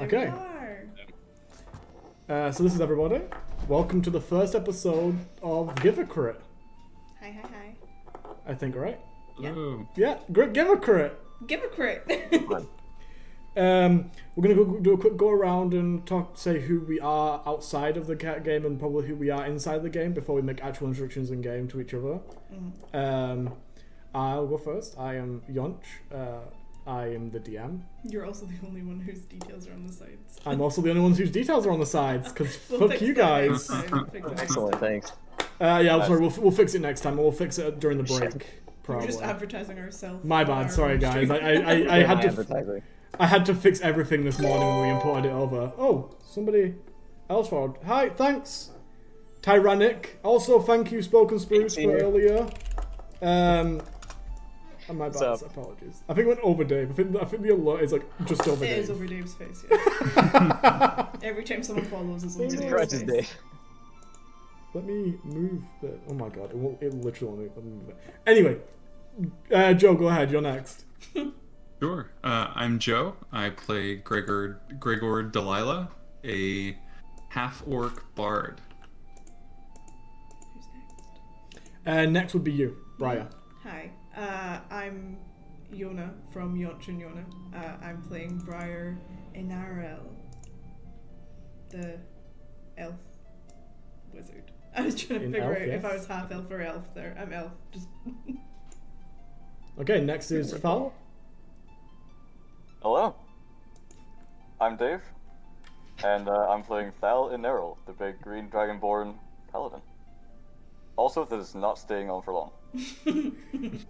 Okay. Uh, so this is everybody. Welcome to the first episode of Give a Crit. Hi, hi, hi. I think right. Yeah. Ooh. Yeah, gr- give a crit. Give a crit. Um, we're gonna go, do a quick go around and talk, say who we are outside of the cat game, and probably who we are inside the game before we make actual introductions in game to each other. Mm. Um, I'll go first. I am Yonch. Uh, I am the DM. You're also the only one whose details are on the sides. I'm also the only ones whose details are on the sides because We'll fuck fix you that guys. next time. Fix that next Excellent, thanks. Uh, yeah, I'm sorry. We'll, we'll fix it next time. We'll fix it during the break. time. Probably. We're just advertising ourselves. My Our- bad. Sorry, guys. I, I, I, I Yeah, had to. advertising. I had to fix everything this morning when we imported it over. Oh, somebody else forward. Hi, thanks. Tyrannic. Also, thank you, Spoken Spruce, for Thank you. earlier. Um, and my bad. What's up? Apologies. I think it went overdave. I think, I think the alert is like just over It is Dave. over Dave's face, yeah. Every time someone follows is over Jesus Dave's Christ, face. day. Let me move the. Oh my god, it will. It literally will move it. Anyway, uh, Joe, go ahead. You're next. Sure. Uh, I'm Joe. I play Gregor Gregor Delilah, a half orc bard. Who's next? Uh, next would be you, Briar. Hi, uh, I'm Yona from Yonch and Yona. Uh, I'm playing Briar Inarel, the elf wizard. I was trying to An figure elf, out if yes. I was half elf or elf there. I'm elf. Just Okay, next is Thal. Hello. I'm Dave, and uh, I'm playing Thal Ineril, the big green dragonborn paladin. Also, that is not staying on for long.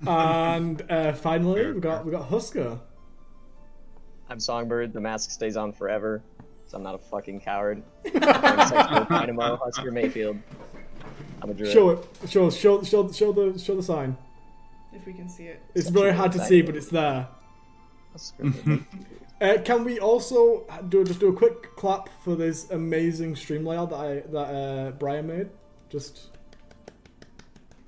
And uh, finally, we got we got Husker. I'm Songbird. The mask stays on forever, so I'm not a fucking coward. I'm sexual dynamo, Husker Mayfield. I'm a druid. Show it. Show show show show the show the sign. if we can see it. It's very hard to see, but it's there. Husker Mayfield. Uh, can we also do just do a quick clap for this amazing stream layout that I that uh, Brian made? Just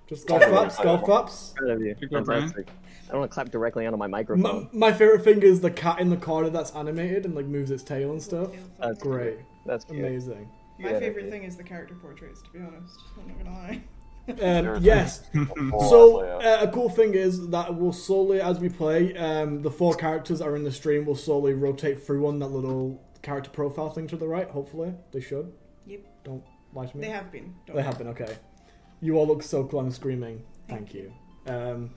just golf claps, golf claps. Proud of you. go, Brian. Fantastic. I don't want to clap directly onto my My, microphone. my favorite thing is the cat in the corner that's animated and like moves its tail and stuff. That's Great, That's cute. amazing. My Yeah, favorite yeah. thing is the character portraits, to be honest. I'm not gonna lie. Um, Seriously. yes, Full So layout. uh, a cool thing is that we'll slowly, as we play, um, the four characters that are in the stream will slowly rotate through on that little character profile thing to the right. Hopefully, they should. Yep. Don't lie to me. They have been. Don't They have been okay. You all look so cool. I'm screaming. Thank you. Um,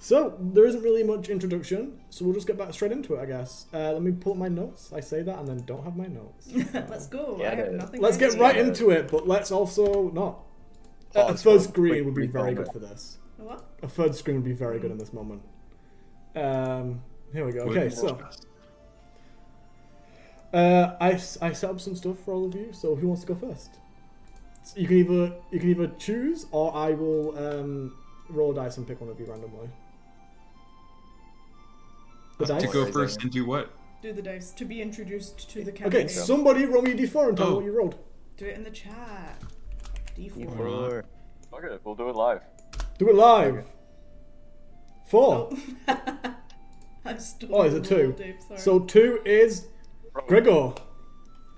so there isn't really much introduction, so we'll just get back straight into it, I guess. Uh, let me pull up my notes. I say that and then don't have my notes. Let's go. Yeah, I have they- nothing. Let's written get right down. into it, but let's also not. A- A Pause, pause, first green quick would be very recall good back. for this What? a third screen would be very good in this moment. Um, here we go. Okay, so uh, I, s- I set up some stuff for all of you. So who wants to go first? So you can either you can either choose or I will um, roll a dice and pick one of you randomly. The to dice. go first and do what? Do the dice to be introduced to the campaign. Okay, somebody roll me a d4 and tell me Oh. what you rolled. Do it in the chat. You D4. whore. okay, we'll do it live. Do it live. Four. I stole Oh, is the it Oh. two? roll, Dave, sorry. So two is Gregor.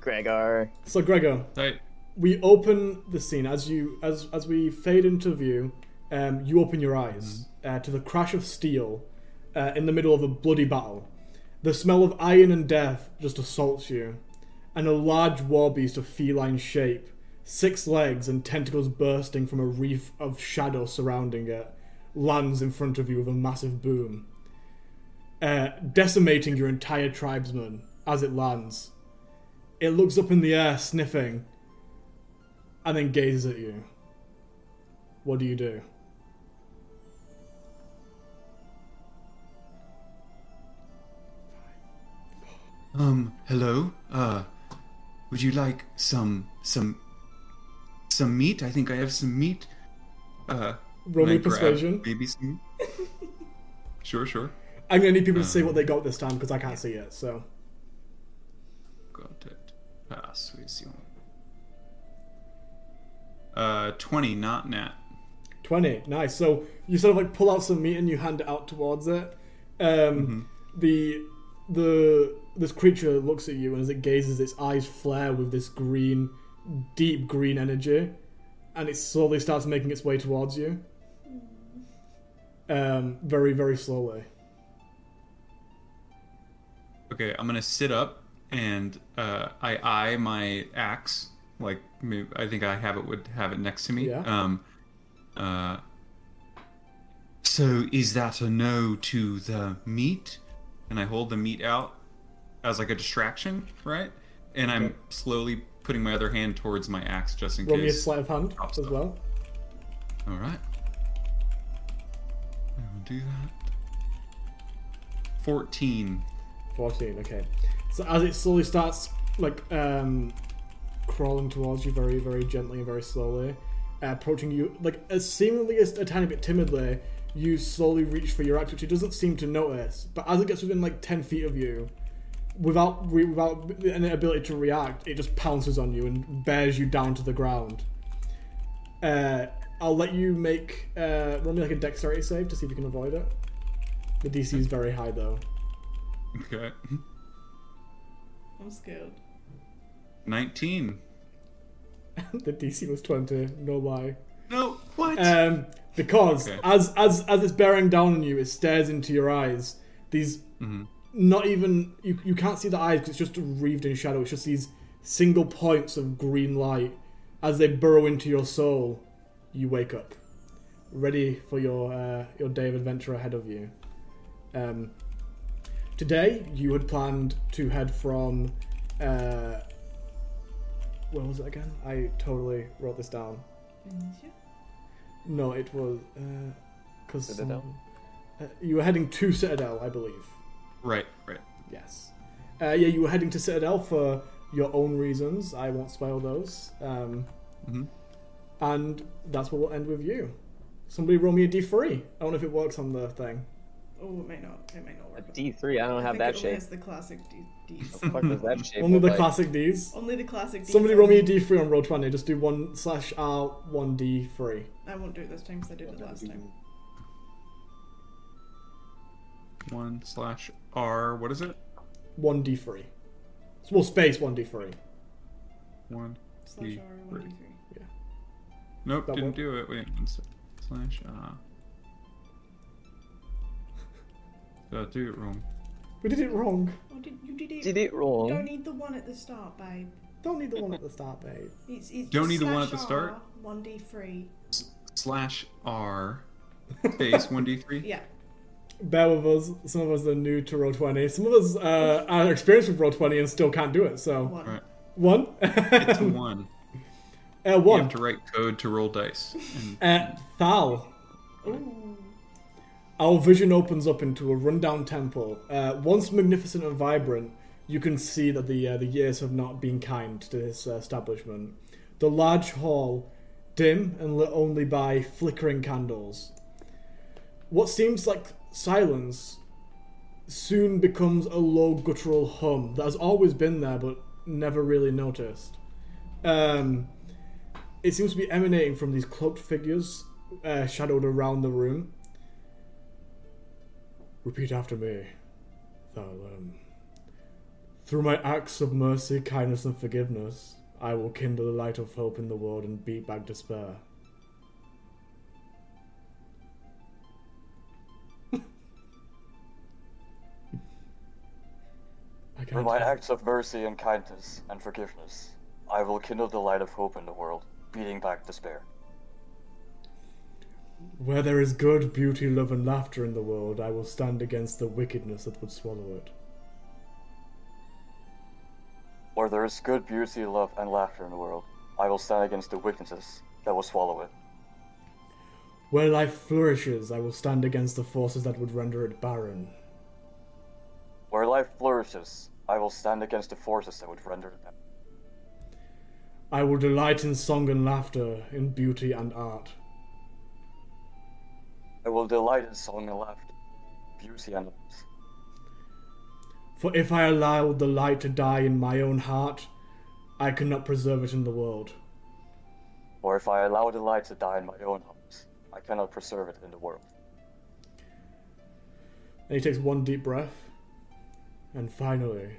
Gregor. So Gregor, Right. we open the scene as you as as we fade into view. Um, you open your eyes uh, to the crash of steel uh, in the middle of a bloody battle. The smell of iron and death just assaults you, and a large war beast of feline shape, six legs and tentacles bursting from a reef of shadow surrounding it, lands in front of you with a massive boom, uh, decimating your entire tribesmen as it lands. It looks up in the air, sniffing, and then gazes at you. What do you do? Um. Hello. Uh. Would you like some some some meat? I think I have some meat. Uh. Roll can I me grab persuasion. Maybe some. sure. Sure. I'm gonna need people to say what they got this time because I can't see it. So Got it. Persuasion. Uh. Twenty. Not nat. twenty, nice. So you sort of like pull out some meat and you hand it out towards it. Um, The the this creature looks at you, and as it gazes, its eyes flare with this green, deep green energy, and it slowly starts making its way towards you. Um, very, very slowly. Okay, I'm gonna sit up and uh, I eye my axe. Like maybe, I think I have it would have it next to me. Yeah. Um. Uh. So is that a no to the meat? And I hold the meat out as like a distraction, right? And I'm slowly putting my other hand towards my axe just in Roll me a case. sleight of hand Drops as up. well. All right. I will do that. Fourteen. 14 okay so as it slowly starts like um crawling towards you very very gently and very slowly uh, approaching you like as seemingly as a tiny bit timidly you slowly reach for your axe which it doesn't seem to notice but as it gets within like 10 feet of you without re- without an ability to react it just pounces on you and bears you down to the ground uh i'll let you make uh run me like a dexterity save to see if you can avoid it the dc is very high though Okay. I'm scared. Nineteen. the DC was 20, no lie. No. What? Um, because Okay. as as as it's bearing down on you, it stares into your eyes. These not even you you can't see the eyes 'cause it's just wreathed in shadow. It's just these single points of green light as they burrow into your soul. You wake up, ready for your uh, your day of adventure ahead of you. Um, today you had planned to head from. Uh, where was it again? I totally wrote this down. Mm-hmm. No, it was because Citadel? Uh, you were heading to Citadel, I believe. right. Right. Yes. Uh, yeah, you were heading to Citadel for your own reasons. I won't spoil those. Um, Mhm. And that's what we'll end with you. Somebody roll me a d3. I don't know if it works on the thing. Oh, it might not. It might not A work. D3, I don't I have think it that only shape. has the classic D- D's. The fuck does that shape Only look the like? classic D's. Only the classic D's. Somebody roll me a d3 on roll 20. Just do 1 slash R 1d3. I won't do it this time because I did it last time. One slash R. What is it? 1d3. Well, space 1d3. One. Slash D R one D three. Nope. That didn't one? do it. Wait. One sec. slash uh, R. Did I do it wrong? We did it wrong. Oh, did you did it? Did it Don't wrong. need the one at the start, babe. Don't need the one at the start, babe. It's, it's Don't need the one slash at the start? R, One D three. S- slash R. Space one D three. Yeah. bear with us. Some of us are new to roll twenty. Some of us uh, are experienced with roll twenty and still can't do it. So One. Right. one, It's a one. uh, You one. have to write code to roll dice. And Uh, Thal, Ooh. our vision opens up into a rundown temple. Uh, once magnificent and vibrant, you can see that the uh, the years have not been kind to this uh, establishment. The large hall, dim and lit only by flickering candles. What seems like silence soon becomes a low guttural hum that has always been there but never really noticed. Um, it seems to be emanating from these cloaked figures uh, shadowed around the room. Repeat after me. Thou, um, through my acts of mercy, kindness, and forgiveness, I will kindle the light of hope in the world and beat back despair. I Through can't my tell. acts of mercy and kindness and forgiveness, I will kindle the light of hope in the world, beating back despair. Where there is good, beauty, love, and laughter in the world, I will stand against the wickedness that would swallow it. Where there is good beauty, love, and laughter in the world, I will stand against the weaknesses that will swallow it. Where life flourishes, I will stand against the forces that would render it barren. Where life flourishes, I will stand against the forces that would render it. I will delight in song and laughter, in beauty and art. I will delight in song and laughter, beauty and For if I allow the light to die in my own heart, I cannot preserve it in the world. or if I allow the light to die in my own heart, I cannot preserve it in the world. And he takes one deep breath. And finally,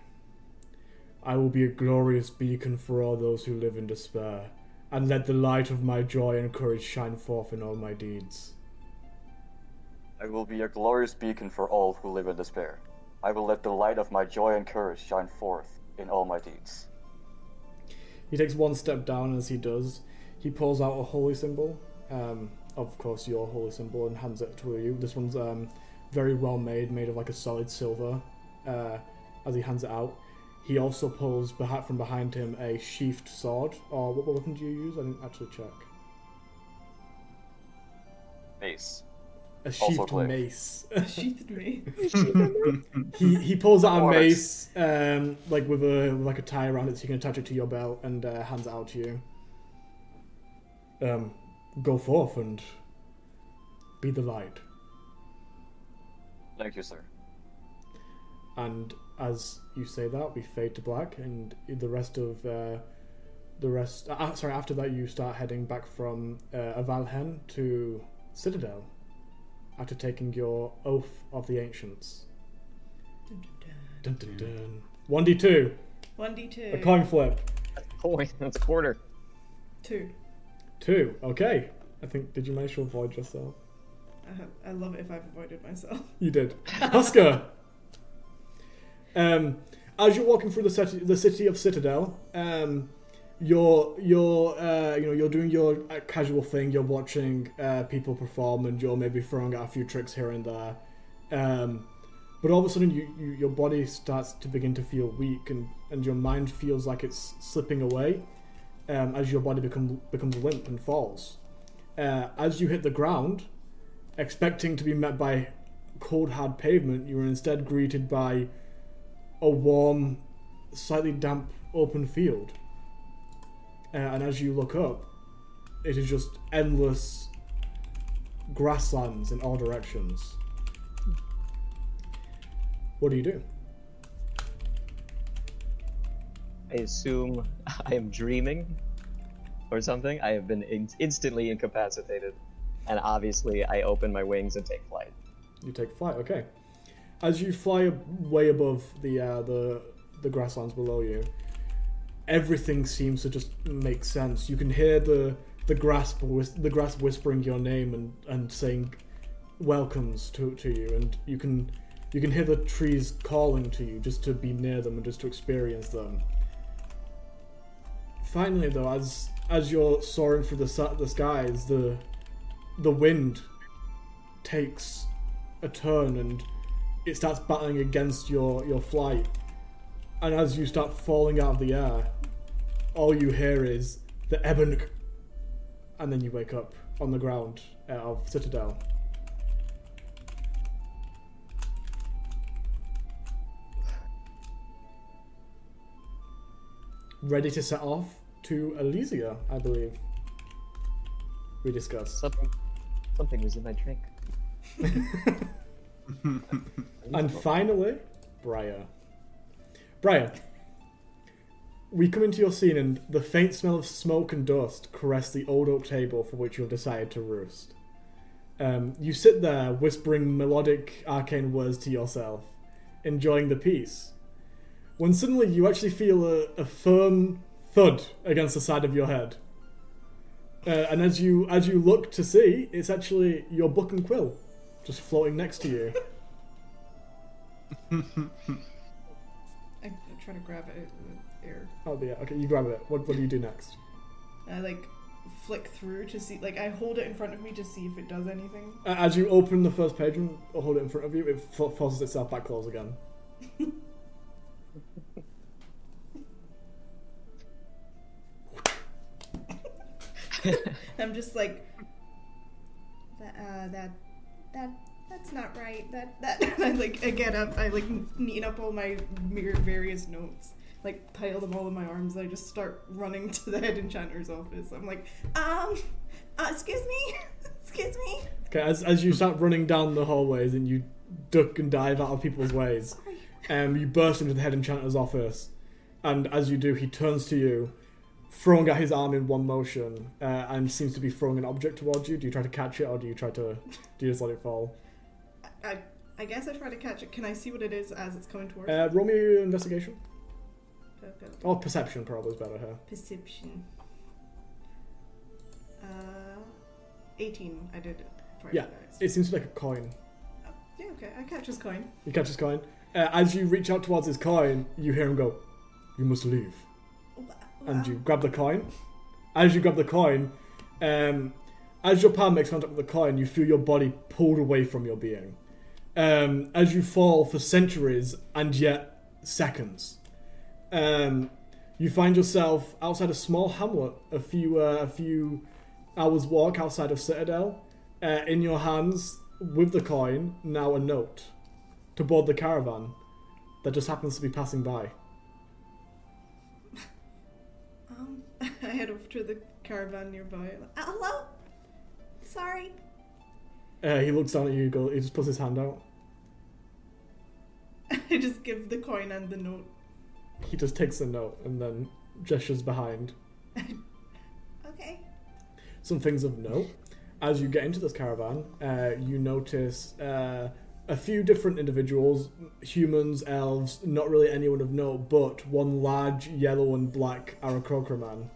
I will be a glorious beacon for all those who live in despair, and let the light of my joy and courage shine forth in all my deeds. I will be a glorious beacon for all who live in despair. I will let the light of my joy and courage shine forth in all my deeds. He takes one step down as he does. He pulls out a holy symbol, um, of course, your holy symbol, and hands it to you. This one's um, very well made, made of like a solid silver. Uh, as he hands it out, he also pulls behind, from behind him a sheathed sword. Or what weapon do you use? I didn't actually check. Mace. A sheathed glaive. mace. Sheathed me. he he pulls out a Alright. mace, um, like with a with like a tie around it, so you can attach it to your belt, and uh, hands it out to you. Um, go forth and be the light. Thank you, sir. And as you say that, we fade to black, and the rest of uh, the rest. Uh, sorry, after that, you start heading back from uh, Avalhen to Citadel, after taking your oath of the ancients. Dun dun dun. One d two. One d A two. coin flip. Point. That's a quarter. Two. Two. Okay. I think. Did you manage to avoid yourself? I, have, I love it if I've avoided myself. You did. Husker! um, as you're walking through the city, the city of Citadel, um, you're you're uh, you know you're doing your uh, casual thing. You're watching uh, people perform, and you're maybe throwing out a few tricks here and there. Um, but all of a sudden, you, you your body starts to begin to feel weak, and, and your mind feels like it's slipping away um, as your body become, becomes limp and falls. Uh, as you hit the ground, expecting to be met by cold hard pavement, you were instead greeted by a warm, slightly damp open field. Uh, and as you look up, it is just endless grasslands in all directions. What do you do? I assume I am dreaming or something. I have been in- instantly incapacitated. And obviously, I open my wings and take flight. You take flight. Okay. As you fly ab- way above the uh, the the grasslands below you, everything seems to just make sense. You can hear the the grass whis- the grass whispering your name and and saying welcomes to to you, and you can you can hear the trees calling to you just to be near them and just to experience them. Finally, though, as as you're soaring through the sa- the skies, the the wind takes a turn and it starts battling against your, your flight. And as you start falling out of the air, all you hear is the ebonic. And then you wake up on the ground uh, of Citadel. Ready to set off to Elysia, I believe. We discussed. Something, something was in my drink. And finally, Briar. Briar, we come into your scene and the faint smell of smoke and dust caress the old oak table for which you have decided to roost. Um, you sit there whispering melodic arcane words to yourself, enjoying the peace, when suddenly you actually feel a, a firm thud against the side of your head. Uh, and as you as you look to see, it's actually your book and quill, just floating next to you. I, I try to grab it in the air. Oh yeah. Okay, you grab it. What, what do you do next? I like flick through to see, like I hold it in front of me to see if it does anything. Uh, As you open the first page and hold it in front of you, it fo- forces itself back closed again. I'm just like, that, uh, that, that, that's not right. That, that. And I like, I get up. I like neaten up all my mir- various notes, like pile them all in my arms. And I just start running to the head enchanter's office. I'm like, um, uh, excuse me, excuse me. Okay, as, as you start running down the hallways and you duck and dive out of people's ways, um, you burst into the head enchanter's office, and as you do, he turns to you, throwing out his arm in one motion, uh, and seems to be throwing an object towards you. Do you try to catch it or do you try to do you just let it fall? I, I I guess I try to catch it. Can I see what it is as it's coming towards? Uh, roll me an investigation. me? Or perception probably is better here. Perception. Uh, 18. I did it. Right Yeah, it seems like a coin. Oh, yeah, okay. I catch his coin. You catch his coin. Uh, as you reach out towards his coin, you hear him go, "You must leave," and you grab the coin. As you grab the coin, um, as your palm makes contact with the coin, you feel your body pulled away from your being. Um, as you fall for centuries and yet seconds, um, you find yourself outside a small hamlet, a few uh, a few hours walk outside of Citadel. Uh, in your hands, with the coin, now a note to board the caravan that just happens to be passing by. Um, I head over to the caravan nearby. I'm like, "Uh, hello? Sorry. Uh, he looks down at you. Go. He just puts his hand out. I just give the coin and the note. He just takes the note and then gestures behind. Okay. Some things of note. As you get into this caravan, uh, you notice uh, a few different individuals: humans, elves, not really anyone of note, but one large yellow and black Arakocra man.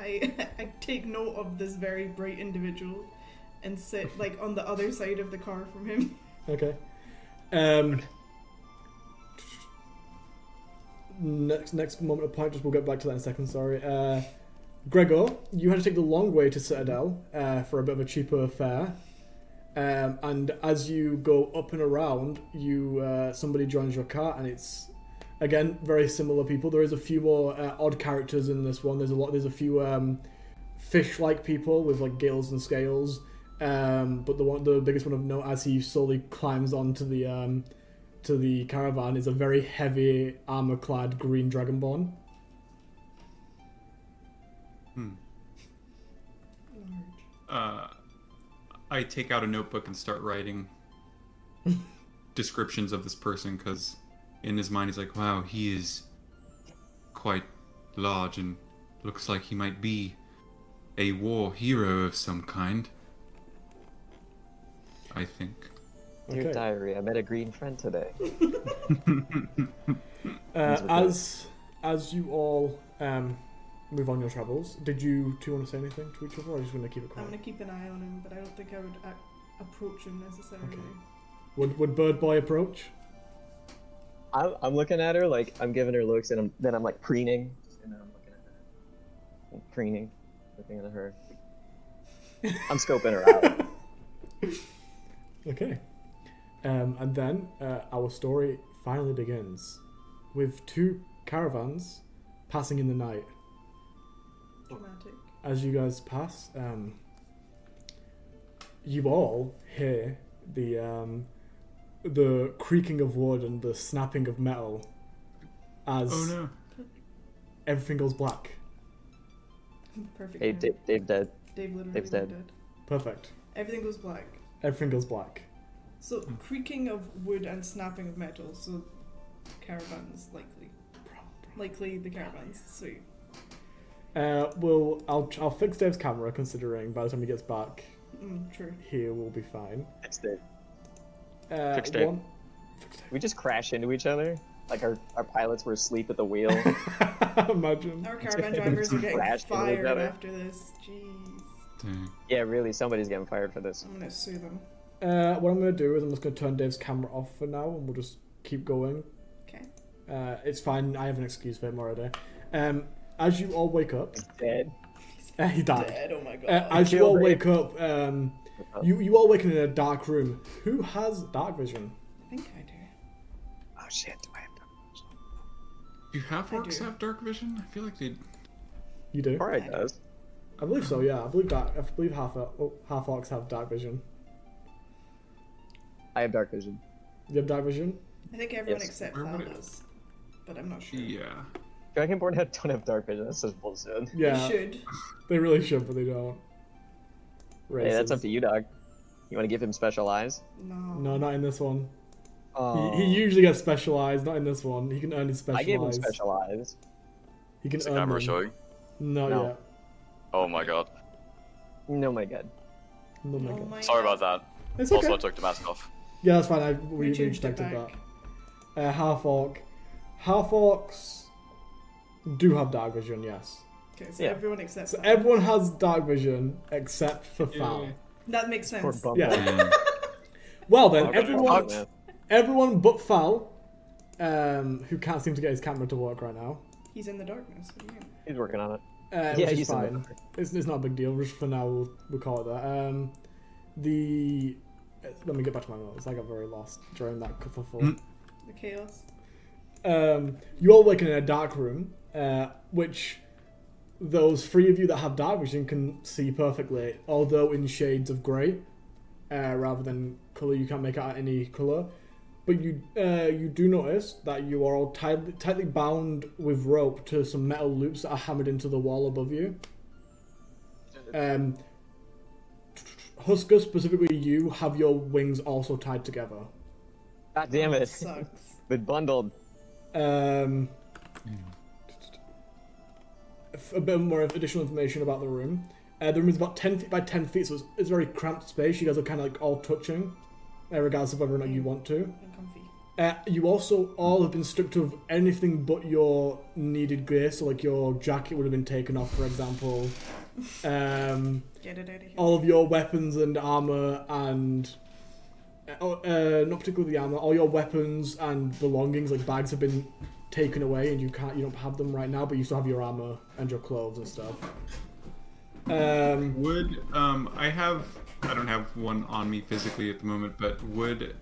I, I take note of this very bright individual and sit like on the other side of the car from him. Okay. Um. Next, next moment of point. Just we'll get back to that in a second. Sorry, uh, Gregor, you had to take the long way to Citadel uh, for a bit of a cheaper fare. Um, and as you go up and around, you uh, somebody joins your car, and it's again very similar people. There is a few more uh, odd characters in this one. There's a lot. There's a few um, fish-like people with like gills and scales. Um, but the one, the biggest one of note, as he slowly climbs onto the um, to the caravan, is a very heavy armor-clad green dragonborn. Uh, I take out a notebook and start writing descriptions of this person because in his mind he's like, wow, he is quite large and looks like he might be a war hero of some kind. I think. Dear Okay. diary, I met a green friend today. Uh, okay. as as you all um, move on your travels, did you two want to say anything to each other, or are you just going to keep it I'm quiet? gonna keep an eye on him, but I don't think I would a- approach him necessarily. Okay. Would would Bird Boy approach? I'm, I'm looking at her like I'm giving her looks, and I'm, then I'm like preening, and then I'm looking at her, I'm preening, looking at her. I'm scoping her out. Okay. Um, and then uh, our story finally begins with two caravans passing in the night. Dramatic. as you guys pass, um, you all hear the um, the creaking of wood and the snapping of metal as Oh no. everything goes black. Perfect. Hey, man. Dave, Dave dead. Dave literally Dave's went dead. Perfect. Everything goes black. Everything goes black. So creaking of wood and snapping of metal. So caravans likely, likely the caravans. Sweet. Uh, well, I'll I'll fix Dave's camera considering by the time he gets back, Mm, true. here will be fine. That's Dave. Uh, Fix Dave. one- Fix Dave. We just crash into each other. Like our, our pilots were asleep at the wheel. Imagine. Our caravan drivers are getting Crashed into each fired other. after this. Jeez. Dang. yeah, really, somebody's getting fired for this. I'm gonna sue them. Uh, what I'm gonna do is I'm just gonna turn Dave's camera off for now, and we'll just keep going. Okay. Uh, it's fine. I have an excuse for him already. Um, as you all wake up, Dead. uh, he died. Dead. Oh my god. Uh, as you Killed all him. wake up, um, you you all waking in a dark room. Who has dark vision? I think I do. Oh shit! Do I have to? Do half orcs do. have dark vision? I feel like they. You do. Or it does. I believe so. Yeah, I believe dark. I believe half oh, half orcs have dark vision. I have dark vision. You have dark vision. I think everyone Yes. except Where Val would it- does, but I'm not sure. Yeah. Dragonborn have- don't have dark vision. That's such bullshit. Yeah, They should. they really should, but they don't. Racist. Hey, that's up to you, dog. You want to give him special eyes? No. No, not in this one. Oh, He, he usually gets specialized. Not in this one. He can earn his I specialized. gave him special eyes. He can Is the earn camera them. showing? Not No. yet. Oh my god. No, my god. Oh my Oh god. my Sorry God. about that. It's Also, okay. I took the mask off. Yeah, that's fine. I, we, we changed it expected that. back. Uh, half orc. Half orcs do have dark vision, yes. Okay, so Yeah. everyone accepts So that. everyone has dark vision except for Fal. that makes sense. Poor Bumble. Yeah. And Well then, I'll go do everyone, Fox. Yeah. everyone but Fal, um, who can't seem to get his camera to work right now. He's in the darkness. What do you mean? He's working on it. Uh, Yeah, which is he's in the fine. dark. It's, it's not a big deal. Just for now, we'll, we'll call it that. Um, the uh, let me get back to my notes. I got very lost during that kerfuffle. Mm. The chaos. um, you all working in a dark room, uh, which those three of you that have dark vision can see perfectly, although in shades of grey, uh, rather than color. You can't make out any color, but you uh, you do notice that you are all tight, tightly bound with rope to some metal loops that are hammered into the wall above you. Um, Husker, specifically you, have your wings also tied together. God damn it. Sucks. Been bundled. Um, f- a bit more of additional information about the room. Uh, the room is about 10 feet by 10 feet, so it's, it's a very cramped space. You guys are kind of like all touching, uh, regardless of whether or not you want to. Uncomfy. Uh, you also all have been stripped of anything but your needed gear, so like your jacket would have been taken off, for example. Um, Get it out of Oh, here. all of your weapons and armor and uh, oh, uh, not particularly the armor, all your weapons and belongings like bags have been taken away and you can't you don't have them right now, but you still have your armor and your clothes and stuff. Um, would um I have I don't have one on me physically at the moment, but would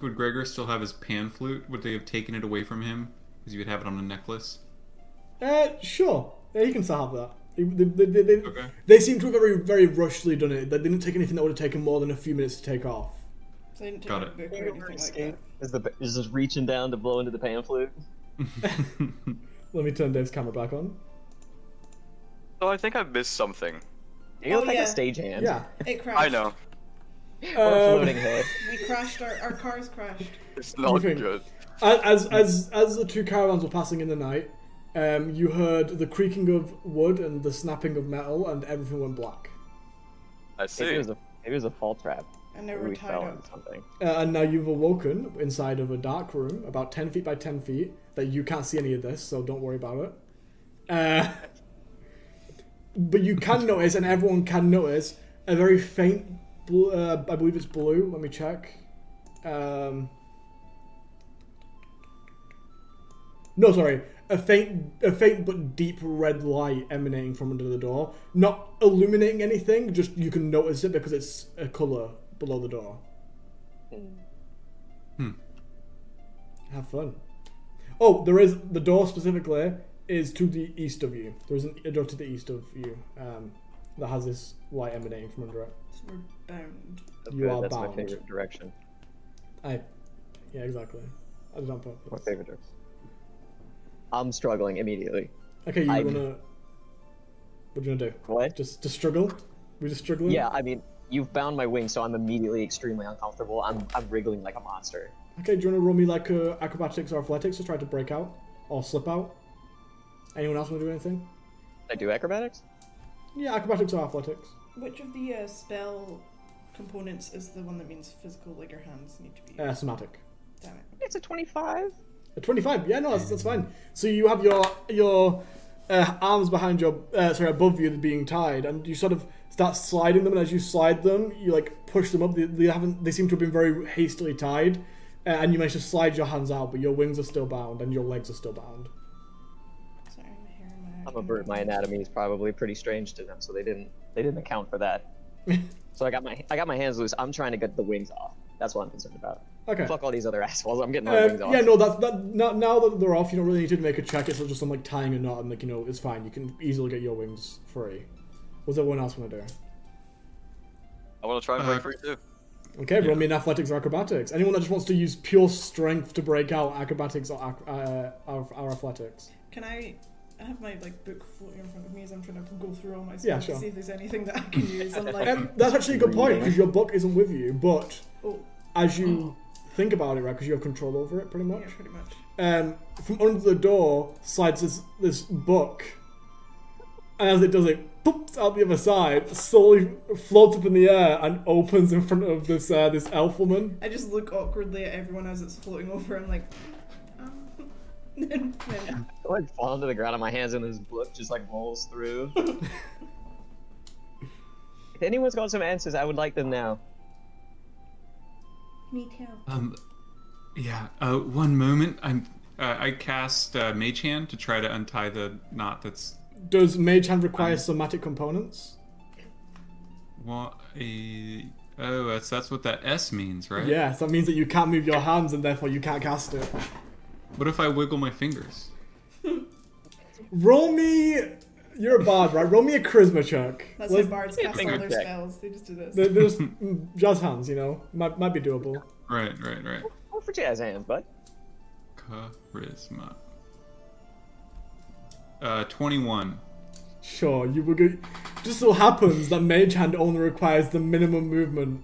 would Gregor still have his pan flute? Would they have taken it away from him? Because you would have it on a necklace. uh, sure, yeah, you can still have that. They, they, they, they, Okay. they seem to have very very rushedly done it. They didn't take anything that would have taken more than a few minutes to take off. So they didn't take Got a it. book or anything like that. Is the is just reaching down to blow into the pan flute? Hmm. Let me turn Dave's camera back on. So I think I missed something. You look Oh, like yeah. a stagehand. Yeah. It crashed. I know. Or a Um, floating head. We crashed. Our, our cars crashed. It's not think? good. As as as the two caravans were passing in the night, um, you heard the creaking of wood and the snapping of metal, and everything went black. Maybe I it see. was a maybe it was a fall trap. And they where were we tied fell into up. something. Uh, and now you've awoken inside of a dark room, about ten feet by ten feet, that you can't see any of this, so don't worry about it. Uh, but you can notice, and everyone can notice, a very faint. Bl- uh, I believe it's blue. Let me check. Um, no, sorry, a faint, a faint but deep red light emanating from under the door. Not illuminating anything, just you can notice it because it's a color below the door. Hmm. Have fun. Oh, there is the door specifically is to the east of you. There is an, a door to the east of you um, that has this light emanating from under it. So we're bound. That's You good, are That's bound. my favorite direction. I, yeah, exactly. I did not put. My favorite direction. I'm struggling immediately. Okay, you I- wanna. What do you wanna do? What? Just, just struggle. We just struggling. Yeah, I mean, you've bound my wings, so I'm immediately extremely uncomfortable. I'm I'm wriggling like a monster. Okay, do you wanna roll me like uh, acrobatics or athletics to try to break out or slip out? Anyone else wanna do anything? Did I do acrobatics? Yeah, acrobatics or athletics. Which of the uh, spell components is the one that means physical, like your hands need to be? Uh, somatic. Damn it. It's a 25. A 25 yeah no that's, that's fine so you have your your uh, arms behind your uh, sorry above you being tied and you sort of start sliding them and as you slide them you like push them up they, they haven't they seem to have been very hastily tied uh, and you manage to slide your hands out but your wings are still bound and your legs are still bound Sorry, my hair and my. I'm a bird. My anatomy is probably pretty strange to them, so they didn't they didn't account for that. so I got my I got my hands loose. I'm trying to get the wings off. That's what I'm concerned about. okay Fuck all these other assholes. I'm getting my Uh, wings off. yeah, no, that's that. Now, now that they're off, you don't really need to make a check. It's just on like tying a knot and like you know, it's fine. You can easily get your wings free. What's everyone else want to do? I want to try and break Uh, free too. Okay, roll me in athletics or acrobatics. Anyone that just wants to use pure strength to break out acrobatics or ac- uh, our, our athletics. Can I? I have my like book floating in front of me as I'm trying to go through all my spells Yeah, to sure. see if there's anything that I can use. I'm like, Um, that's actually a good point because your book isn't with you, but oh, as you think about it, right, because you have control over it pretty yeah, much. pretty much. Um, from under the door slides this this book, and as it does it, poops out the other side, slowly floats up in the air and opens in front of this uh, this elf woman. I just look awkwardly at everyone as it's floating over. I'm like, um, then, then I, like fall to the ground on my hands and this book just like rolls through. if anyone's got some answers, I would like them now. me too. Um, yeah. Uh, one moment. I'm. Uh, I cast uh, Mage Hand to try to untie the knot that's Does Mage Hand require somatic components? What a oh, that's that's what that S means, right? Yes, that means that you can't move your hands and therefore you can't cast it. What if I wiggle my fingers? Roll me. You're a bard, right? Roll me a charisma check. That's Let's- how bards cast finger all their check. spells. They just do this. There- There's mm, jazz hands, you know, might might be doable. Right, right, right. Well, for jazz hands, bud. Charisma. Uh, twenty-one. Sure, you were good. Just so happens that Mage Hand only requires the minimum movement.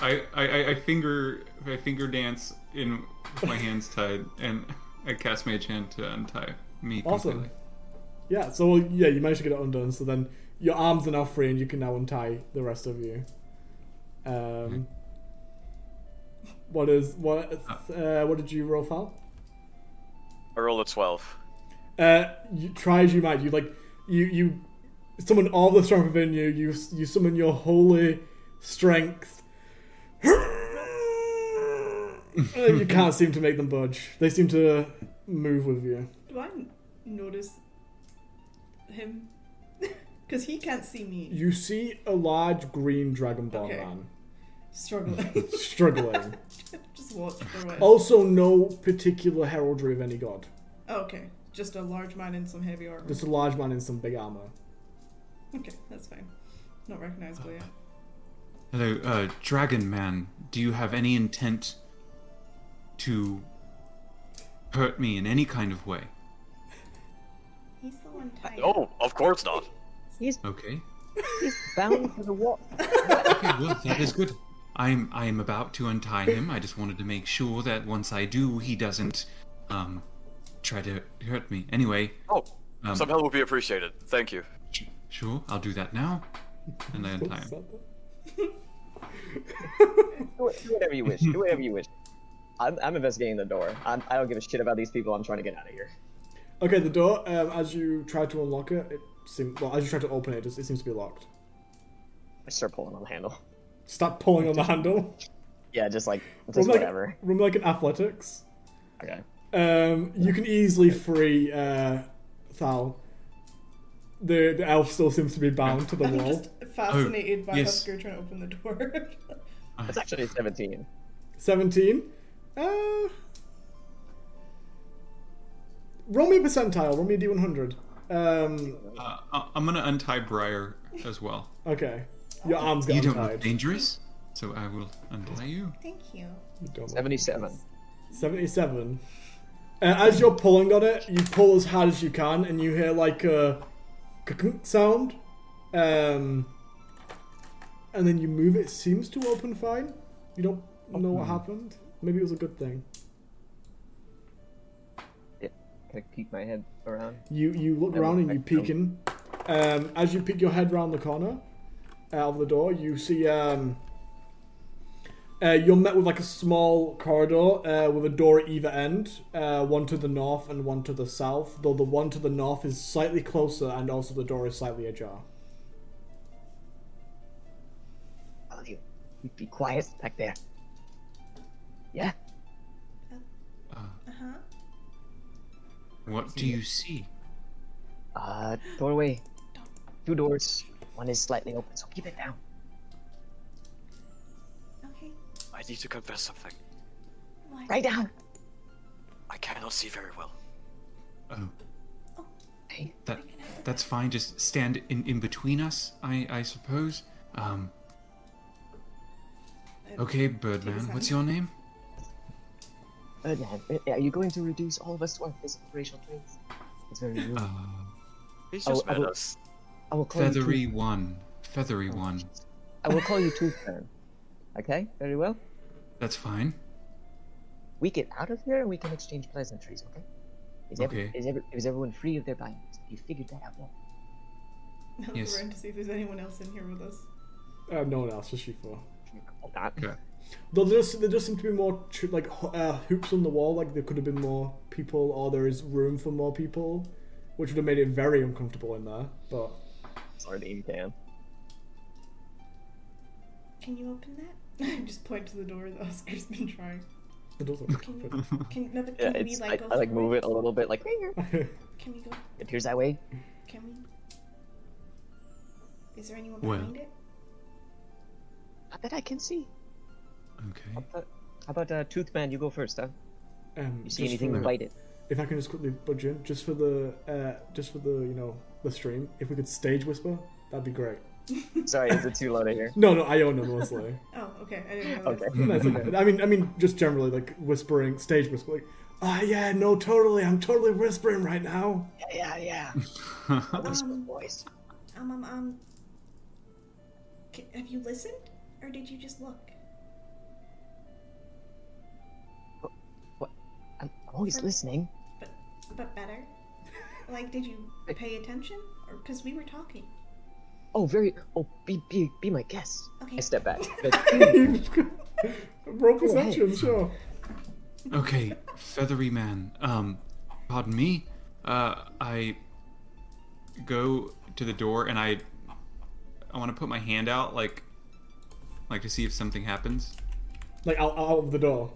I, I, I- I finger I finger dance in with my hands tied, and I cast Mage Hand to untie me Awesome. completely. Yeah, so well, yeah, you managed to get it undone. So then your arms are now free, and you can now untie the rest of you. Um, Hmm. what is what? Uh, what did you roll, Fal? Ah. I roll a 12. Uh, you, try as you might, you like you you summon all the strength within you. You you summon your holy strength. And you can't seem to make them budge. They seem to move with you. Do I n- notice him? Because he can't see me You see a large green dragonborn Okay. man struggling. struggling. just watch for a while. also, no particular heraldry of any god. Oh, okay. Just a large man in some heavy armor. Just a large man in some big armor. Okay, that's fine. Not recognizable yet. Hello, uh, Dragon Man. Do you have any intent to hurt me in any kind of way? He's the one tied. Oh, of course not. Okay. Bound for the what? Okay, well, that is good. I'm I'm about to untie him. I just wanted to make sure that once I do, he doesn't um try to hurt me. Anyway, Oh, um, some help would be appreciated. Thank you. sure, I'll do that now. And I untie him. Do it- do whatever you wish. Do whatever you wish. I'm, I'm investigating the door. I'm, I don't give a shit about these people. I'm trying to get out of here. Okay, the door. Um, as you try to unlock it, it seems well. As you try to open it, it, just, it seems to be locked. I start pulling on the handle. Stop pulling on the handle. Yeah, just like Roll just me like- whatever. roll me like an athletics. Okay. Um, you can easily free uh, Thal. The the elf still seems to be bound to the I'm wall. just fascinated by yes. Husker trying to open the door. That's actually 17. Seventeen. Uh, roll me a percentile. Roll me a d one hundred. Um, Uh, I- I'm gonna untie Briar as well. okay, your arms get You don't untied. look dangerous, so I will untie you. Thank you. You don't look- 77. 77. Uh, as you're pulling on it, you pull as hard as you can, and you hear like a k-kunk sound. Um, and then you move it. it Seems to open fine. You don't know what happened. Maybe it was a good thing. Yeah. Kind of peek my head around. You you look around and you peek in. Um, as you peek your head round the corner, out of the door, you see um, uh, you're met with like a small corridor uh, with a door at either end, uh, one to the north and one to the south. Though the one to the north is slightly closer, and also the door is slightly ajar. Oh, you, you be quiet back there. Yeah. Uh huh. What do you see? Uh, doorway. Two doors. One is slightly open, so keep it down. Okay. I need to confess something. Right down. I cannot see very well. Oh, Hey, that that's fine. Just stand in, in between us, I I suppose. Um. Okay, Birdman. What's your name? Birdman, Birdman, uh, are you going to reduce all of us to our physical racial traits? It's very rude. Uh, He's I will- just I met will- us. I will call feathery you. Tooth- one. Feathery one. I will call you Toothman. Okay, very well. That's fine. We get out of here and we can exchange pleasantries. Okay. Is, every- Okay. is, every- is everyone free of their bindings? You figured that out yet? I look Yes. around to see if there's anyone else in here with us. Uh, no one else, just you four. That. Okay. Though there just there just seem to be more tr- like ho- uh, hoops on the wall. Like there could have been more people, or there is room for more people, which would have made it very uncomfortable in there. But Sardine can. Can you open that? I just point to the door that Oscar's been trying. it doesn't. Can you? Can, no, but Yeah, can we it's, like I, go I like through move it a little bit, like Can we go? appears that way. Can we? Is there anyone Well. behind it? Not that I can see. Okay. How about uh, Tooth Man? You go first, huh? um, You just see anything, for- you bite it. If I can just quickly budge in, just for the uh, just for the you know the stream, if we could stage whisper, that'd be great. Sorry, is it too loud in here? No, no, I own it mostly. Oh, okay. I didn't know. Okay. that. That's okay. I mean, I mean, just generally like whispering, stage whisper, like, ah, yeah, no, totally, I'm totally whispering right now. Yeah, yeah. whisper Um, voice. Um, um, um. Can, have you listened, or did you just look? I'm always From- listening. But, but better. Like, did you pay attention, or because we were talking? Oh, very. Oh, be be be my guest. Okay. I step back. Roll perception, sure. Okay, feathery man. Um, pardon me. Uh, I go to the door and I I want to put my hand out like like to see if something happens. Like out, out of the door.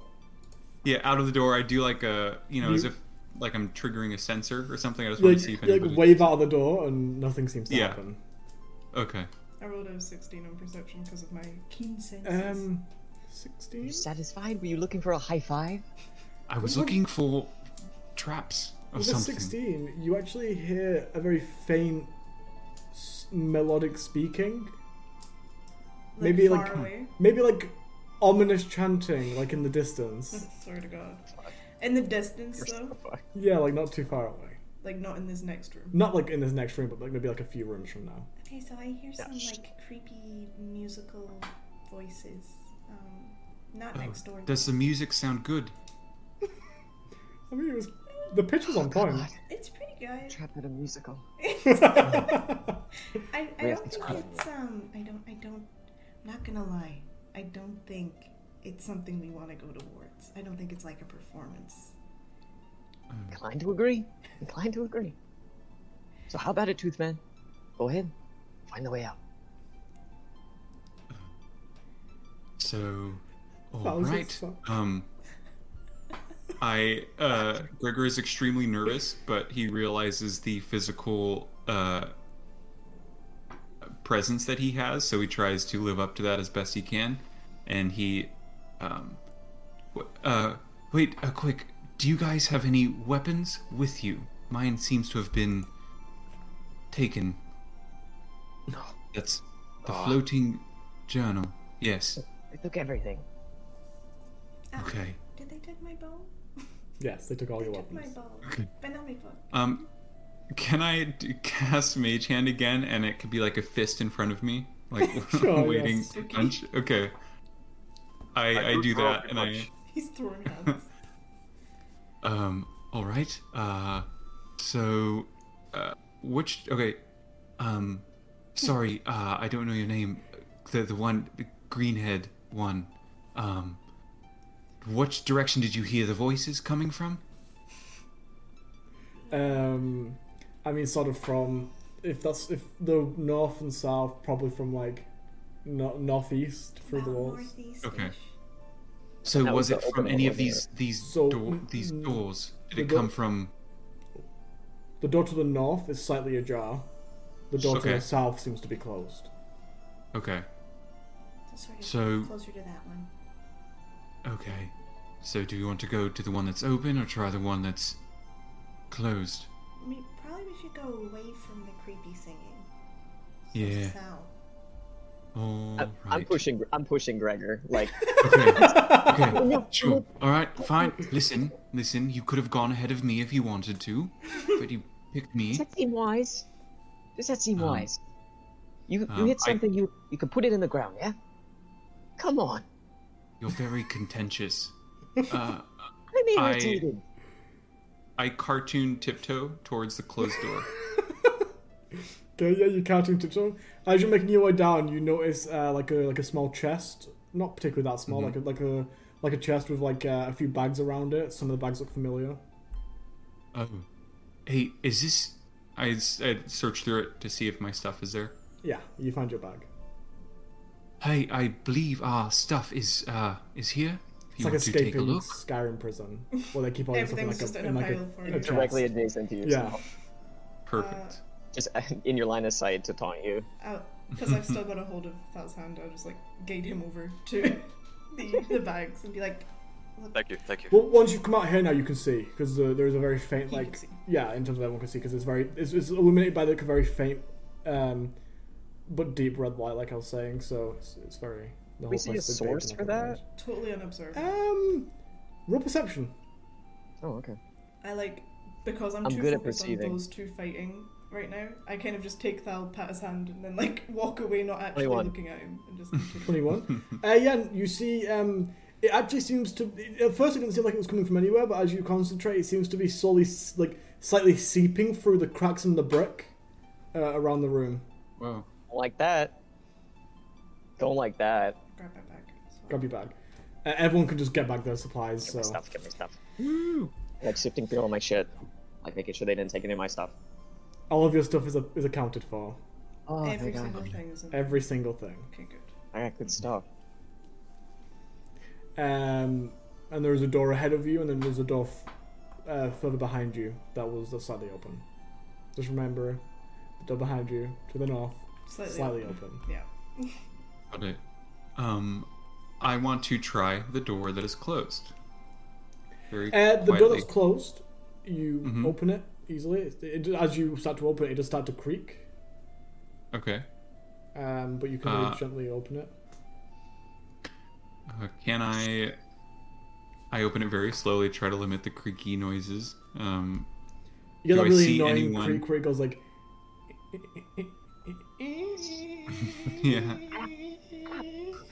Yeah, out of the door. I do like a you know as You- if like I'm triggering a sensor or something. I just You, want like, to see if you, like, anybody. wave out of the door, and nothing seems to Yeah. happen. Okay. I rolled a 16 on perception because of my keen senses. Um, Were sixteen. you satisfied? Were you looking for a high five? I was looking for traps or With a something. sixteen, you actually hear a very faint s- melodic speaking. maybe, far like- away. Maybe like ominous chanting, like in the distance. Swear to God. In the distance, though, yeah, like not too far away. like not in this next room. Not like in this next room, but like maybe like a few rooms from now. Okay, so I hear some sh- like creepy musical voices. Um, not Oh, next door. does the music sound good? I mean, it was the pitch Oh, was on point. God. It's pretty good. Trapped at a musical. I, I Yeah, don't it's think good. it's um. I don't. I don't. I'm not gonna lie. I don't think it's something we want to go towards. I don't think it's like a performance. Hmm. Inclined to agree. Inclined to agree. So how about it, Tooth Man? Go ahead. Find the way out. So, all Thousands right. of- Um, I uh, Gregor is extremely nervous, but he realizes the physical uh, presence that he has, so he tries to live up to that as best he can, and he, um, w- uh, wait, uh, quick. Do you guys have any weapons with you? Mine seems to have been taken. No. That's the Aw. floating journal. Yes. They took everything. Ah, Okay. Did they take my bow? yes, they took all They your took my weapons. bow. Okay. But not my book. Um, can I d- cast Mage Hand again, and it could be like a fist in front of me, like Sure, waiting yes. to punch? Okay. I I do do throw that, a and I punch. He's throwing hands. um. All right. Uh, so, uh, which okay, um, sorry, uh, I don't know your name. The the one, the greenhead one. Um, which direction did you hear the voices coming from? Um, I mean, sort of from if that's if the north and south, probably from like no- northeast through the About walls. northeast. Okay. So That was was it the from open any one, of wasn't these these So, door mm, these mm, doors? Did the it door- come from? The door to the north is slightly ajar. The door to Okay. the south seems to be closed. Okay, So sort of So- closer to that one. okay. So do you want to go to the one that's open or try the one that's closed? We probably we should go away from the creepy singing. Yeah. South. All I, I'm right. pushing. I'm pushing Gregor. Like Okay. okay. Sure. All right. Fine. Listen. Listen. You could have gone ahead of me if you wanted to, but you picked me. Does that seem wise? Does that seem Um, wise? You you um, hit I- something you you can put it in the ground, yeah? Come on. You're very contentious. Uh, I'm I- irritated. I cartoon tiptoe towards the closed door. Yeah, yeah, you're counting to some. As you're making your way down, you notice uh, like a like a small chest, not particularly that small, Mm-hmm. like a like a like a chest with like uh, a few bags around it. Some of the bags look familiar. Oh, hey, is this? I s- I searched through it to see if my stuff is there. Yeah, you find your bag. Hey, I believe our stuff is uh is here. If It's you like want to take a escaping look. Skyrim prison, where they keep all your stuff in like Everything's just a, in a in like pile for a, you. a chest. Directly adjacent to you. Yeah, Perfect. Just in your line of sight to taunt you. Because I've still got a hold of Thal's hand, I'll just like guide him over to the, the bags and be like, Thank you, thank you. Well, once you come out here now, you can see because uh, there is a very faint, He can like see. yeah, in terms of everyone can see because it's very it's, it's illuminated by like a very faint, um, but deep red light, like I was saying. So it's, it's very. The whole see place a is bathed in, source like, for a that? totally unobserved. Uh. red- Um, roll perception. Oh, okay. I like because I'm, I'm too good at focused on perceiving. those two fighting right now. I kind of just take Thal, pat his hand, and then like walk away, not actually 21. looking at him, and just. continue. 21. uh, yeah, you see, um, it actually seems to. At first, it didn't seem like it was coming from anywhere, but as you concentrate, it seems to be slowly, s- like, slightly seeping through the cracks in the brick uh, around the room. Whoa. Don't like that. Don't like that. Grab my bag. It's fine. Grab your bag. Uh, everyone can just get back their supplies, Give me so. stuff. Give me stuff. Like sifting through all my shit, like making sure they didn't take any of my stuff. All of your stuff is, is accounted for. Oh, thank Every God. single thing is in. there. Every single thing. Okay, good. I got good stuff. Um, and there's a door ahead of you, and then there's a door f- uh, further behind you that was that's slightly open. Just remember, the door behind you, to the north, Slightly. slightly open. Yeah. Got it. Um, I want to try the door that is closed. Very Uh, the door quietly. that's closed, you Mm-hmm. open it easily. It, it, as you start to open it, it does start to creak, Okay. um, but you can Uh, really gently open it. Uh, can I? I open it very slowly. Try to limit the creaky noises. Um, You get do that I really see annoying anyone? creak where it goes like, yeah.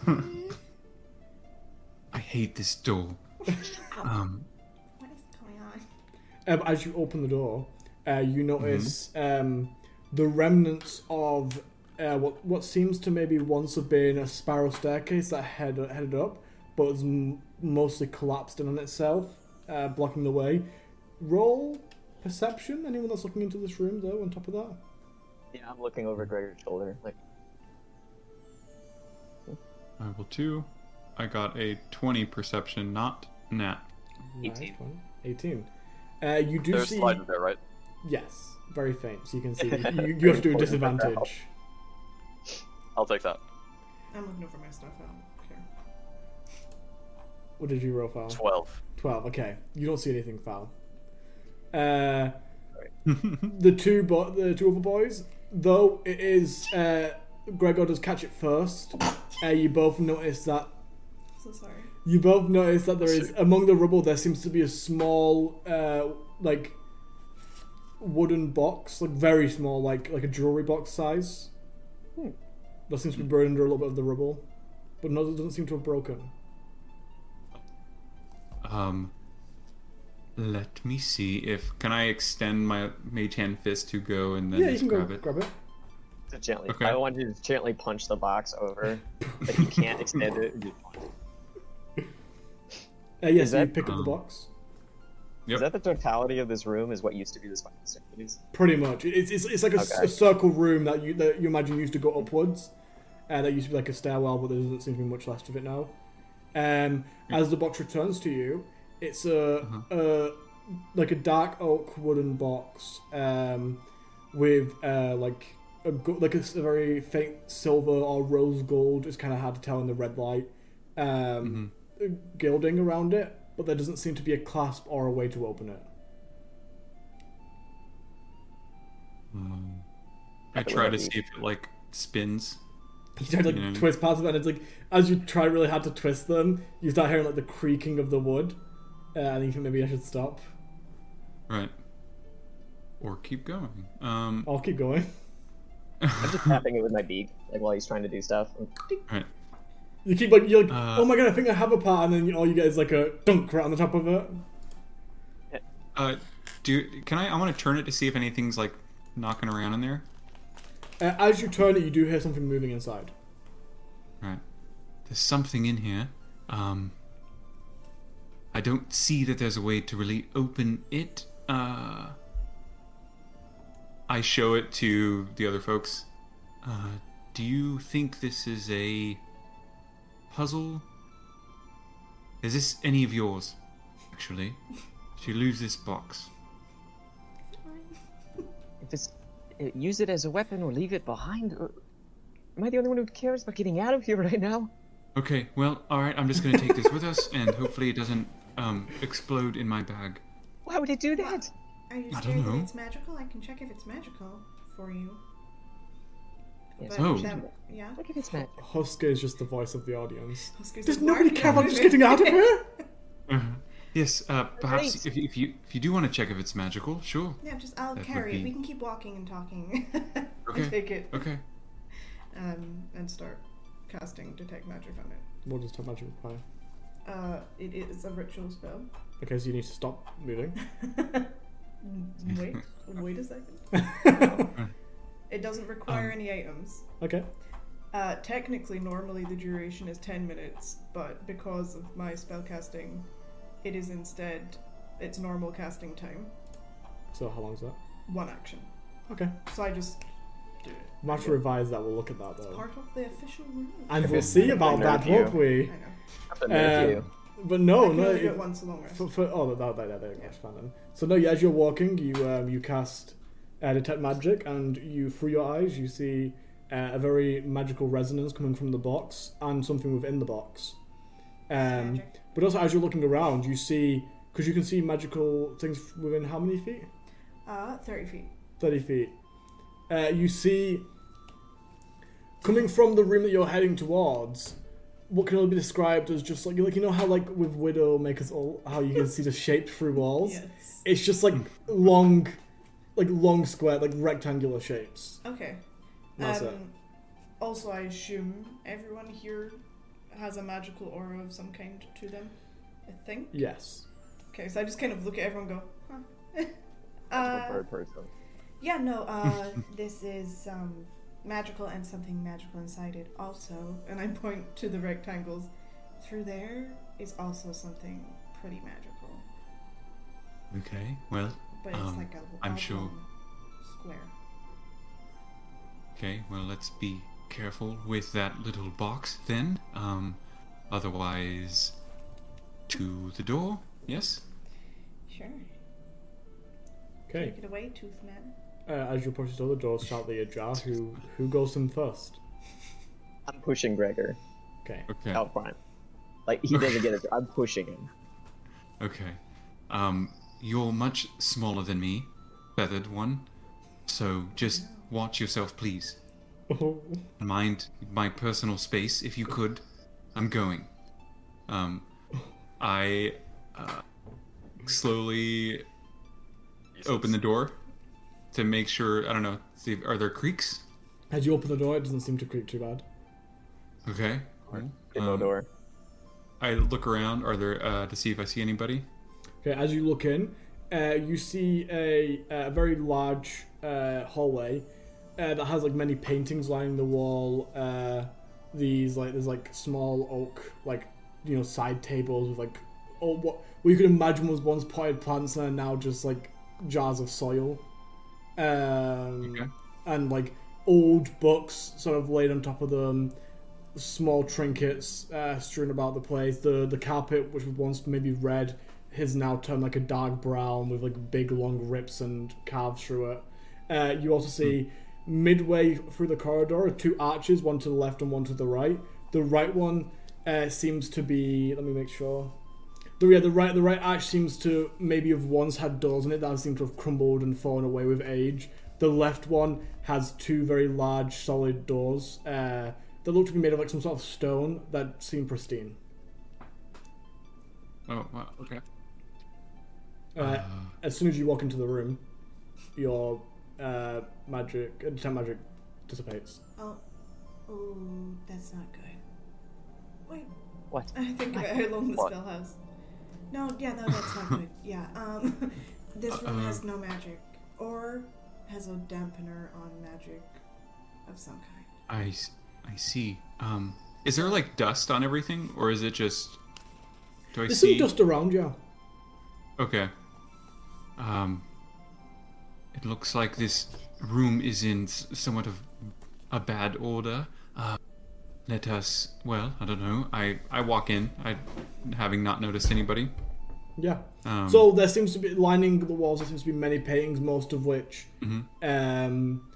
I hate this door. Um, What is going on? um, as you open the door, uh, you notice um, the remnants of uh, what what seems to maybe once have been a spiral staircase that head, headed up, but is m- mostly collapsed in on itself, uh, blocking the way. Roll perception. Anyone that's looking into this room, though, on top of that. Yeah, I'm looking over Gregor's shoulder. Like, I will too. I got a twenty perception, not nat. 18. Right, 18. Uh, you do There's see. sliders there, right? Yes, very faint, so you can see. You, you have to do a disadvantage. I'll take that. I'm looking over my stuff. I don't care. What did you roll, Foul? Twelve. 12, okay. You don't see anything foul. Uh, the two bo- the two other boys, though it is uh, Gregor does catch it first. Uh, you both notice that So sorry. you both notice that there is among the rubble there seems to be a small uh, like wooden box, like very small, like like a jewelry box size. Hmm. That seems to be buried under a little bit of the rubble, but no, it doesn't seem to have broken. Um, let me see if can I extend my mage hand fist to go and then Yeah, you just can grab go it. grab it. to gently. Okay. I want you to gently punch the box over. like you can't extend it. Uh, yes, Is so you that- pick up the um, box. Is that the totality of this room? Is what used to be this fucking staircase? Pretty much, it's it's, it's like a, s- Okay. a circle room that you that you imagine used to go upwards. Uh, that used to be like a stairwell, but there doesn't seem to be much left of it now. Um, as the box returns to you, it's a, a like a dark oak wooden box um, with uh, like a go- like a, s- a very faint silver or rose gold. It's kind of hard to tell in the red light um, gilding around it, but there doesn't seem to be a clasp or a way to open it. Um, I try to be- see if it like spins. You try to like Yeah. twist parts of it, and it's like as you try really hard to twist them, you start hearing like the creaking of the wood, uh, and you think maybe I should stop. Right. Or keep going. Um, I'll keep going. I'm just tapping it with my beak, like while he's trying to do stuff. right. You keep like you're like, Uh, oh my god, I think I have a part, and then you- all you get is like a dunk right on the top of it. Uh, do can I? I want to turn it to see if anything's like knocking around in there. Uh, as you turn it, you do hear something moving inside. Right. There's something in here. Um, I don't see that there's a way to really open it. Uh, I show it to the other folks. Uh, do you think this is a puzzle? Is this any of yours, actually? She lose this box. If it's uh, use it as a weapon or leave it behind. Or... Am I the only one who cares about getting out of here right now? Okay, well, alright, I'm just gonna take this with us, and hopefully it doesn't um, explode in my bag. Why would it do that? Are you I don't scared that know. it's magical? I can check if it's magical for you. Yes, But Oh. that- yeah. Look if it's magic. Husker is just the voice of the audience. Huskers Does don't nobody bark care about at just me. getting out of here? Yes, uh, perhaps Great. if, you- if you if you do want to check if it's magical, sure. Yeah, just I'll That would carry it. be- We can keep walking and talking. Okay. I take it Okay. um, and start casting detect magic on it. What does time magic require? Uh, it is a ritual spell. Okay, so you need to stop moving. wait, wait a second. It doesn't Um, require any items. okay. Uh, technically, normally the duration is 10 minutes, but because of my spellcasting, it is instead its normal casting time, So how long is that? one action. Okay. So I just do it. We'll have to revise that. We'll look at that though. Part of the official rule. I And we'll see about that, won't Nerve you. we? know. Happened with Um, you. But I no, can no. only do it- it once a long rest. For, for, oh, that, that, that, there, that's fine then. So no, yeah, as you're walking, you um, you cast uh, detect magic, and you through your eyes you see uh, a very magical resonance coming from the box and something within the box. Um, Magic. but also, as you're looking around, you see because you can see magical things within how many feet? Uh, 30 feet. 30 feet. Uh, you see, coming from the room that you're heading towards, what can only be described as just like, you like you know how, like, with Widowmakers, all, how you can see the shape through walls? Yes. It's just like long, like long square, like rectangular shapes. Okay. That's it. Um, also, I assume everyone here has a magical aura of some kind to them, I think. Yes. Okay, so I just kind of look at everyone and go, huh. I'm a uh, bird person. yeah, no, uh, this is um, magical and something magical inside it also. And I point to the rectangles. Through there is also something pretty magical. Okay. Well. But it's Um, like a I'm sure. oblong square. Okay. Well, let's be careful with that little box then. Um, otherwise, to the door. Yes. Sure. Okay. Take it away, Tooth Man. Uh, as you push the door, the doors slightly ajar. Who who goes in first? I'm pushing Gregor Okay. Okay. out front. Like he doesn't get it. I'm pushing him. Okay. Um, you're much smaller than me, feathered one. So just watch yourself, please. Mind my personal space, if you could. I'm going. Um, I uh, slowly open the door to make sure. I don't know. See, are there creaks? As you open the door, it doesn't seem to creak too bad. Okay. In the Um, door. I look around. Are there uh, to see if I see anybody? Okay, as you look in, uh, you see a, a very large uh, hallway uh, that has like many paintings lining the wall. Uh, these like there's like small oak like you know side tables with like oh what what you could imagine was once potted plants and are now just like jars of soil. Um, Okay. and like old books sort of laid on top of them, small trinkets uh, strewn about the place. The the carpet, which was once maybe red, has now turned like a dark brown with like big long rips and calves through it. Uh, you also see midway through the corridor are two arches, one to the left and one to the right. The right one uh, seems to be. Let me make sure. The, yeah, the right the right arch seems to maybe have once had doors in it that seem to have crumbled and fallen away with age. The left one has two very large solid doors uh, that look to be made of like some sort of stone that seem pristine. Oh, wow, okay. Uh, as soon as you walk into the room, your uh, magic uh, detect magic dissipates. Oh, oh, that's not good. Wait, What? I think about how long the What? spell has. No, yeah, no, that's not good. Yeah, um, this room Uh, has no magic, or has a dampener on magic, of some kind. I, s- I see. Um, is there like dust on everything, or is it just? Do I There's see? some dust around you. Okay. Um, it looks like this room is in s- somewhat of a bad order. Uh, let us. Well, I don't know. I I walk in. I having not noticed anybody. Yeah. Um, So there seems to be lining the walls. There seems to be many paintings, most of which, um,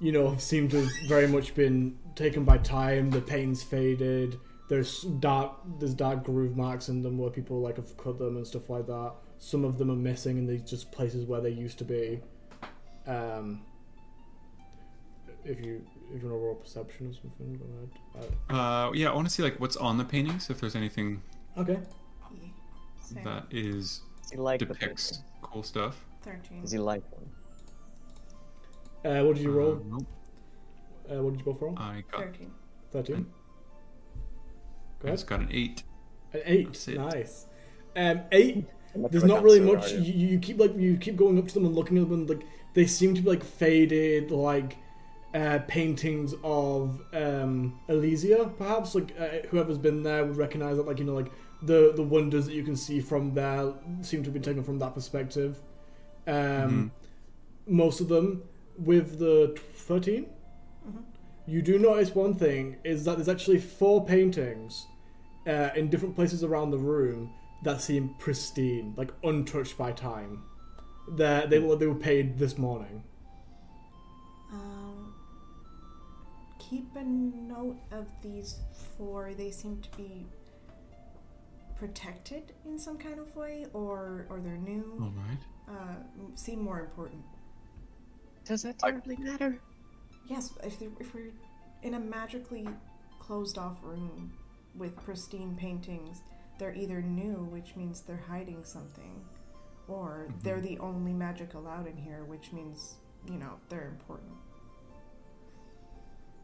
you know, seem to have very much been taken by time. The paintings faded. There's dark, there's dark groove marks in them where people like have cut them and stuff like that. Some of them are missing, and they're just places where they used to be. Um, if you if you want to roll perception or something, go ahead. uh, yeah, I want to see like what's on the paintings. If there's anything Uh, okay. Yeah. E. Same. that is Does he like the depicts painting? cool stuff. Thirteen. Does he like them? Uh, what did you Uh, roll? nope, Uh, what did you roll for? I got. Thirteen. Thirteen. I just got an eight. An eight. That's it. Nice. Um, eight. How much There's of a not really connoisseur much. are you? You, you keep like you keep going up to them and looking at them. Like they seem to be like faded, like uh, paintings of um, Elysia, perhaps. Like uh, whoever's been there would recognize that. Like you know, like the the wonders that you can see from there seem to be taken from that perspective. Um, Mm-hmm. Most of them with the t- 13 You do notice one thing is that there's actually four paintings uh, in different places around the room that seem pristine, like untouched by time. They're, they were they were paid this morning. Um, keep a note of these four. They seem to be protected in some kind of way, or or they're new. All right. Uh, m- seem more important. Does that I- terribly matter? Yes, if they, if we're in a magically closed off room with pristine paintings, they're either new, which means they're hiding something, or Mm-hmm. they're the only magic allowed in here, which means you know they're important.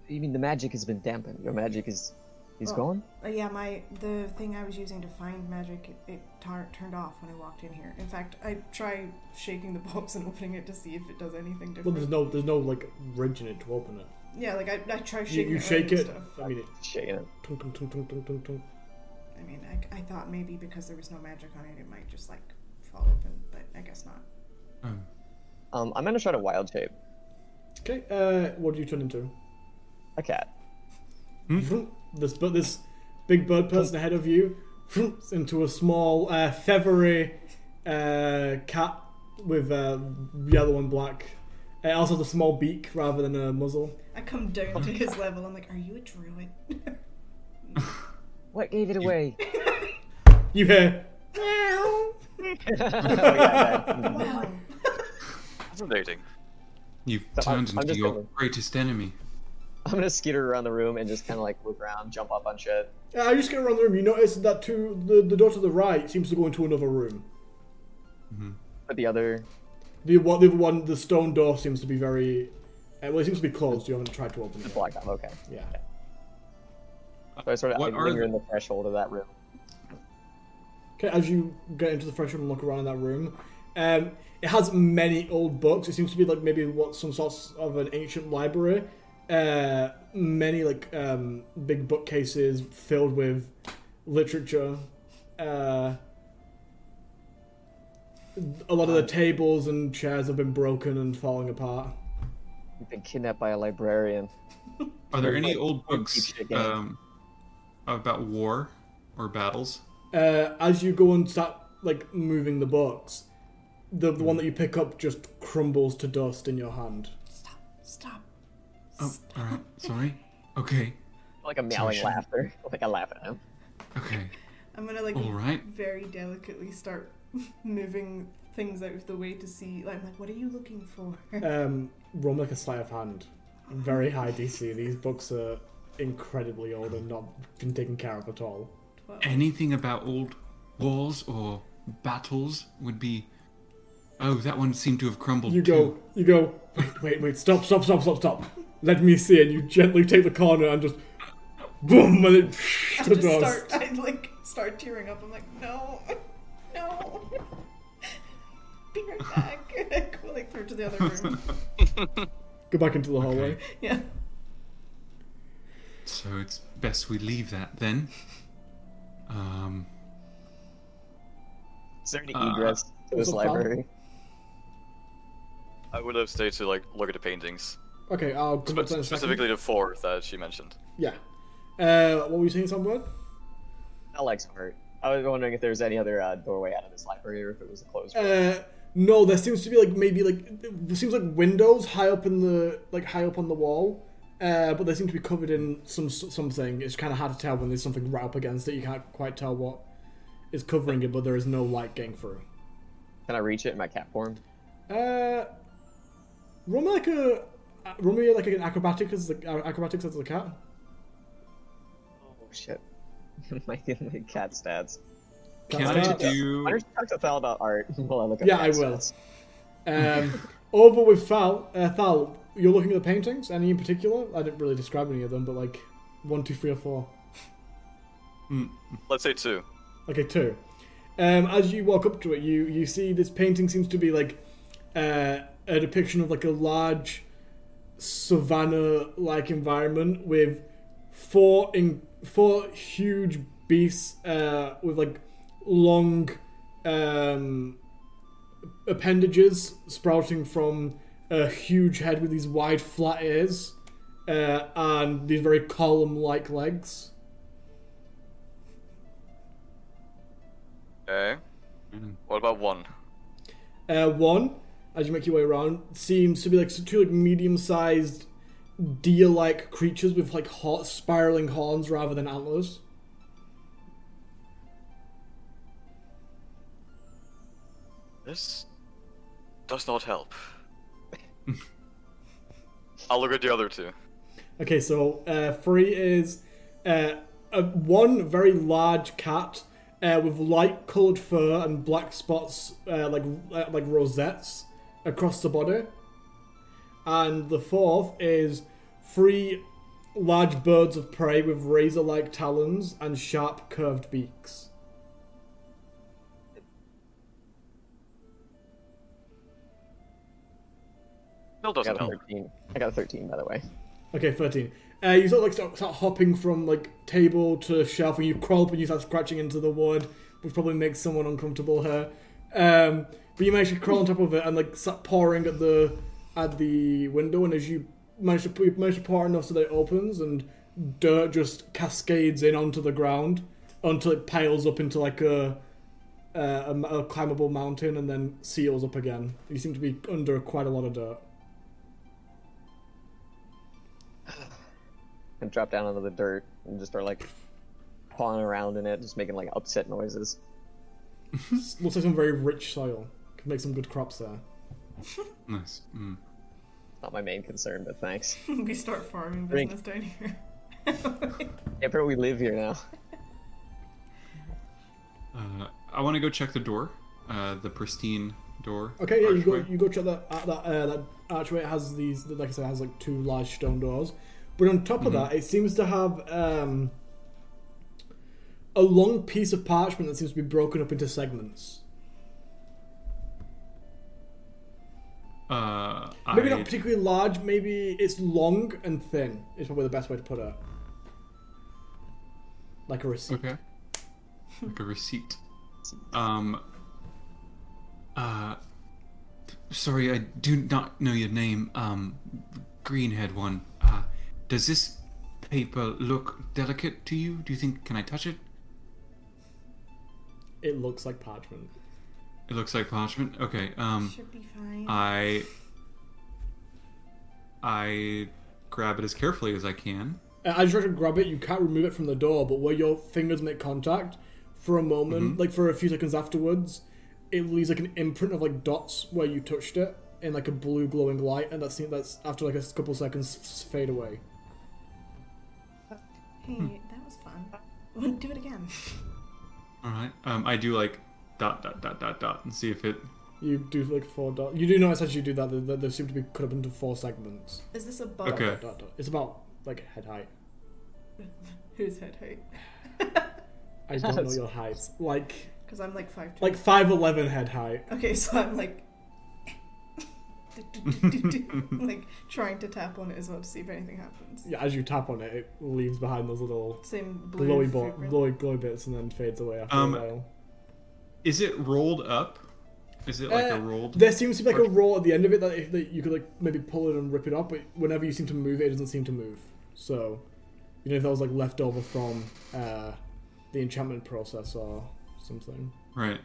You mean the magic has been dampened? Your magic is is Oh. gone? Uh, yeah, my the thing I was using to find magic it, it tar- turned off when I walked in here. In fact, I try shaking the box and opening it to see if it does anything Well, different. there's no there's no like wrench in it to open it. yeah, like I, I try You, shaking. you around shake and it. Stuff. I mean, it, Shaking it. tung, tung, tung, tung, tung, tung, tung. I mean, I, I thought maybe because there was no magic on it, it might just like fall open, but I guess not. Um, Um, I'm gonna try to wild shape Okay. Uh, what do you turn into? a cat. Vroom. This but this big bird person ahead of you vroom, into a small uh, feathery uh, cat with uh, yellow and black. It also has a small beak rather than a muzzle. I come down to his level. I'm like, Are you a druid? What gave it away? You hear? Oh, yeah, that- Wow. Fascinating. You've So I'm- turned I'm into just your gonna- greatest enemy. I'm gonna skitter around the room and just kind of like look around, jump up on shit. Uh, I'm just going around the room. You notice that to the, the door to the right seems to go into another room. But the other, The what the other one, the stone door seems to be very. Uh, well, it seems to be closed. You haven't tried to open it. black off. Okay. Yeah. So I sort of What like, are linger the- in the threshold of that room. Okay. As you get into the fresh room and look around in that room, um, it has many old books. It seems to be like maybe what some sort of an ancient library. Uh, many like um, big bookcases filled with literature. Uh, a lot of the tables and chairs have been broken and falling apart. You've been kidnapped by a librarian. Are there any Like, old keep books shit going. um, about war or battles? uh, as you go and start like moving the box, the, the one that you pick up just crumbles to dust in your hand. Stop. Stop. Oh, all right. Sorry. Okay. Like a meowing should- laughter. Like I laugh at him. Okay. I'm gonna like All right. very delicately start moving things out of the way to see. Like, I'm like, what are you looking for? Um, roll me like a sleight of hand. Very high DC. These books are incredibly old and not been taken care of at all. Twelve. Anything about old wars or battles would be. Oh, that one seemed to have crumbled. You too. go, you go. Wait, wait, wait! Stop, stop, stop, stop, stop! Let me see. And you gently take the corner and just, boom, and it I to just dust. start. I like start tearing up. I'm like, no, no, be right back. I go like through to the other room. Go back into the hallway. Yeah. So it's best we leave that then. Um, Is there any Uh, egress to this What's up, Val? library? I would have stayed to like look at the paintings, Okay, I'll come back but to that in a second. specifically the four that she mentioned. Yeah. Uh, what were you saying, Sunbird? Alex hurt. I was wondering if there was any other uh, doorway out of this library or if it was a closed room. Uh, no, there seems to be like maybe like there seems like windows high up in the like high up on the wall, uh, but they seem to be covered in some something. It's kind of hard to tell when there's something right up against it. You can't quite tell what is covering it, but there is no light getting through. Can I reach it in my cat form? Uh, run me like a run me like an acrobatics as the uh, acrobatics as the cat. Oh shit. my, my cat stats. Cat can I stat. do? Why don't you talk to Thal about art while I look up Yeah, cat I will. stats? Um, over with Thal, uh, Thal, you're looking at the paintings. Any in particular? I didn't really describe any of them, but like one, two, three, or four. Let's say two. Okay, two. Um, as you walk up to it, you you see this painting seems to be like uh, a depiction of like a large savanna-like environment with four in four huge beasts uh, with like long um, appendages sprouting from a huge head with these wide flat ears uh, and these very column-like legs. Okay. What about one? Uh, one, as you make your way around, seems to be like two like medium-sized deer-like creatures with like hot spiraling horns rather than antlers. This does not help. I'll look at the other two. Okay, so uh, three is uh, a, one very large cat uh, with light-colored fur and black spots uh, like uh, like rosettes across the body, and the fourth is three large birds of prey with razor-like talons and sharp curved beaks. Still I doesn't got a help. 13. I got a 13, by the way. Okay, thirteen. Uh, you sort of like start, start hopping from like table to shelf, and you crawl up and you start scratching into the wood, which probably makes someone uncomfortable here. Um, but you manage to crawl on top of it and like start pouring at the at the window, and as you manage to you manage to pour enough so that it opens, and dirt just cascades in onto the ground until it piles up into like a a, a, a climbable mountain, and then seals up again. You seem to be under quite a lot of dirt. And drop down onto the dirt and just start like pawing around in it, just making like upset noises. looks like some very rich soil. Could make some good crops there. Nice. Mm. Not my main concern, but thanks. we start farming Drink. business down here. Yeah, but we live here now. Uh, I want to go check the door, uh, the pristine door. Okay, yeah, you go archway. you go check that uh, that uh, that archway. It has these, like I said, it has like two large stone doors. But on top of that, it seems to have um, a long piece of parchment that seems to be broken up into segments. Uh, Maybe I- not particularly large. Maybe it's long and thin. Is probably the best way to put it. Like a receipt. Okay. Like a receipt. Um. Uh. Sorry, I do not know your name. Um, greenhead one. Uh, does this paper look delicate to you? Do you think can I touch it? It looks like parchment. It looks like parchment. Okay. Um, Should be fine. Uh, I. I grab it as carefully as I can. Uh, I just try to grab it. You can't remove it from the door, but where your fingers make contact, for a moment, like for a few seconds afterwards, it leaves like an imprint of like dots where you touched it in like a blue glowing light, and that's that's after like a couple seconds s- fade away. hmm. Hey, that was fun. Wouldn't do it again. All right. Um, I do like dot dot dot dot dot and see if it. You do like four dots. You do notice as you do that that that they seem to be cut up into four segments. Is this a bug? Okay. Dot, dot, dot. It's about like head height. Who's head height? I don't know your height. Like Because I'm like five. like five eleven head height. okay, so I'm like like trying to tap on it as well to see if anything happens. Yeah, as you tap on it, it leaves behind those little Same blue glowy, bo- footprint. glowy, glowy bits and then fades away after Um, a while. Is it rolled up? Is it like Uh, a rolled? There seems to be like a Or- roll at the end of it that, if, that you could like maybe pull it and rip it up, but whenever you seem to move it, it doesn't seem to move. So, you know, if that was like left over from uh, the enchantment process or something. Right.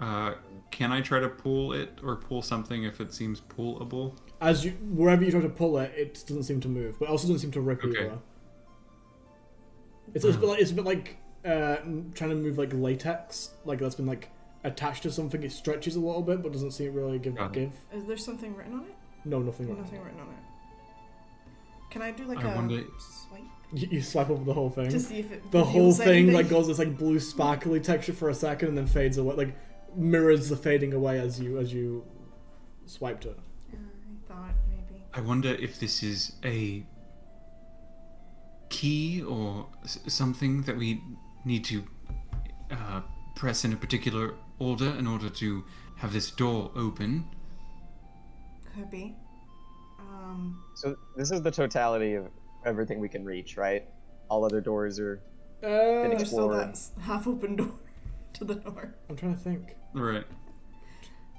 Uh, can I try to pull it or pull something if it seems pullable? As you wherever you try to pull it, it doesn't seem to move, but it also doesn't seem to rip Okay. Hmm. either. It's, it's, a bit like, it's a bit like uh, m- trying to move like latex, like that's been like attached to something. It stretches a little bit, but doesn't seem really give Got it. give. Is there something written on it? No, nothing. Like Nothing written on it. Can I do like a I wonder- swipe You, you swipe over the whole thing. to see if it the whole reveals thing anything? like goes this like blue sparkly texture for a second and then fades away like mirrors the fading away as you as you swiped it Uh, I thought maybe. I wonder if this is a key or s- something that we need to uh, press in a particular order in order to have this door open. Could be. Um, So this is the totality of everything we can reach, right? All other doors are been uh, there's still explored. that s- half open door to the north. i'm trying to think Right.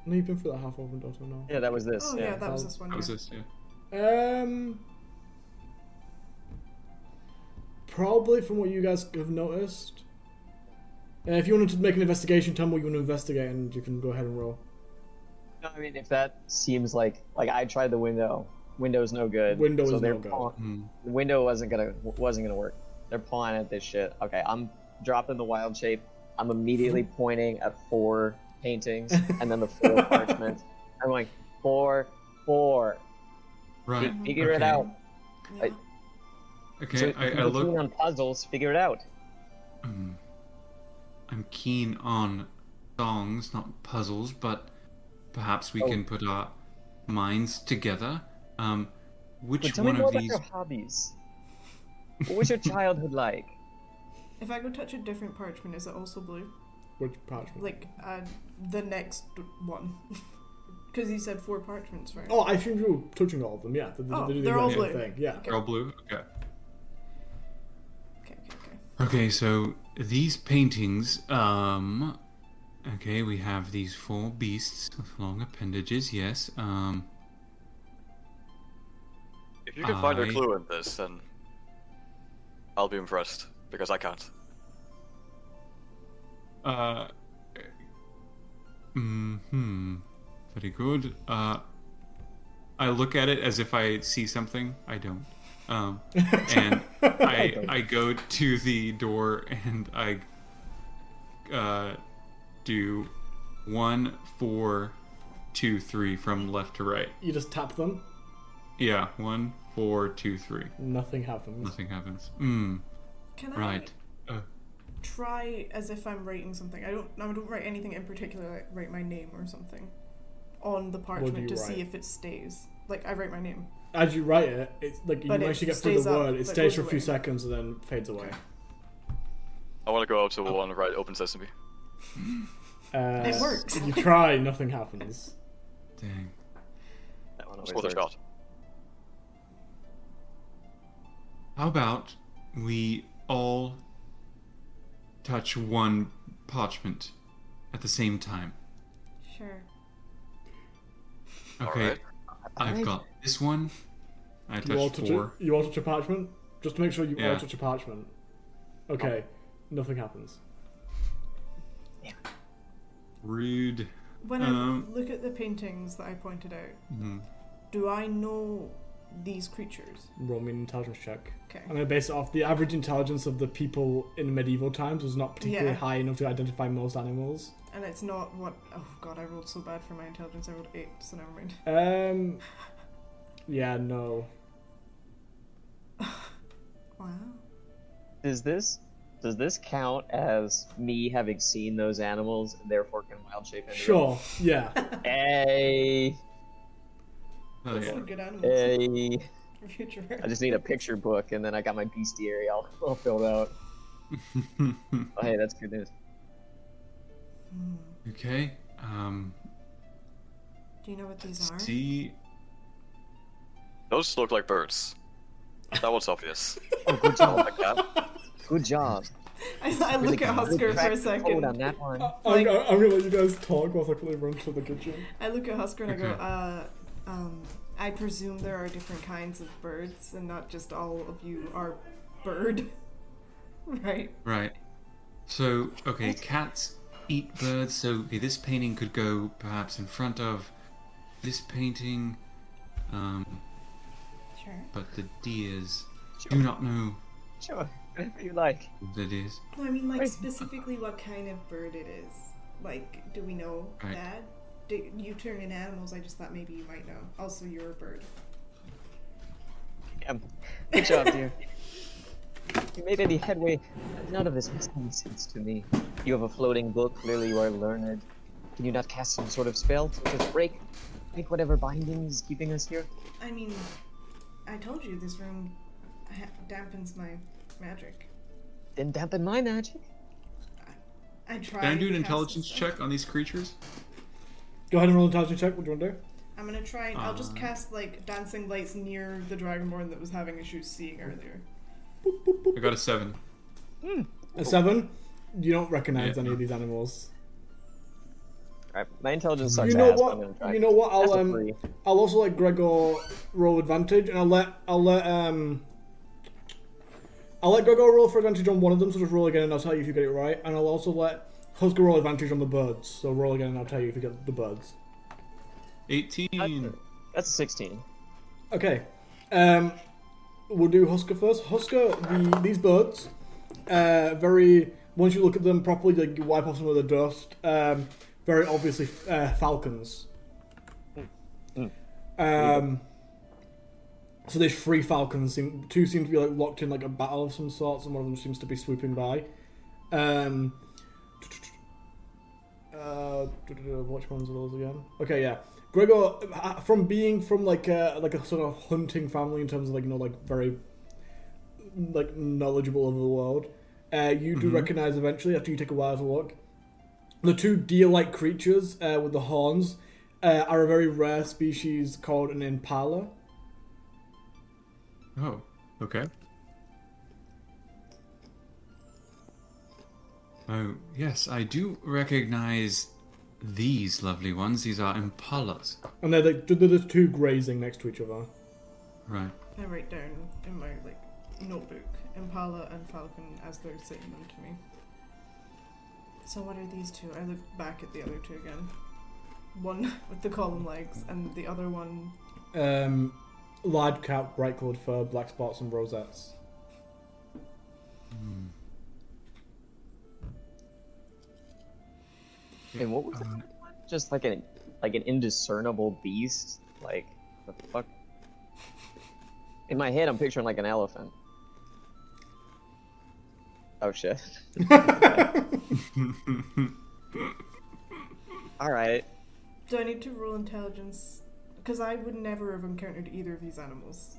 no you've been for that half open door so no Yeah, that was this. Oh, yeah, yeah. that was this one. That was yeah. this, yeah. um probably from what you guys have noticed uh, if you wanted to make an investigation tell me what you want to investigate and you can go ahead and roll No, I mean, if that seems like like I tried the window. Window's no good. Window so is they're no good. paw- Hmm. the window wasn't gonna wasn't gonna work. They're pawing at this shit. Okay, I'm dropping the wild shape. I'm immediately pointing at four paintings and then the four parchments. I'm like four, four. Right. Figure it Uh, okay. out. Yeah. Okay, So I, if I you're look. keen on puzzles. Figure it out. Hmm. I'm keen on songs, not puzzles, but perhaps we Oh. can put our minds together. Um, But which tell me one more of about these? your hobbies. What was your childhood like? If I go touch a different parchment, is it also blue? which parchment Like uh, the next one, because you said four parchments, right? oh i assumed you were touching all of them yeah they, they, Oh, they do the they're all exact blue. thing yeah They're all blue. Okay. Okay, okay, okay. Okay, so these paintings, um okay, we have these four beasts with long appendages, yes. Um If you can find a I- clue in this, then I'll be impressed because I can't. uh Hmm. Very good. Uh I look at it as if I see something. I don't. Um and I I go to the door and I uh do one, four, two, three from left to right. you just tap them Yeah, one, four, two, three. nothing happens Nothing happens. Mm, Can I right. Uh, try as if I'm writing something? I don't. I don't write anything in particular. Like write my name or something on the you parchment to write? see if it stays. Like I write my name. as you write it, it's like you But it actually get through stays the up, word. It but stays for a goes few away. seconds and then fades away. I want to go out to one right open sesame. Uh, It works. You try, nothing happens. dang. That one It's always worth a works. shot. How about we all touch one parchment at the same time? Sure. Okay. Alright. I've Alright. got this one. I You all, touched touch four. a, you all touch a parchment, just to make sure you all Yeah. touch a parchment. Okay, nothing happens. Rude. When Um, I look at the paintings that I pointed out, Mhm. do I know these creatures? Roll me an intelligence check. Okay. I'm gonna base it off the average intelligence of the people in medieval times was not particularly Yeah. high enough to identify most animals. And it's not what. Oh god, I rolled so bad for my intelligence. I rolled eight, so never mind. Um, yeah, no. Wow. Does this does this count as me having seen those animals and therefore can wild shape into them? Sure, yeah. Hey, Hell yeah. Some good animals hey. for future. Uh, I just need a picture book and then I got my bestiary all, all filled out. Oh, hey, that's good news. okay. Um, Do you know what these are? See, Those look like birds. That one's obvious. Oh, good job. Like that. Good job. I, I Really look at good Husker for a practical code second. on that one. I'm, I'm gonna let you guys talk whilst I quickly run to the kitchen. I look at Husker and I go, Okay. uh, um, I presume there are different kinds of birds, and not just all of you are bird, right? right. So, okay, cats eat birds. So, okay, this painting could go perhaps in front of this painting, um, Sure. but the deers do not know Sure. Whatever you like. what it is. No, I mean like Right. specifically what kind of bird it is. Like, do we know Right. that? Do, you turn in animals. I just thought maybe you might know. Also, you're a bird. Yeah. Good job, dear. If you made any headway, none of this makes any sense to me. You have a floating book, clearly you are learned. Can you not cast some sort of spell to just break, break whatever binding is keeping us here? I mean, I told you this room ha- dampens my magic. Then dampen my magic. I try. Can I do an and cast intelligence this- check on these creatures? Go ahead and roll an intelligence check. What do you want to do? I'm gonna try and I'll just Uh. cast like dancing lights near the dragonborn that was having issues seeing earlier. I got a seven. A seven. You don't recognize Yeah. any of these animals. Alright, my intelligence sucks you know ass, but I'm gonna what? try. You know what? I'll That's a um, three. I'll also let Gregor roll advantage, and I'll let I'll let um, I'll let Gregor roll for advantage on one of them. So just roll again, and I'll tell you if you get it right. And I'll also let Husker roll advantage on the birds. So roll again, and I'll tell you if you get the birds. Eighteen. That's a 16. Okay. Um, we'll do Husker first. Husker, the, these birds, uh, very. Once you look at them properly, like you wipe off some of the dust. Um, very obviously uh, falcons. Um, so there's three falcons. Seem, two seem to be like locked in like a battle of some sorts, and one of them seems to be swooping by. Um, uh, which ones are those again? Okay, yeah. Gregor, uh, from being from like a, like a sort of hunting family in terms of like you know like very like knowledgeable of the world, uh, you do recognize eventually after you take a while to look, the two deer-like creatures uh, with the horns uh, are a very rare species called an impala. Oh, okay. Oh, yes, I do recognize these lovely ones. These are impalas. And they're, like, they're the two grazing next to each other. Right. I write down in my like notebook Impala and Falcon as they're saying them to me. So what are these two? I look back at the other two again. One with the column legs and the other one Um, large cap, bright coloured fur, black spots, and rosettes. And what was the third one? Just like an like an indiscernible beast. Like what the fuck? In my head, I'm picturing like an elephant. Oh shit! All right. Do I need to roll intelligence? Because I would never have encountered either of these animals.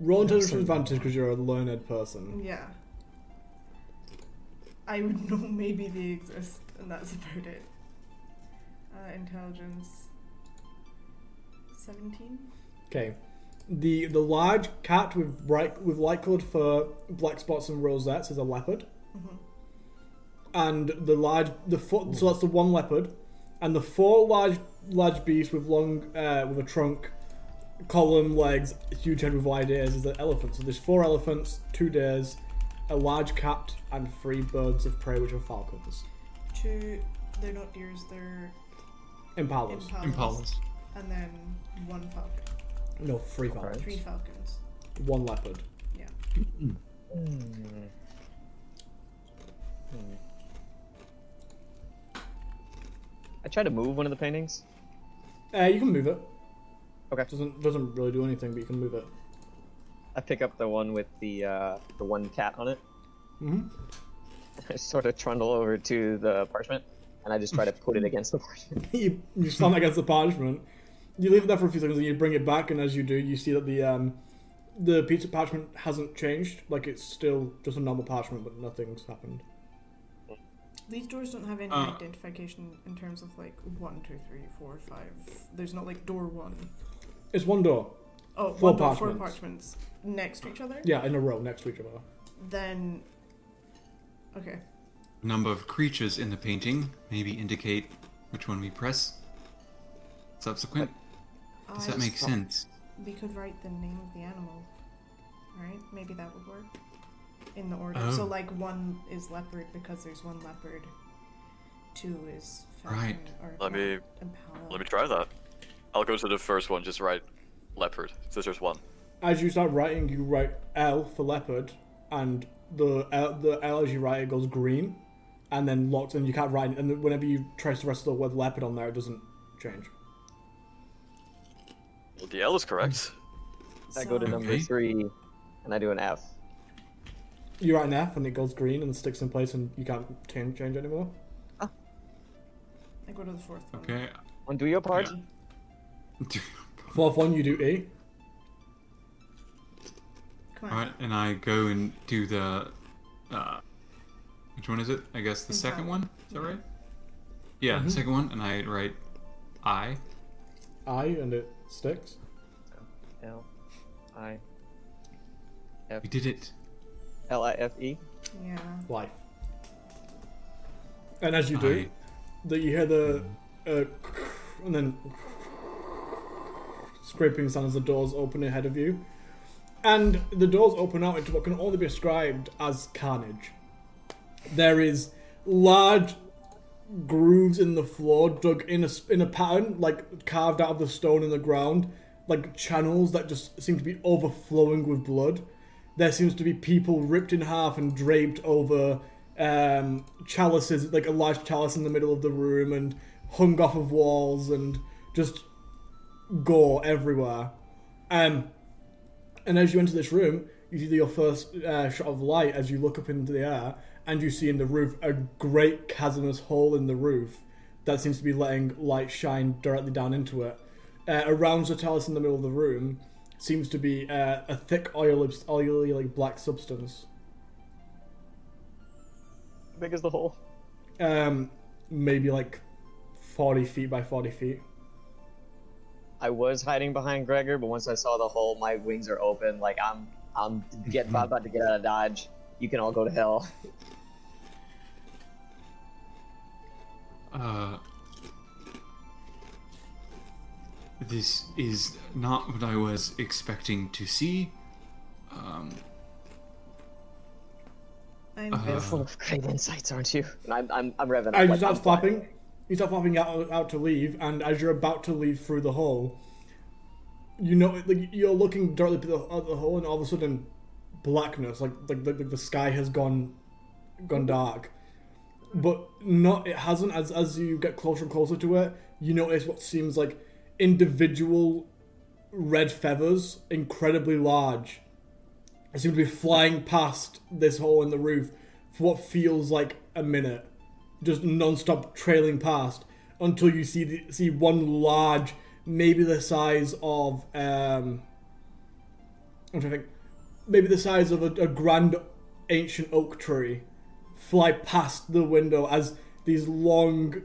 Roll intelligence with advantage because you're a learned person. Yeah. I would know maybe they exist, and that's about it. Uh, intelligence. 17? Okay. The the large cat with bright with light coloured fur, black spots and rosettes is a leopard. And the large the four, so that's the one leopard, and the four large large beasts with long uh, with a trunk, column legs, huge head with wide ears is the elephant. So there's four elephants, two deers, a large cat, and three birds of prey which are falcons, Two. They're not deers, they're impalas. impalas. Impalas. And then one falcon. no, three falcons, Three falcons. one leopard. Yeah. I tried to move one of the paintings. Uh, you can move it. Okay. Doesn't doesn't really do anything, but you can move it. I pick up the one with the uh, the one cat on it. Mhm. I sort of trundle over to the parchment, and I just try to put it against the parchment. you, you slam it against the parchment. You leave it there for a few seconds, and you bring it back. And as you do, you see that the um, the pizza parchment hasn't changed. Like it's still just a normal parchment, but nothing's happened. These doors don't have any Uh. identification in terms of like one, two, three, four, five. There's not like door one. It's one door. Oh, Four one door, four parchments. parchments next to each other. Yeah, in a row next to each other. Then, okay, Number of creatures in the painting maybe indicate which one we press. Subsequent. Does that I- make sense? We could write the name of the animal, right? Maybe that would work in the order. Oh. So like one is leopard because there's one leopard. Two is falcon Right. or Let me- and palo. Let me try that. I'll go to the first one, just write leopard, since there's one. As you start writing, you write L for leopard, and the L, the L as you write it goes green, and then locked, and you can't write. it. And then whenever you trace the rest of the word leopard on there, it doesn't change. Well, the L is correct. I go to So- number Okay. three, and I do an F. You write an F, and it goes green and sticks in place, and you can't change change anymore. I go to the fourth one. Okay. On do your part. Yeah. Fourth one, you do E. Come on. Alright, and I go and do the. Uh, which one is it? I guess the second one? Is that right? Yeah, the second one, and I write I. I, and it sticks. L I We did it. L I F E. Yeah. Life. And as you do, that you hear the uh, and then scraping sound as the doors open ahead of you, and the doors open out into what can only be described as carnage. There is large grooves in the floor dug in a s- in a pattern, like carved out of the stone in the ground, like channels that just seem to be overflowing with blood. There seems to be people ripped in half and draped over um, chalices, like a large chalice in the middle of the room, and hung off of walls, and just gore everywhere. Um, and as you enter this room, you see your first uh, shot of light as you look up into the air, and you see in the roof a great chasmous hole in the roof that seems to be letting light shine directly down into it. Uh, around the talus in the middle of the room seems to be uh, a thick oily, oily like black substance. How big is the hole? Um, maybe like 40 feet by 40 feet. I was hiding behind Gregor, but once I saw the hole, my wings are open. Like I'm, I'm get Mm-hmm. I'm about to get out of dodge. You can all go to hell. Uh, this is not what I was expecting to see. Um, I'm Uh-huh. pissed. Full of Oh, great insights, aren't you? And I'm, I'm, I'm revving. up, And you like, start I'm flying. flapping. You start flapping out, out to leave, and as you're about to leave through the hole, you know, like you're looking directly at the, at the hole, and all of a sudden, blackness, like like, like like the sky has gone, gone dark. But not it hasn't. As as you get closer and closer to it, you notice what seems like individual red feathers, incredibly large, seem to be flying past this hole in the roof for what feels like a minute just non-stop trailing past until you see the, see one large, maybe the size of um, I'm trying to think, maybe the size of a, a grand ancient oak tree, fly past the window as these long,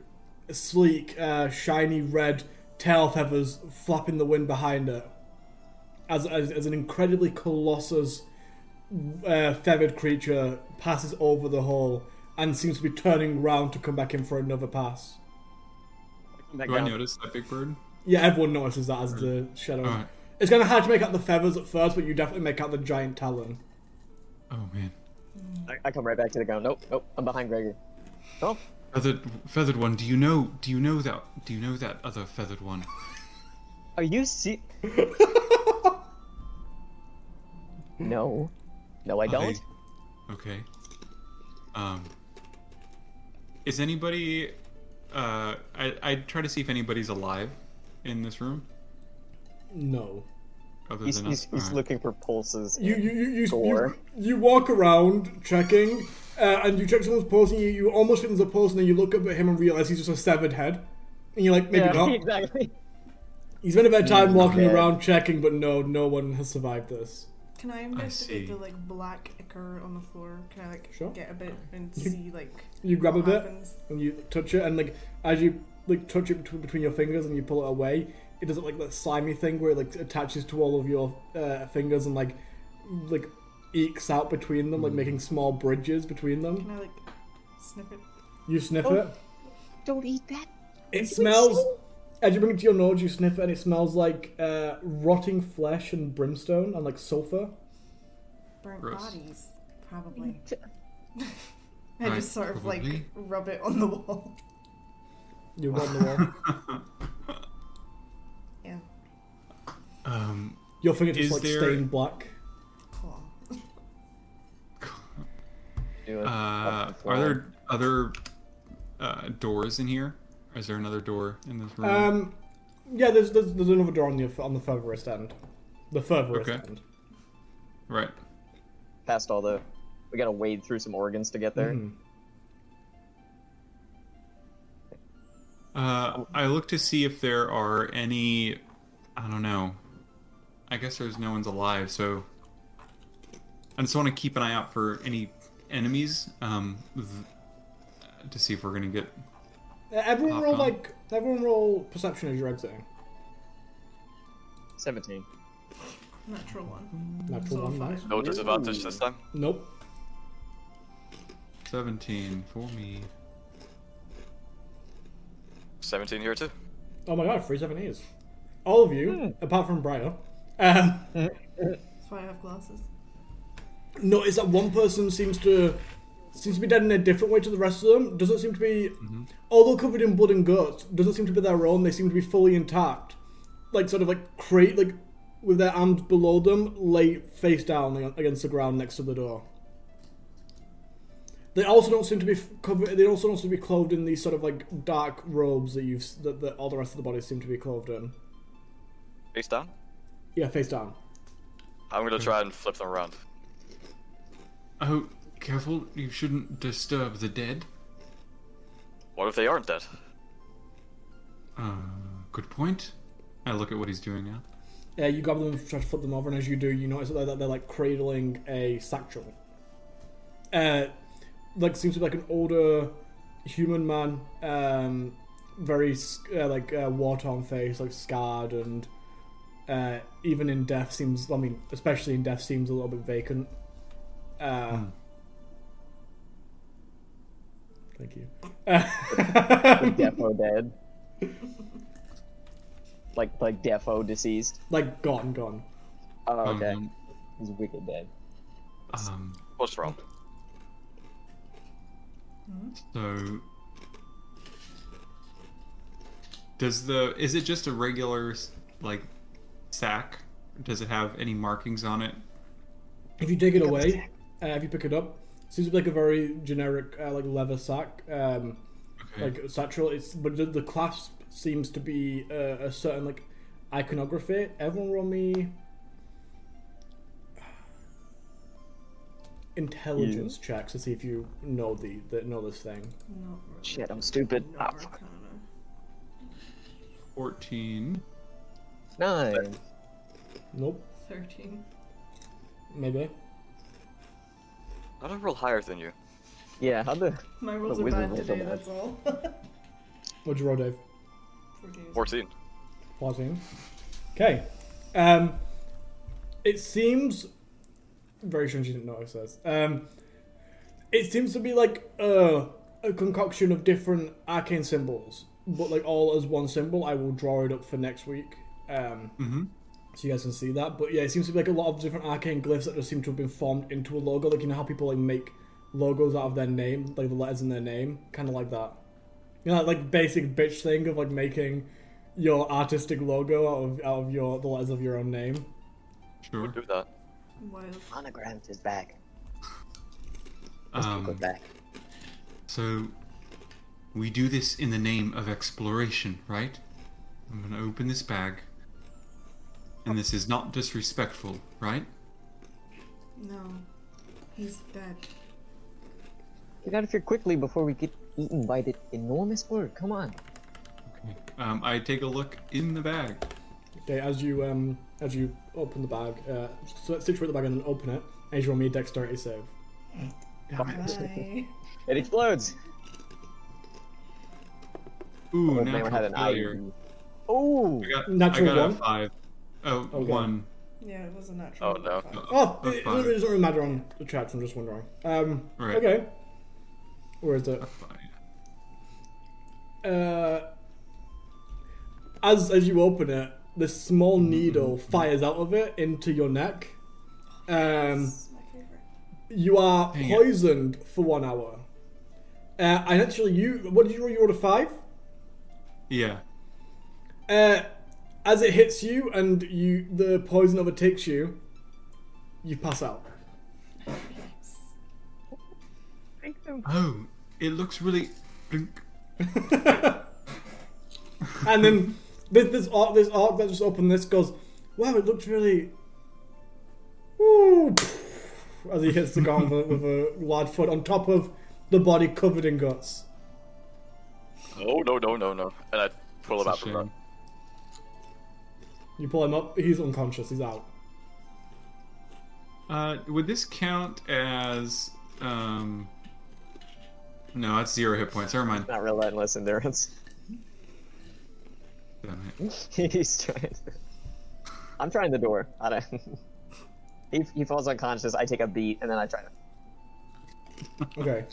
sleek, uh, shiny red tail feathers flap in the wind behind it, as as, as an incredibly colossus uh, feathered creature passes over the hole and seems to be turning round to come back in for another pass. Back do I down. notice that big bird? Yeah, everyone notices that as the shadow. Alright. It's kind of hard to make out the feathers at first, but you definitely make out the giant talon. Oh man, I, I come right back to the ground. Nope, nope. I'm behind Gregor. Oh, feathered feathered one. Do you know? Do you know that? Do you know that other feathered one? are you see? no, no, Oh, I don't. Okay. Um. Is anybody? Uh, I I try to see if anybody's alive in this room. No. Other He's, than he's, us. he's Alright. looking for pulses. You you you you, you, Gore. you walk around checking, uh, and you check someone's pulse, and you, you almost hit into the pulse, and then you look up at him and realize he's just a severed head, and you're like, maybe yeah, not. exactly. He's been a bit of time walking dead. around checking, but no, no one has survived this. Can I investigate see. the like black ichor on the floor? Can I like Sure. get a bit and see like You grab a what bit happens? and you touch it, and like as you like touch it between, between your fingers and you pull it away, it does it like that slimy thing where it like attaches to all of your uh, fingers and like like ekes out between Hmm. them, like making small bridges between them. Can I like sniff it? You sniff Oh. it. Don't eat that. It smells. As you bring it to your nose, you sniff it, and it smells like uh, rotting flesh and brimstone and like sulfur. Burnt Gross. bodies, probably. I Right, just sort of like probably. rub it on the wall. You rub the wall. Yeah, um, Your fingertips Is like there- stained black. cool. Do it. uh, are there other uh, doors in here? Is there another door in this room? Um, yeah, there's, there's there's another door on the on the furthest end, the furthest Okay. end. right. Past all the, we gotta wade through some organs to get there. Mhm. Uh, I look to see if there are any. I don't know. I guess there's no one's alive, so I just want to keep an eye out for any enemies um, th- to see if we're gonna get. Uh, Everyone Pop roll on. like everyone roll perception as you're exiting. Seventeen. Natural one. Natural So one, far. nice. No disadvantage this time. Nope. Seventeen for me. 17 here too. Oh my god, three seven E's. All of you, apart from Briar, um, That's why I have glasses. notice that one person seems to seems to be dead in a different way to the rest of them. Doesn't seem to be, although covered in blood and guts, doesn't seem to be their own. They seem to be fully intact, like sort of like crate, like with their arms below them, lay face down ag- against the ground next to the door. They also don't seem to be f- covered. They also don't seem to be clothed in these sort of like dark robes that you've s- that, that all the rest of the bodies seem to be clothed in. Face down. Yeah, face down. I'm gonna try and flip them around. Oh, careful! You shouldn't disturb the dead. What if they aren't dead? Uh, good point. I look at what he's doing now. Uh, you grab them and try to flip them over, and as you do, you notice that they're, that they're like cradling a satchel. Uh, like seems to be like an older human man, um, very sc- uh, like uh, war-torn face, like scarred, and uh, even in death seems. I mean, especially in death seems a little bit vacant. Uh, Thank you. Defo dead. like like Defo deceased. like gone, gone. Oh, okay. Um, He's wicked dead. um, What's wrong? So does the is it just a regular like sack? Does it have any markings on it? If you take it away, uh, if you pick it up, seems to be like a very generic uh, like leather sack, um, Okay. like satchel. It's but the, the clasp seems to be uh, a certain like iconography. Everyone roll me intelligence checks to see if you know the, the know this thing. Not really. Shit, I'm stupid. Ah, fuck. Arcana. Fourteen. Nine. Nope, Thirteen. maybe. I don't roll higher than you. Yeah, how the My rolls The are wizard bad rolls are today. bad. That's all. What'd you roll, Dave? 14. 14. Okay. Um, it seems very strange you didn't notice this. Um, it seems to be like a, a concoction of different arcane symbols, but like all as one symbol. I will draw it up for next week. Um, Mm-hmm. so you guys can see that. But yeah, it seems to be like a lot of different arcane glyphs that just seem to have been formed into a logo. Like you know how people like make logos out of their name, like the letters in their name, kind of like that. You know, that, like basic bitch thing of like making your artistic logo out of out of your the letters of your own name. Sure. Do that. Wild. monogram is back. Go Um, back. so we do this in the name of exploration, right? I'm gonna open this bag. And this is not disrespectful, right? No, he's dead. Get out of here quickly before we get eaten by the enormous bird. Come on. Okay. Um, I take a look in the bag. Okay, as you um, as you open the bag, uh, so situate the bag and then open it. As you roll me a dexterity save. Bye. It explodes. Ooh, Old man had natural an failure. IUD. Oh, I got, Natural I got one? a five. Oh, Okay. one. Yeah, it was a natural. Oh, no. five. Oh, A it, it five. doesn't really matter on the chat. I'm just wondering. Um, Right. okay. Where is it? A five. Uh, as as you open it, this small Mm-hmm. needle fires out of it into your neck. Um, It's my favorite. you are Dang it. poisoned for one hour. Uh, and actually, you what did you roll? You rolled a five. Yeah. Uh, as it hits you and you the poison overtakes you, you pass out. Oh, it looks really. blink. and then this this orc, this orc that just opened this goes, wow, it looks really. Ooh, as he hits the ground with, with a large foot on top of the body covered in guts. Oh no no no no! And I pull him out That's a from that. shame. You pull him up, he's unconscious, he's out. Uh, would this count as? Um, no, that's zero hit points. Never mind. not relentless endurance. Damn it. He's trying. To... I'm trying the door. I don't. he, he falls unconscious. I take a beat and then I try to. Okay.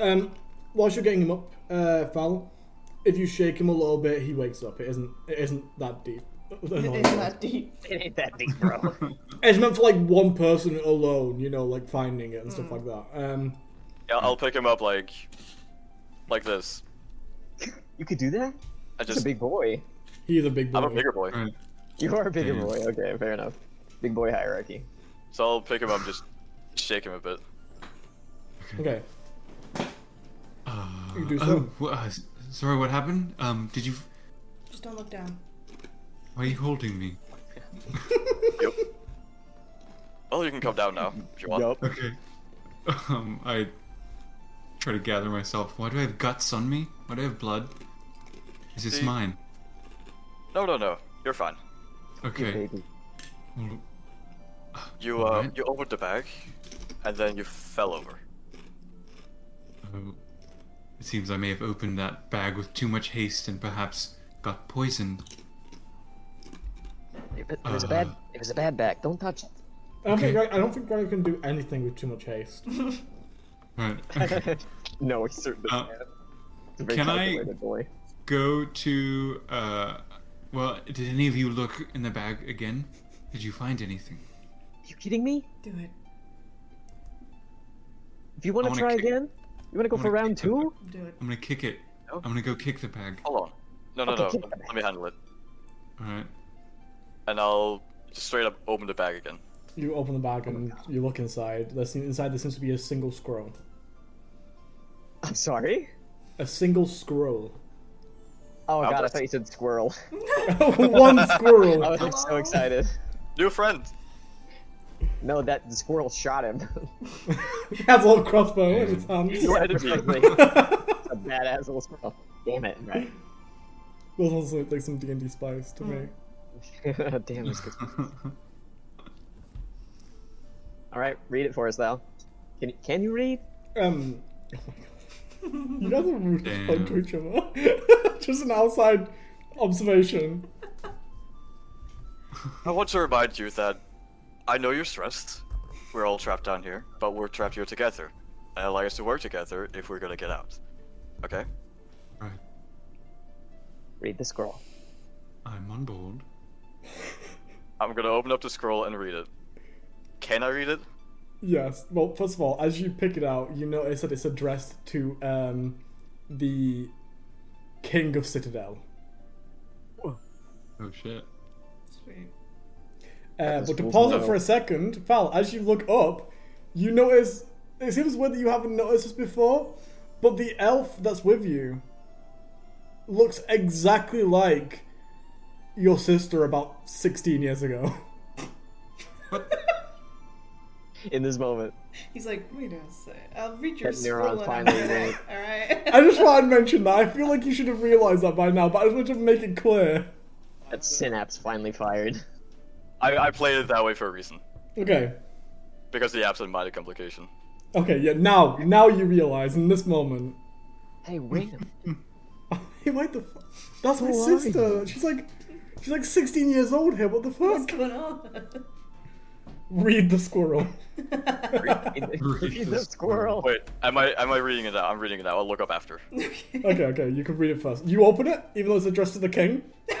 Um, whilst you're getting him up, uh, Val, if you shake him a little bit, he wakes up. It isn't. It isn't that deep. Oh, It's not deep. It ain't that deep, bro. It's meant for like one person alone, you know, like finding it and stuff like that. Um, Yeah, I'll pick him up like, like this. you could do that. I He's a just big boy. he is a big boy. I'm a bigger boy, Right. You are a bigger Yeah. boy. Okay, fair enough. Big boy hierarchy. so I'll pick him up, just shake him a bit. Okay. Uh, You do oh, so. wha- uh, s- sorry. What happened? Um, did you? Just don't look down. Why are you holding me? Yep. Well, you can come down now if you want. Okay. Um, I try to gather myself. Why do I have guts on me? Why do I have blood? Is this See- mine? No no no, you're fine. Okay. Baby. Well, You uh, Alright. you opened the bag, and then you fell over. Oh, it seems I may have opened that bag with too much haste and perhaps got poisoned. Uh, It, was- it was a bad. It was a bad back. Don't touch it. I don't think Okay. I don't think Greg can do anything with too much haste. Right. Okay. no, he certainly Uh, can't. It's a very can I- calculated boy. Go to. Uh, well, did any of you look in the bag again? Did you find anything? you kidding me? Do it. If you want I to wanna try kick- again, you want to go I for wanna round kick him. two? Do it. I'm gonna kick it. No. I'm gonna go kick the bag. Hold on. No no no, Okay. let me handle it. Alright. And I'll just straight up open the bag again. You open the bag and you look inside. There seems, inside there seems to be a single scroll. I'm sorry. A single scroll. Oh god, I Albert. thought you said squirrel. One I squirrel. was like so excited. New friend. No, that the squirrel shot him. He has a little crossbow in his New hand. enemy. a badass little squirrel. Damn it, right? Those also look like some D and D spice to me. Damn this. Good. All right, read it for us, though. Can you, can you read? Um, oh my god. You guys are rude as fuck to Damn. each other. Just an outside observation. I want to remind you that I know you're stressed. We're all trapped down here, but we're trapped here together. And allow us to work together if we're gonna get out. Okay? Right. Read the scroll. I'm on board. I'm gonna open up the scroll and read it. Can I read it? Yes. Well, first of all, as you pick it out, you notice that it's addressed to um, the King of Citadel. Oh shit. Sweet. Uh, was but to cool. pause it No. for a second, Val, as you look up, you notice it seems whether you haven't noticed this before, but the elf that's with you looks exactly like your sister about 16 years ago. What? in this moment. He's like, wait a sec. I'll read your That neuron scroll in a finally minute. worked. All right. I just thought I'd mention that. I feel like you should have realised that by now, but I just wanted to make it clear. That synapse finally fired. I, I played it that way for a reason. Okay. Because of the absent-minded complication. Okay, yeah, now, now you realise in this moment. Hey, wait a minute. Hey, wait the fuck? That's my Who are sister. She's like, she's like 16 years old here, what the What's fuck? going on? Read the squirrel. He's a squirrel. Wait, am I am I reading it out? I'm reading it out. I'll look up after. Okay, okay, you can read it first. You open it, even though it's addressed to the king.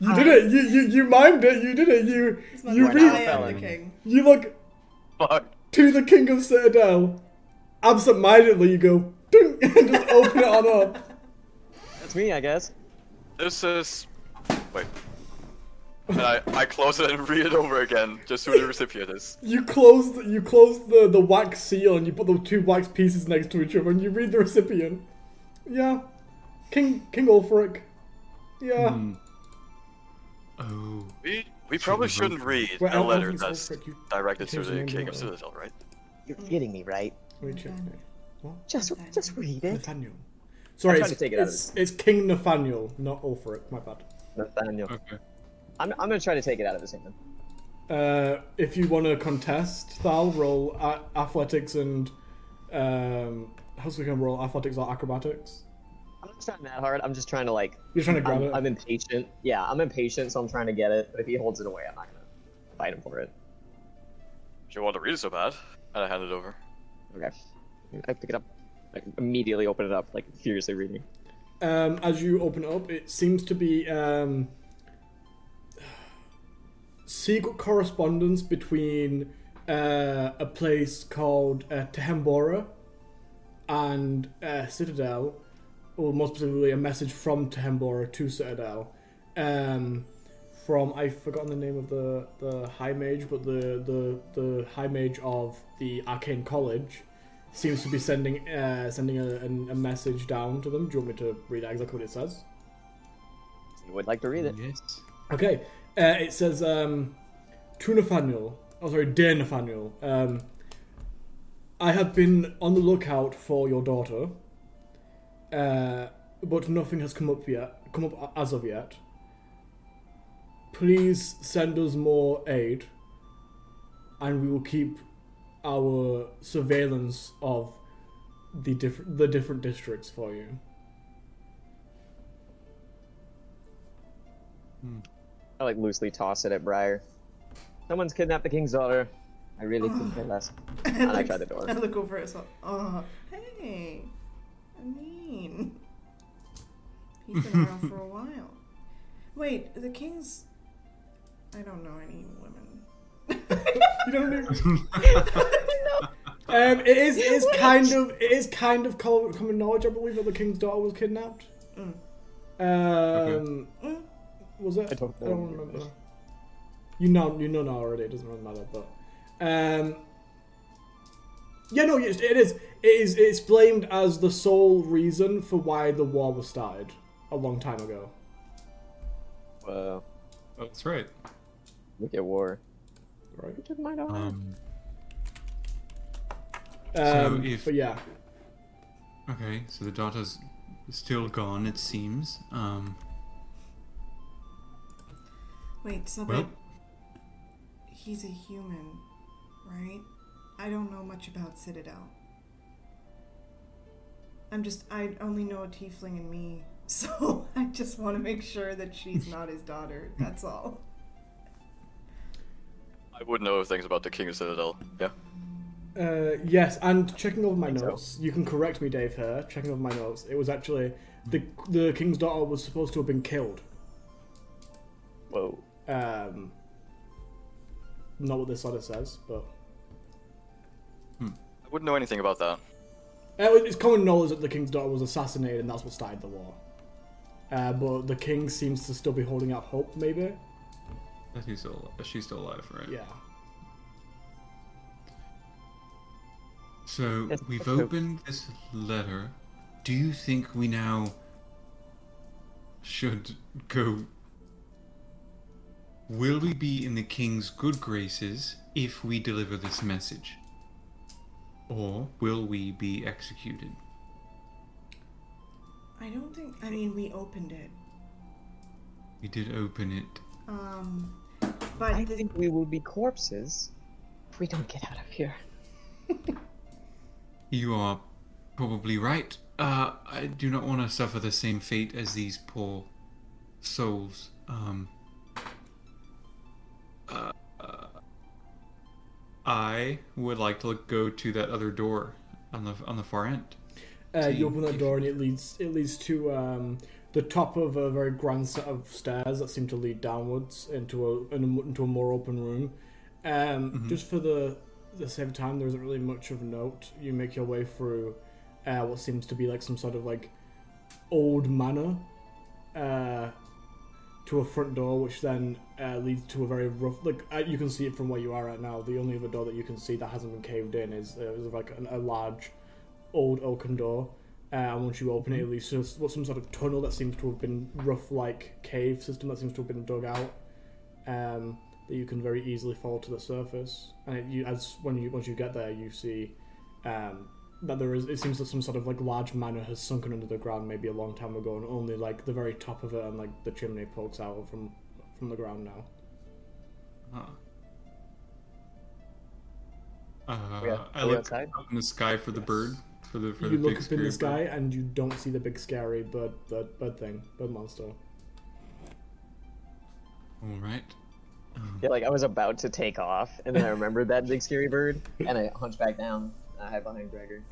you did it. You you you mimed it. You did it. You you not I read. felon. am the king. You look Fuck. to the king of Citadel. Absent-mindedly, you go. Ding, and just open it on up. That's me, I guess. This is. Wait. And I, I close it and read it over again, just who the recipient is. You close the, you close the the wax seal and you put the two wax pieces next to each other and you read the recipient. Yeah, King King Ulfric. Yeah. Oh. We we probably Should we shouldn't read Well, I a don't know if letter it's that's Ulfric, you- directed you to changed the the name King of of it. Citadel, right? You're kidding me, right? Wait, check. Hmm. Nathaniel. Just, just read it. Nathaniel. Sorry, tried it's, to take it out of it's, it's King Nathaniel, not Ulfric. My bad. Nathaniel. Okay. I'm, I'm gonna try to take it out of his hand. Uh, if you want to contest, Thal, roll a- athletics and um, how's we can roll athletics or acrobatics. I'm not trying that hard. I'm just trying to like. You're trying to grab I'm, it. I'm impatient. Yeah, I'm impatient, so I'm trying to get it. But if he holds it away, I'm not gonna fight him for it. She wanted to read it so bad, and I hand it over. Okay. I pick it up. I immediately open it up, like furiously reading. um, as you open it up, it seems to be um, secret correspondence between uh, a place called uh, Tehembora and uh, Citadel, or more specifically, a message from Tehembora to Citadel. Um, from I've forgotten the name of the, the High Mage, but the, the the High Mage of the Arcane College seems to be sending uh, sending a, an- a message down to them. Do you want me to read out exactly what it says? You would like to read it. Yes. Okay. Uh, it says um, to Nathaniel. Oh, sorry, dear Nathaniel. Um, I have been on the lookout for your daughter, uh, but nothing has come up yet. Come up as of yet. Please send us more aid, and we will keep our surveillance of the different the different districts for you. I like loosely toss it at Briar. Someone's kidnapped the king's daughter. I really couldn't care less. And I try the door. I look over at so oh hey. I mean he's been around for a while. Wait, the king's I don't know any women. You don't need- no. Oh, Um, it is it is kind of it is kind of co- common knowledge, I believe, that the king's daughter was kidnapped. Mm. Um, Mm. was it? I don't know. remember. You know, you know now already. It doesn't really matter, but um, yeah, no, it it is. It is. It's blamed as the sole reason for why the war was started a long time ago. Whoa. That's right. Look at war. Right. Who took my daughter? Um, Um, if- but yeah, okay, so the daughter's still gone, it seems. Um, Wait, so well, he's a human, right? I don't know much about Citadel. I'm just I only know a tiefling and me, so I just want to make sure that she's not his daughter. That's all. I would know things about the King of Citadel. Yeah. Uh, yes, and checking over my Think so. notes, you can correct me, Dave. Here, checking over my notes, it was actually the the king's daughter was supposed to have been killed. Whoa. Um, not what this letter says, but I wouldn't know anything about that. Uh, it's common knowledge that the king's daughter was assassinated, and that's what started the war. Uh, but the king seems to still be holding out hope. Maybe, that he's still, she's still alive, right? yeah. So Yes, we've that's true. opened this letter. Do you think we now should go Will we be in the king's good graces if we deliver this message? Or will we be executed? I don't think. I mean, we opened it. We did open it. Um, but I the- think we will be corpses if we don't get out of here. You are probably right. Uh, I do not want to suffer the same fate as these poor souls. Um, uh, I would like to look, go to that other door on the on the far end. Uh, you you- open that door and it leads it leads to um, the top of a very grand set of stairs that seem to lead downwards into a in- into a more open room. Um, Just for the the same time, there isn't really much of note. You make your way through uh, what seems to be like some sort of like old manor uh, to a front door, which then uh, leads to a very rough. Like uh, you can see it from where you are right now. The only other door that you can see that hasn't been caved in is uh, is like an, a large old oaken door. Uh, and once you open it, it leads to s- some sort of tunnel that seems to have been rough, like cave system that seems to have been dug out. Um, that you can very easily fall to the surface. And it, you, as when you once you get there, you see um, that there is. It seems that some sort of like large manor has sunken under the ground, maybe a long time ago, and only like the very top of it and like the chimney pokes out from from the ground now. Huh. Uh, Yeah, I we look outside? up in the sky for the Yes. bird. For the for you the look big up in the sky scary bird. and you don't see the big scary bird bird, bird thing, bird monster. All right. Um, Yeah, like I was about to take off, and then I remembered that big scary bird, and I hunched back down. I hide behind Gregor.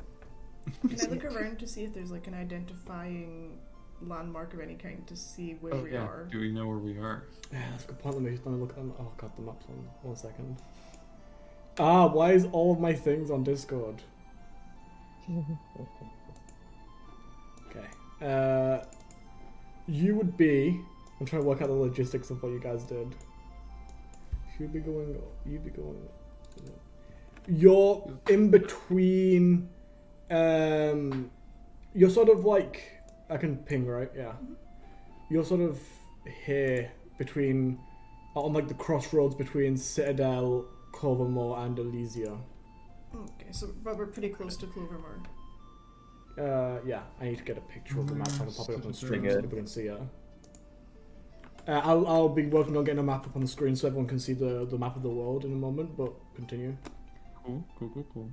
Can I look around to see if there's like an identifying landmark of any kind to see where oh, we yeah. are? Do we know where we are? Yeah, that's a good point. Let me, let me look at them. Oh god, the map's on. One second. Ah, why is all of my things on Discord? okay. Uh, you would be. I'm trying to work out the logistics of what you guys did. You'd be going. You'd be going. You're in between. Um, you're sort of like. I can ping, right? Yeah you're sort of here between uh, on like the crossroads between Citadel, Covermore, and Elysia. Okay, so but we're pretty close to Clovermore. Uh, yeah, I need to get a picture of the map. I'm gonna pop it up on stream so Good. people can see it. Uh, I'll, I'll be working on getting a map up on the screen so everyone can see the, the map of the world in a moment, but continue. Cool, cool, cool, cool.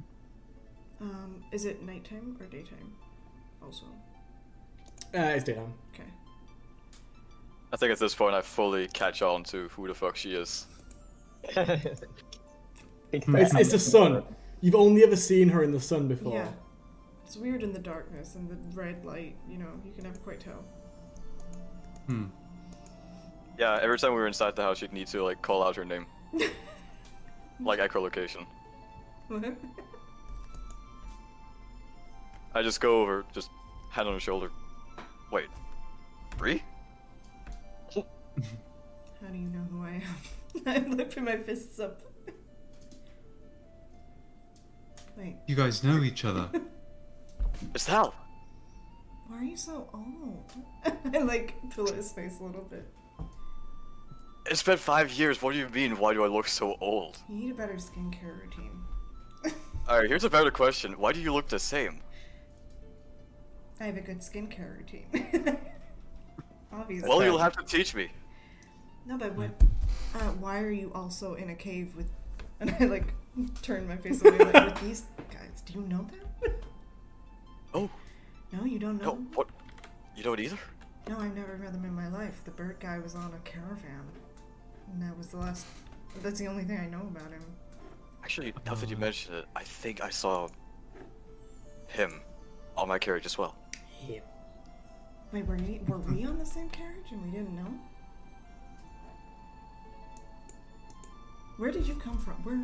Um, is it nighttime or daytime? Also, Uh, it's daytime. okay. I think at this point I fully catch on to who the fuck she is. Think It's, that- it's the sun. You've only ever seen her in the sun before. Yeah, it's weird in the darkness and the red light. You know, you can never quite tell. Hmm. Yeah, every time we were inside the house, she'd need to like call out her name, like echolocation. I just go over, just hand on her shoulder. Wait, Bree? How do you know who I am? I look for my fists up. Like, You guys know each other. It's Hal. why are you so old? I like pull at his face a little bit. It's been five years. What do you mean? Why do I look so old? You need a better skincare routine. All right, here's a better question. Why do you look the same? I have a good skincare routine. Obviously. Well, you'll have Mm. to teach me. No, but what? Uh, why are you also in a cave with? And I like turn my face away. Like, with these guys, do you know them? Oh No, you don't Oh. know. no, them? what? You don't either. No, I've never met them in my life. The bird guy was on a caravan, and that was the last. That's the only thing I know about him. Actually, now that you mention it, I think I saw him on my carriage as well. Wait, were we were we on the same carriage and we didn't know? Where did you come from? Where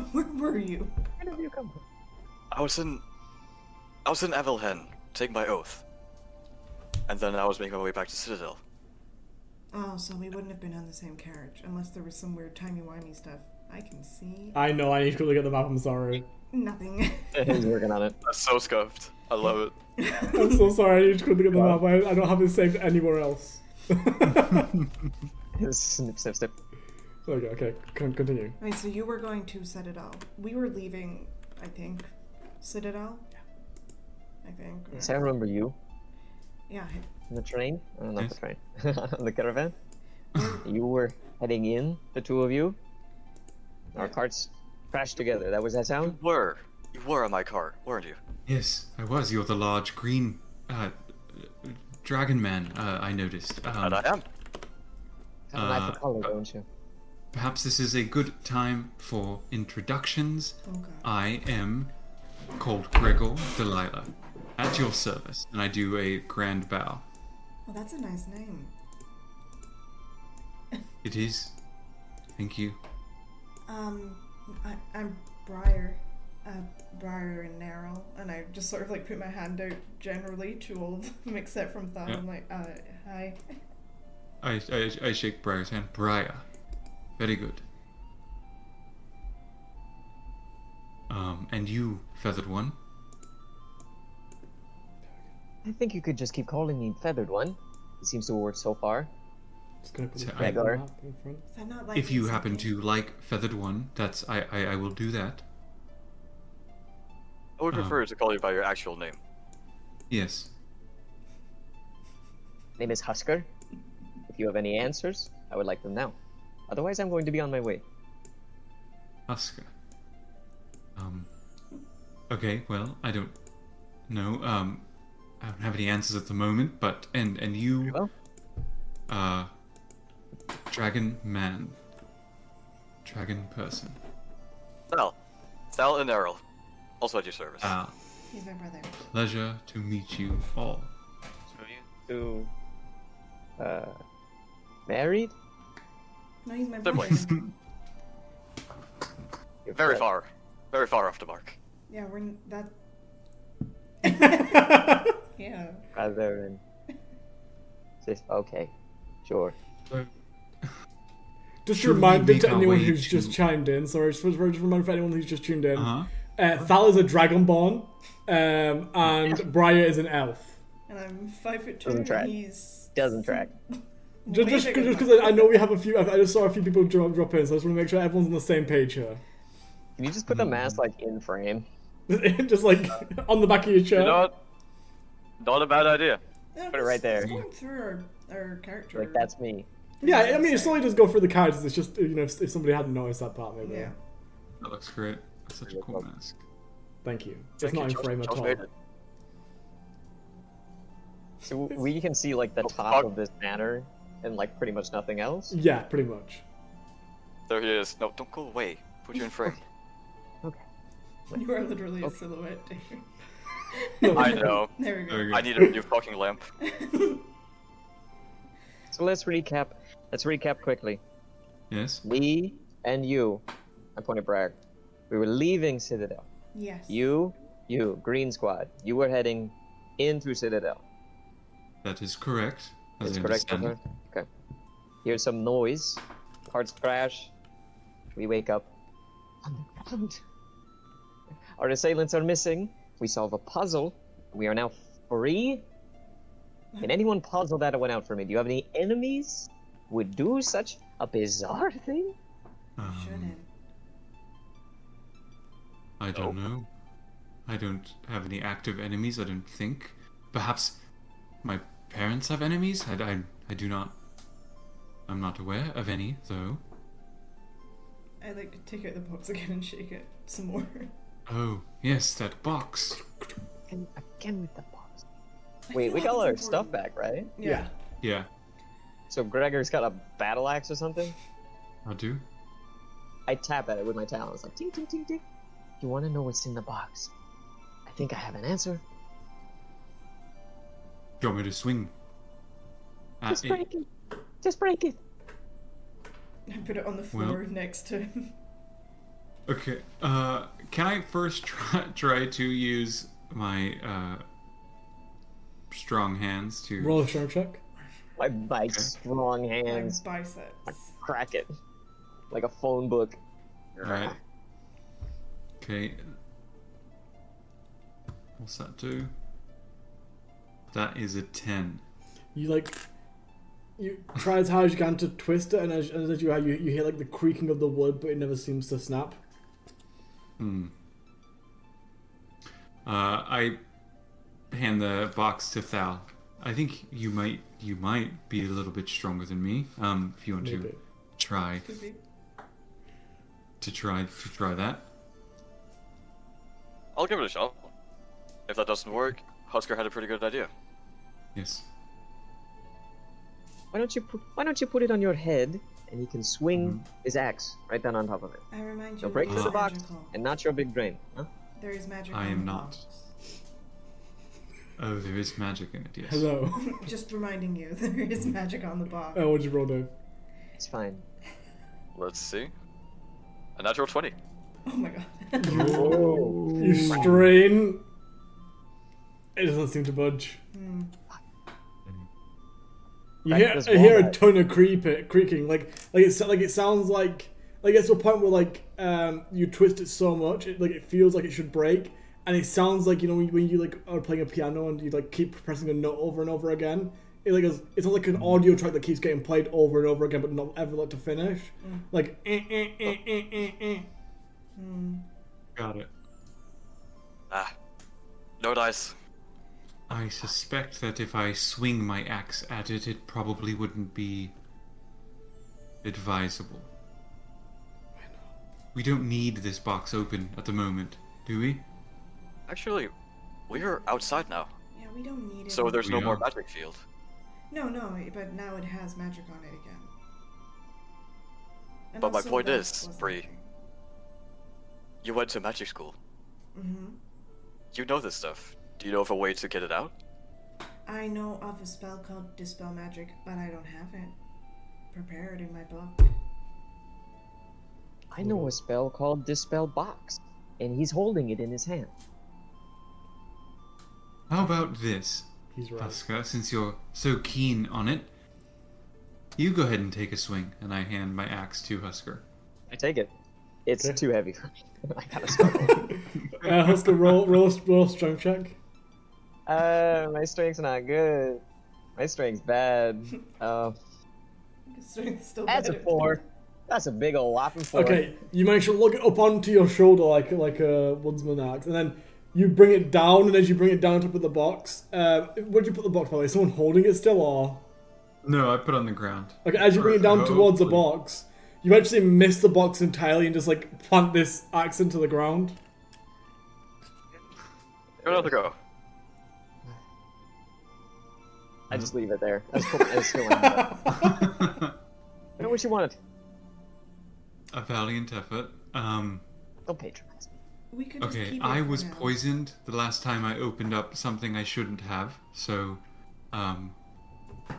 where were you? Where did you come from? I was in, I was in Avilhen, taking my oath, and then I was making my way back to Citadel. Oh, so we wouldn't have been on the same carriage unless there was some weird timey wimey stuff. I can see I know, I need to go look at the map, I'm sorry. nothing. He's working on it. That's so scuffed. I love it. I'm so sorry, I need to go look at the map. I, I don't have it saved anywhere else. Snip, snip, snip. There you go. Okay, Con- continue. I mean, so you were going to Citadel. We were leaving, I think. Citadel? I think. or- Does I remember you? Yeah. On the train? Uh, not Yes. Mm. the train. on the caravan? you were heading in, the two of you. Our carts crashed together. That was that sound? Were you were on my car, weren't you? Yes, I was. You're the large green uh, dragon man. Uh, I noticed. Um, And I am. Kind of like Uh, the color, uh, don't you? perhaps this is a good time for introductions. Uh. I am called Gregor Delilah, at your service, and I do a grand bow. Well, Oh, that's a nice name. It is. Thank you. Um, I, I'm Briar, uh, Briar and Narrow, and I just sort of like put my hand out generally to all of them except from Thal. Yeah. I'm like, uh, hi. I, I, I shake Briar's hand. Briar. Very good. Um, and you, feathered one. I think you could just keep calling me Feathered One. It seems to work so far. Just gonna put So it I- back on the map in front. Is that not like If you happen to like feathered one, that's I I, I will do that. I would Um. prefer to call you by your actual name. Yes. Name is Husker. If you have any answers, I would like them now. Otherwise, I'm going to be on my way. Husker. Um. Okay. Well, I don't know. Um, I don't have any answers at the moment. But and and you, well. uh, dragon man, dragon person. Thal. Thal and Errol. Also at your service. Ah, He's my brother. pleasure to meet you all. To. Uh. Married? No, he's my brother. Siblings. You're Very correct. far. Very far off the mark. yeah, we're n- that. yeah. Brother and. Sis. Okay. Sure. Just Should we reminded make to our anyone way who's to- just chimed in. Sorry, just, just remind for anyone who's just tuned in. Uh huh. Uh, Thal is a dragonborn, um, and Briar is an elf. And I'm five foot 2 Doesn't and track. he's Doesn't track. Just way just bigger than because mine. I, I know we have a few, I I just saw a few people drop, drop in, so I just want to make sure everyone's on the same page here. Can you just put the mask like in frame? just like on the back of your chair. You know what? Not a bad idea. No, Put it right just- just there. Going through our, our character. Like that's me. yeah, I mean, it slowly does go through the characters. It's just you know, if, if somebody hadn't noticed that part, maybe. Yeah. That looks great. That's such a cool mask. Thank you. It's Thank you, not in Josh- frame at Josh all. made it. So we can see like the top of this banner and like pretty much nothing else. Yeah, pretty much. There he is. No, don't go away. Put you in frame. You are literally a silhouette. David. I know. there we There we go. go. I need a new fucking lamp. So let's recap. Let's recap quickly. Yes. We and you. I'm pointing at Briar. We were leaving Citadel. Yes. You, you, Green Squad. You were heading into Citadel. That is correct. As That's I correct, understand Governor? Okay. Hear some noise. Carts crash. We wake up. Underground. Our assailants are missing. We solve a puzzle. We are now free. Can anyone puzzle that one out for me? Do you have any enemies? Would do such a bizarre thing? it. Um, Shouldn't. I don't know. I don't have any active enemies, I don't think. Perhaps my parents have enemies? I, I, I do not. I'm not aware of any, though. I like to take out the box again and shake it some more. Oh, yes, that box. And again with the box. I Wait, feel we like got all our it's stuff important. back, right? Yeah. Yeah, So Gregor's got a battle axe or something? I do. I tap at it with my talons, like ting ting ting ting. You want to know what's in the box? I think I have an answer. Do you want me to swing? at Just it? break it. Just break it. I put it on the floor Well. next to him. Okay. Uh, can I first try, try to use my uh, strong hands to Roll a strength check. My, my strong My hands biceps. crack it like a phone book. All right. Okay. What's that do? That is a ten. You like you try as hard as you can to twist it, and as, and as you are, you, you hear like the creaking of the wood, but it never seems to snap. Hmm. Uh, I hand the box to Thal. I think you might you might be a little bit stronger than me. Um, if you want Maybe. to try Could be. to try to try that. I'll give it a shot. If that doesn't work, Husker had a pretty good idea. Yes. Why don't you put, Why don't you put it on your head, and he can swing his axe right down on top of it. I remind you, Don't break there is the box magical. and not your big brain. Huh? There is magic. I in am the not. box. Oh, there is magic in it. Yes. Hello. Just reminding you, there is magic on the box. oh, what'd you roll, Dave? It's fine. Let's see. A natural 20. Oh my god. You strain. It doesn't seem to budge. You Back hear, to this I hear a walnut. ton of creep creaking, like like it like it sounds like like it's to a point where like um you twist it so much, it, like it feels like it should break, and it sounds like you know when, when you like are playing a piano and you like keep pressing a note over and over again. It like goes- it sounds like an audio track that keeps getting played over and over again, but not ever like to finish. Like eh, eh, eh, eh, eh, eh. Got it. Ah. No dice. I suspect that if I swing my axe at it, it probably wouldn't be advisable. We don't need this box open at the moment, do we? Actually, we are outside now, yeah, we don't need it. so there's We no more are. magic field. No, no, but now it has magic on it again. And But my also point that is, wasn't Bree, you went to magic school. Mhm. You know this stuff. Do you know of a way to get it out? I know of a spell called Dispel Magic, but I don't have it prepared in my book. I know a spell called Dispel Box, and he's holding it in his hand. How about this, He's right. Pasca, since you're so keen on it? You go ahead and take a swing, and I hand my axe to Husker. I take it. It's Okay. too heavy for me. I gotta struggle. Uh, Husker, roll roll a- roll a strength check. uh, my strength's not good. My strength's bad. Uh, Strength's still that's a better. four. That's a big ol' whopping four. Okay, you manage to lug it up onto your shoulder like like a woodsman axe, and then you bring it down. And as you bring it down to put the box, uh, where'd you put the box? By the way, Is someone holding it still, or No, I put on the ground. okay? As you bring it down towards the box, you actually miss the box entirely and just like plant this axe into the ground. Give it another go. I just leave it there. That's cool. That's cool. I know what you wanted. A valiant effort. Um, Don't patronize me. We could just okay, keep it I for was now. poisoned the last time I opened up something I shouldn't have, so um,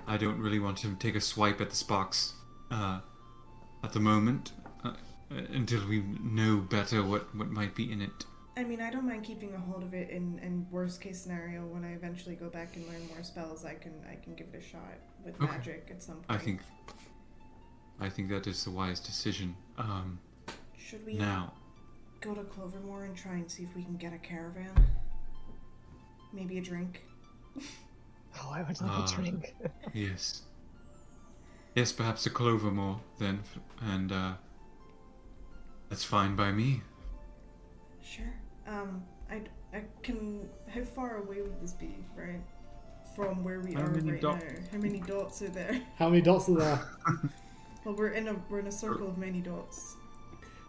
I don't really want to take a swipe at this box uh, at the moment uh, until we know better what, what might be in it. I mean, I don't mind keeping a hold of it, and and worst case scenario, when I eventually go back and learn more spells, I can I can give it a shot with Okay. magic at some point. I think I think that is the wise decision. Um, Should we now, go to Clovermore and try and see if we can get a caravan? Maybe a drink. Oh, I would love Uh, a drink. yes, yes, perhaps a clovermore then, f- and uh, that's fine by me. Sure. Um, I, I can. How far away would this be, right? From where we How are many right dot- now. How many dots are there? How many dots are there? Well, we're in a we're in a circle of many dots.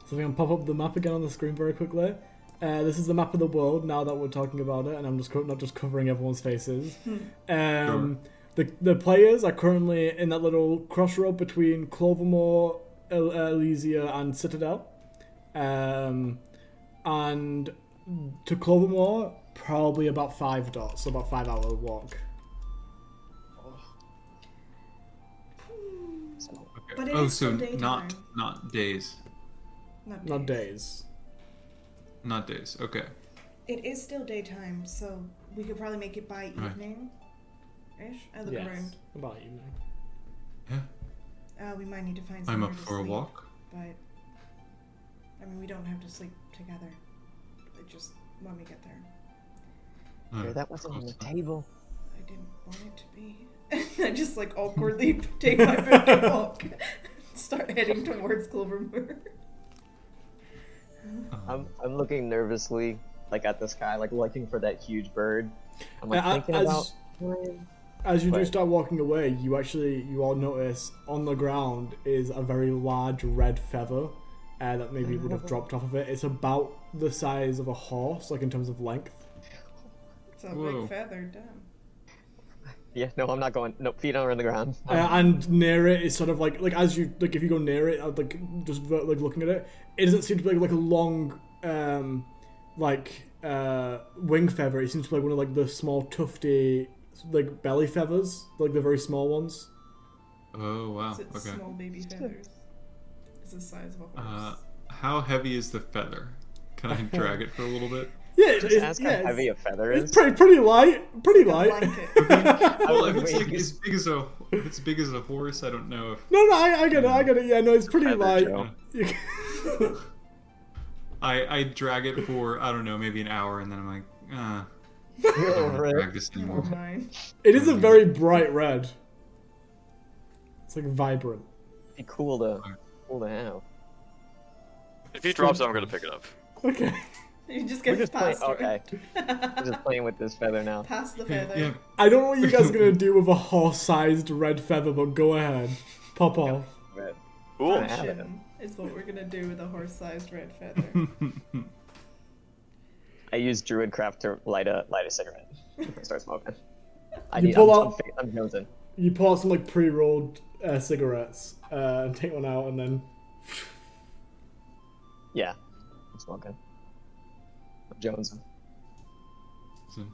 So we can pop up the map again on the screen very quickly. Uh, this is the map of the world now that we're talking about it, and I'm just co- not just covering everyone's faces. Um, the, the players are currently in that little crossroad between Clovermore, El- Elysia, and Citadel. Um, and to Clovermore, probably about five dots, so about five hour walk. Okay. But it oh, is so still not daytime. not days, Not, Not days. days. not days. Okay. It is still daytime, so we could probably make it by Right. evening. Ish. I look Yes. around. About evening. Yeah, Uh, we might need to find. I'm somewhere up to for a sleep, walk. But I mean, we don't have to sleep together. It just when we get there. No, that wasn't on of the course not. table. I didn't want it to be. And I just like awkwardly take my book and walk. Start heading towards Clovermoor. I'm, I'm looking nervously, like at the sky, like looking for that huge bird. I'm like Uh, thinking as- about. As you do Right. start walking away, you actually you all notice on the ground is a very large red feather uh, that maybe would have dropped off of it. It's about the size of a horse, like in terms of length. It's a Whoa. big feather, damn. Yeah, no, I'm not going. No, feet are on the ground. Uh, and near it is sort of like like as you like if you go near it, uh, like just ver- like looking at it, it doesn't seem to be like, a long um like uh wing feather. It seems to be like one of like the small tufty like belly feathers, like the very small ones. Oh wow. It's its Okay. small baby feathers. It's the size of a Uh, horse. how heavy is the feather? Can I drag it for a little bit? Yeah, Just it's, ask yeah, how heavy it's, a feather it's is. pretty pretty light, pretty Like a light. blanket. Well, if would it's wait. like as big as a if it's big as a horse, I don't know if No, no, I, I get it, I get it. Yeah, no, it's pretty Feather light. Joe. You- I I drag it for I don't know maybe an hour and then I'm like, uh, I don't Over want to drag it. this Never anymore. mind. it is a very bright red. It's like vibrant. Be cool to cool to have. If he drops, I'm gonna pick it up. Okay. You just We're get just playing. past Okay, it. we're just playing with this feather now. past the Yeah, feather. yeah. I don't know what you guys are gonna do with a horse-sized red feather, but go ahead, pop off. But Cool. have it. Action um, is what we're gonna do with a horse-sized red feather. Oh I use druidcraft to light a light a cigarette. Start smoking. I You need. pull I'm, out- I'm, I'm jonesing. You pull out some like pre-rolled uh, cigarettes uh, and take one out, and then Yeah, I'm smoking. I'm jonesing. So,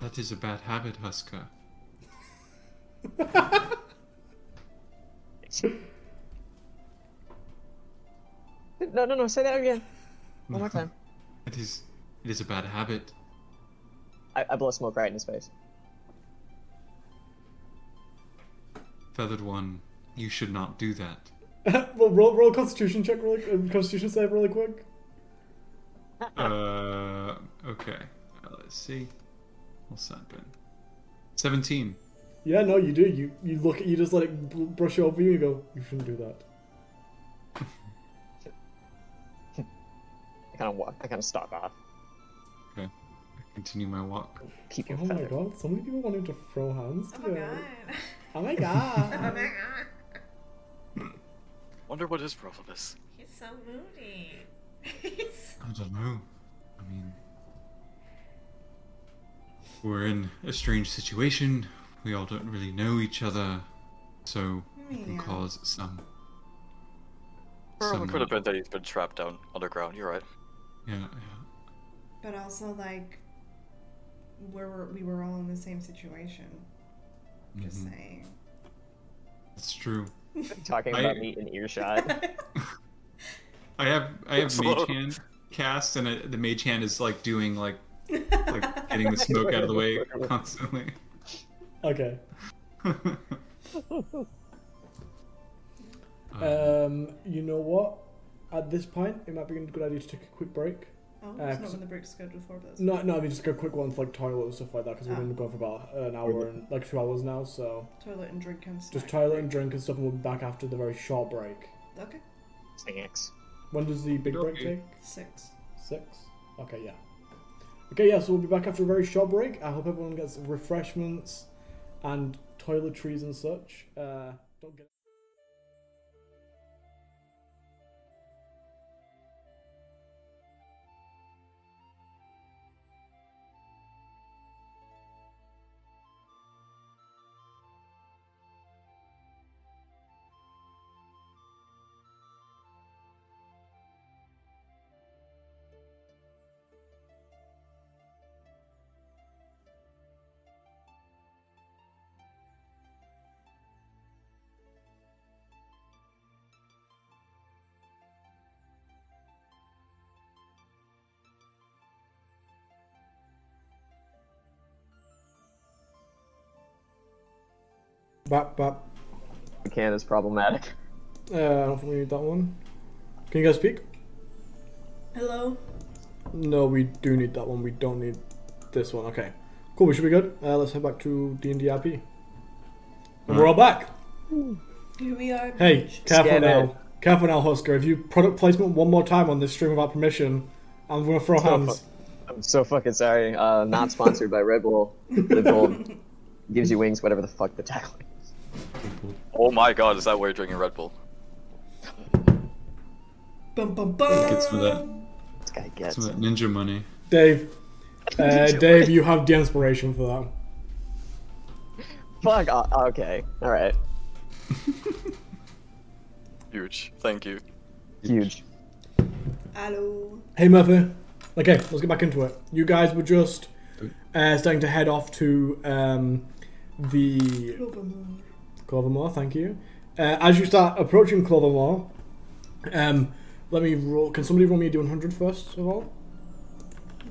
that is a bad habit, Husker. No, no, no. Say that again. One more time. It is it is a bad habit. I, I blow smoke right in his face. Feathered one, you should not do that. well, roll, roll a Constitution check, really, uh, Constitution save really quick. Uh, okay. Uh, let's see. What's that been? Seventeen. Yeah, no, you do. You you look at you just let it bl- brush over you and you go, you shouldn't do that. I kind of walk. I kind of stalk off. Okay. I continue my walk. Keep your Oh my feather. god, so many people wanting to throw hands. Oh my today. god. Oh my god. Oh my god. Wonder what his problem is. He's so moody. He's I don't know. I mean, we're in a strange situation. We all don't really know each other, so it can Yeah. cause some. Well, it some, could have uh, been that he's been trapped down underground. You're right. Yeah, But also, like, we're, we were all in the same situation. yeah. Just mhm, saying. That's true. Talking I- about me in earshot. I have I have Slow. mage hand cast, and it, the mage hand is like doing like like getting the smoke out of the way constantly. okay. Uh, Um, you know what? At this point, it might be a good idea to take a quick break. Oh, Uh, it's not 'cause- when the break's scheduled for, but that's No, no, I mean just go quick ones like toilet and stuff like that because we've Ah. been going for about an hour and like two hours now. So toilet and drink and snack. just toilet and drink and stuff, and we'll be back after the very short break. Okay. Snacks. When does the big break Okay. take? Six. Six. Okay, yeah. Okay, yeah. So we'll be back after a very short break. I hope everyone gets refreshments and toiletries and such. Uh, don't get. Bap bap. The can is problematic. Uh, I don't think we need that one. Can you guys speak? Hello. No, we do need that one. We don't need this one. Okay. Cool. We should be good. Uh, let's head back to D and D RP. And we're all back. Here we are. Hey, careful Scan now. it. Careful now, Husker. If you product placement one more time on this stream without permission, I'm going to throw hands. I'm so fucking sorry. Uh, not sponsored by Red Bull. The gold gives you wings, whatever the fuck the tagline is. Oh my god, is that why you're drinking Red Bull? Bum, bum, bum. Get some of that, This guy some gets. of that ninja money. Dave. Uh, Dave, you have the inspiration for Fuck. Uh, okay. All right. Huge. Thank you. Huge. Hello. that. Hey, Murphy. Okay, let's get back into it. You guys were just uh, starting to head off to um, the Clovermore. Clovermore, thank you. Uh, as you start approaching Clovermore, um, let me roll. Can somebody roll me a D100 first of all?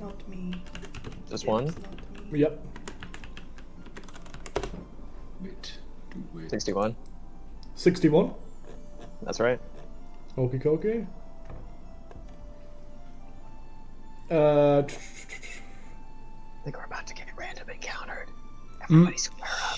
Not me. Just one. It's not me. Yep. Wait, wait. Sixty-one. 61. That's right. Okie dokie. Uh, t- t- t- t- I think we're about to get random encountered. Everybody square up.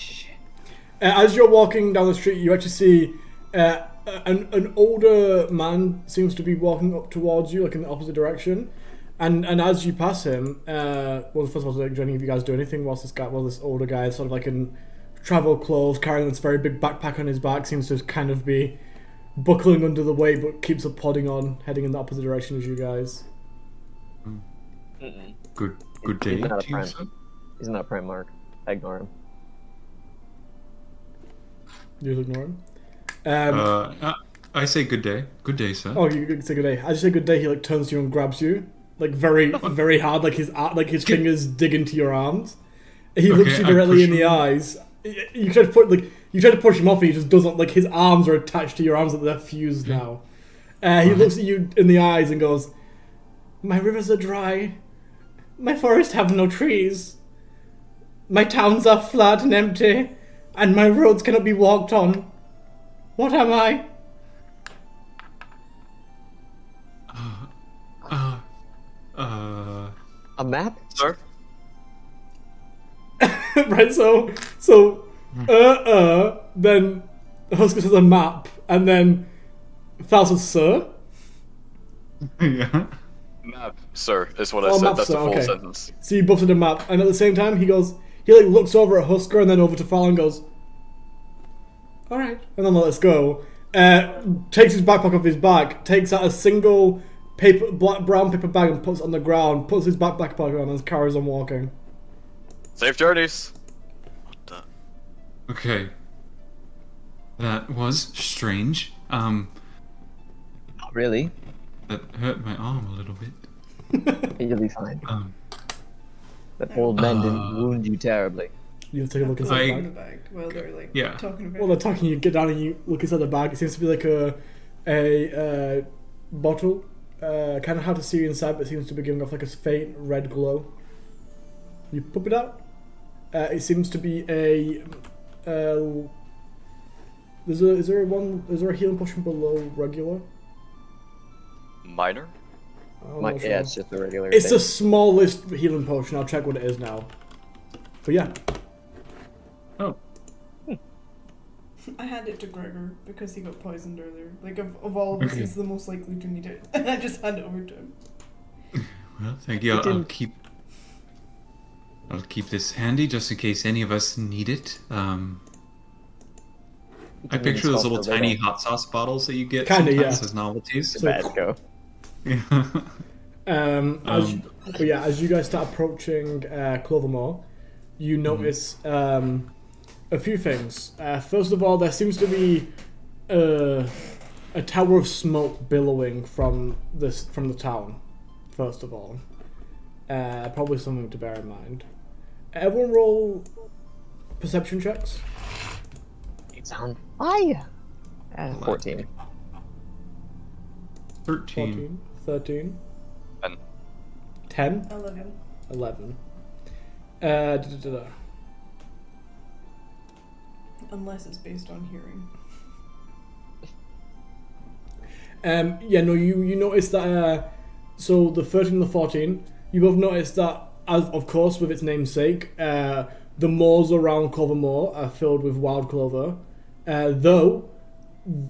Uh, as you're walking down the street, you actually see uh, an, an older man seems to be walking up towards you, like in the opposite direction. And and as you pass him, uh, well, first of all, like, do any of you guys do anything whilst this guy, while this older guy is sort of like in travel clothes, carrying this very big backpack on his back, seems to kind of be buckling under the weight, but keeps up plodding on, heading in the opposite direction as you guys. Good, good day Keep it out to of you, prime. sir. He's not prime mark. I ignore him. You just ignore him. Um, Uh, I- I say good day. Good day, sir. Oh, you you say good day. As you say good day, he like turns to you and grabs you, like very, very hard. Like his ar- like his fingers dig into your arms. He looks you I directly push in the him. eyes. Y- You try to put like you try to push him off, and he just doesn't. Like his arms are attached to your arms, like they're fused Hmm. now. Uh, he looks at you in the eyes and goes, "My rivers are dry. My forests have no trees. My towns are flat and empty, and my roads cannot be walked on. What am I?" Uh, A map? Sir? right? So, so, uh, uh, then Husker says a map, and then Thal says, sir? yeah. Map. Sir, is what Oh, I said. map, That's sir, the full okay. sentence. So you both did a map, and at the same time, he goes, he like looks over at Husker and then over to Thal and goes, alright, and then let's go. Uh, takes his backpack off his back, takes out a single paper, black, brown paper bag and puts it on the ground, puts his backpack on and carries on walking. Safe journeys. What the? Okay. That was strange. Um, Not really. that hurt my arm a little bit. You'll be fine. Um, That old man didn't wound you terribly. You take a look inside the I- bag. In the bag while they're like Yeah. talking about While they're talking, you get down and you look inside the bag. It seems to be like a a uh, bottle. Uh, kind of hard to see inside, but it seems to be giving off like a faint red glow. You pop it out. Uh, it seems to be a. Uh, there's a, is there a one? Is there a healing potion below regular? Minor? I'm My, not yeah, sure. it's just a regular. It's thing. the smallest healing potion. I'll check what it is now. But yeah, oh, I hand it to Gregor because he got poisoned earlier. Like of, of all of us, Okay. he's the most likely to need it. And I just hand it over to him. well, thank you. I'll, I'll keep. I'll keep this handy just in case any of us need it. Um, I didn't even picture those stop little for a tiny little. hot sauce bottles that you get Kinda, sometimes yeah. as novelties. So- Bad go. Yeah. Um, as, Um, but yeah, as you guys start approaching uh, Clovermore, you notice um, a few things. Uh, first of all, there seems to be uh, a tower of smoke billowing from this from the town. First of all, uh, probably something to bear in mind. Everyone roll perception checks. It's on fire. Uh, Fourteen. Thirteen. 14, 13, And 10, I love him. 11. Uh, da, da, da, da. Unless it's based on hearing. Um, yeah, no, you you notice that. Uh, so the thirteen and the fourteen, you both noticed that, as of course, with its namesake, uh, The moors around Clovermore are filled with wild clover, uh, though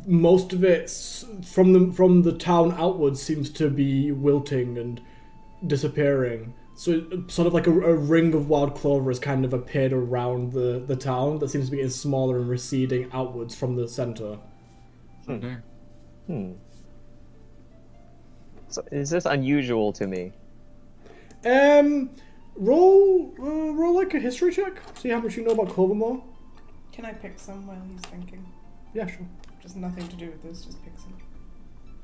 most of it s- from the from the town outwards seems to be wilting and disappearing. So sort of like a, a ring of wild clover has kind of appeared around the, the town that seems to be getting smaller and receding outwards from the center. There. Hmm. So is this unusual to me? Um, roll uh, roll like a history check. See how much you know about Clovermore. Can I pick some while he's thinking? Yeah, sure. Just nothing to do with this, just pick some.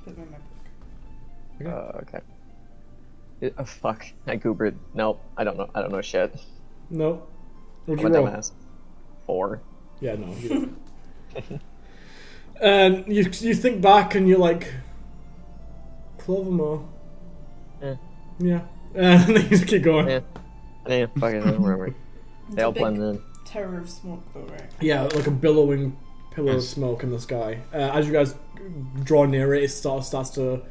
Put them in my book. Yeah. Uh, okay. It- oh, fuck. I goobered. Nope. I don't know. I don't know shit. No. What'd I'm a you roll? dumbass. Four. Yeah, no. You don't. and you you think back and you're like, Clovermore. Eh. Yeah. And then you just keep going. Yeah. Yeah. Fuck it. I don't remember. They all big- blend in. Terror of smoke, though, right? Yeah, like a billowing pillar of Yes. smoke in the sky. Uh, as you guys draw near it, it sort of starts to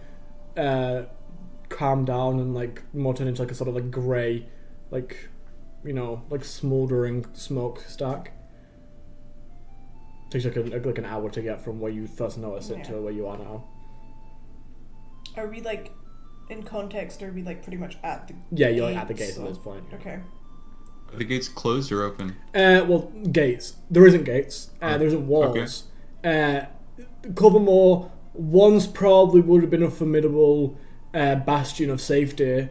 uh, calm down and like more turn into like a sort of like grey, like you know, like smouldering smoke stack. Takes like, a, like an hour to get from where you first noticed it Yeah. to where you are now. Are we like in context? Or are we like pretty much at the? Yeah, you're like, at the gates gates, at so- this point. Okay. Are the gates closed or open? Uh, well, gates. There isn't gates. Uh, Oh, there isn't walls. Uh, Covermore once probably would have been a formidable uh, bastion of safety.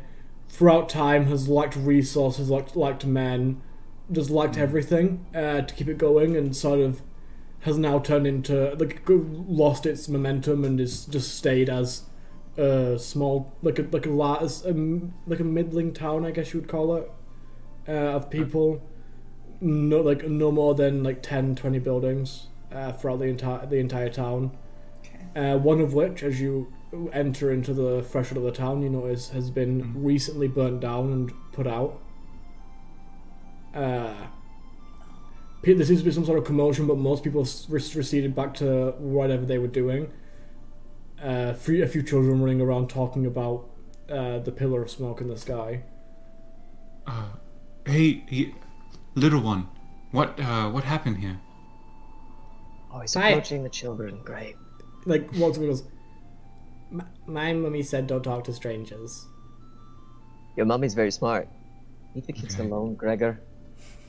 Throughout time, has lacked resources, lacked, lacked men, just lacked everything uh, to keep it going, and sort of has now turned into like lost its momentum and is just stayed as a small, like a like a la- as a, like a middling town, I guess you would call it, uh, of people no like no more than like 10 20 buildings uh, throughout the entire the entire town uh, one of which as you enter into the threshold of the town you notice has been recently burnt down and put out uh, pe- there seems to be some sort of commotion but most people have s- rec- receded back to whatever they were doing uh, three, a few children running around talking about uh, the pillar of smoke in the sky Uh, hey, y little one. What uh, what happened here? Oh, he's Hi. approaching the children. Great. like walks up and goes "M- my mummy said don't talk to strangers Your mummy's very smart. Leave the kids Okay. alone, Gregor.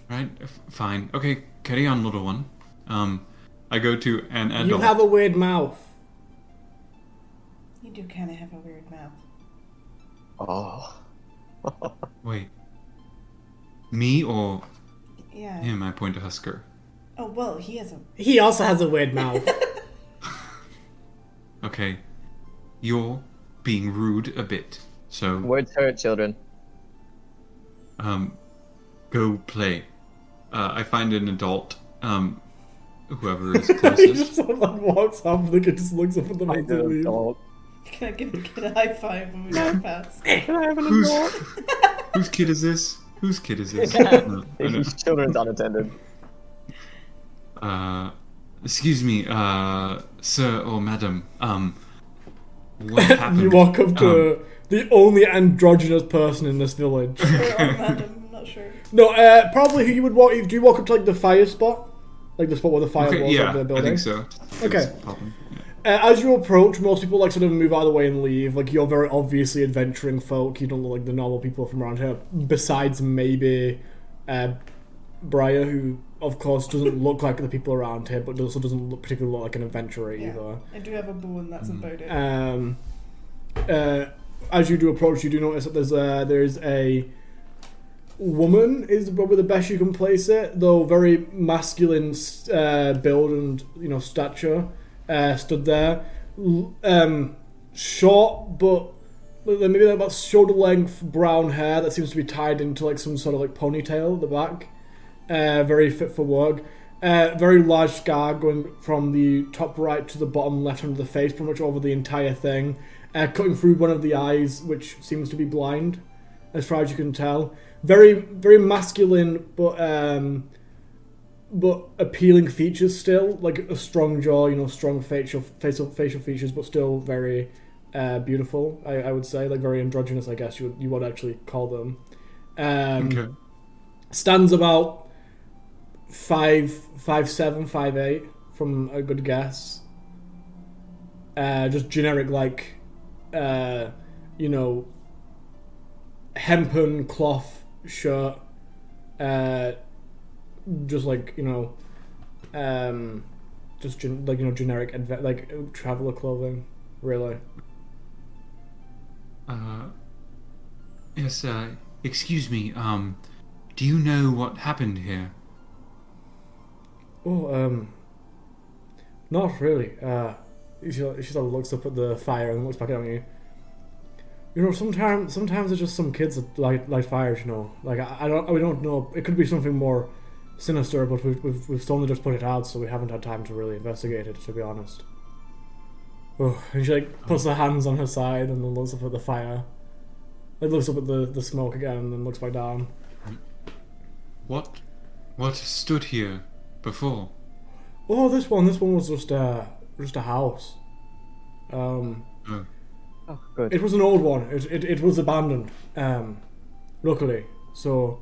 Right? F- fine. Okay, carry on, little one. Um, I go to an adult. you have a weird mouth You do kind of have a weird mouth. Oh. Wait. Me or Yeah. him? I point to Husker. Oh well, he has a. he also has a weird mouth Okay. You're being rude a bit. So, Words hurt, children. um, go play. Uh, I find an adult, um, whoever is he closest. just sort of like walks up and like, just looks up at the mate and leaves. Adult. Can I give a kid a high five when we walk past? Who's, whose kid is this? Whose kid is this? No, I know. Children's unattended. Uh, excuse me, uh, sir or madam. Um, what happened? you walk up to Um, the only androgynous person in this village or, or madam, I'm not sure. no uh, probably who you would walk do you walk up to like the fire spot like the spot where the fire okay, was yeah, of the I building think so. Okay. It's popping, yeah. Uh, as you approach, most people like sort of move out of the way and leave. Like you're very obviously adventuring folk. You don't look like the normal people from around here. Besides maybe uh, Briar, who of course doesn't look like the people around here, but also doesn't look, particularly look like an adventurer Yeah. either. I do have a bow, and Mm-hmm. that's about it. Um, uh, as you do approach, you do notice that there's a there's a woman is probably the best you can place it, though very masculine s- uh, build and you know stature. Uh, stood there, L- um, short but maybe about shoulder length brown hair that seems to be tied into like some sort of like ponytail at the back uh, very fit for work. Uh, very large scar going from the top right to the bottom left under the face, pretty much over the entire thing, uh, cutting through one of the eyes, which seems to be blind, as far as you can tell. Very, very masculine, but um, but appealing features still, like a strong jaw, you know, strong facial facial facial features, but still very uh, beautiful. I, I would say, like very androgynous, I guess you would, you would actually call them. Um, Okay. stands about five, five, seven, five, eight from a good guess. Uh, just generic like, uh, you know, hempen cloth shirt. Uh, just like you know, um, just gen- like you know, generic adve- like uh, traveler clothing, really. Uh, yes, uh, excuse me, um, do you know what happened here? Oh, um, not really. Uh, she she sort of looks up at the fire and looks back at me. You know, sometimes sometimes it's just some kids that light light fires. You know, like I, I don't we don't know. It could be something more sinister, but we've we've, we've only just put it out, so we haven't had time to really investigate it. To be honest. Oh, and she like puts her hands on her side and then looks up at the fire. It looks up at the, the smoke again and then looks back down. What, what stood here before? Oh, this one, this one was just a just a house. Um, Oh, Oh, good. it was an old one. It it, it was abandoned. Um, luckily, so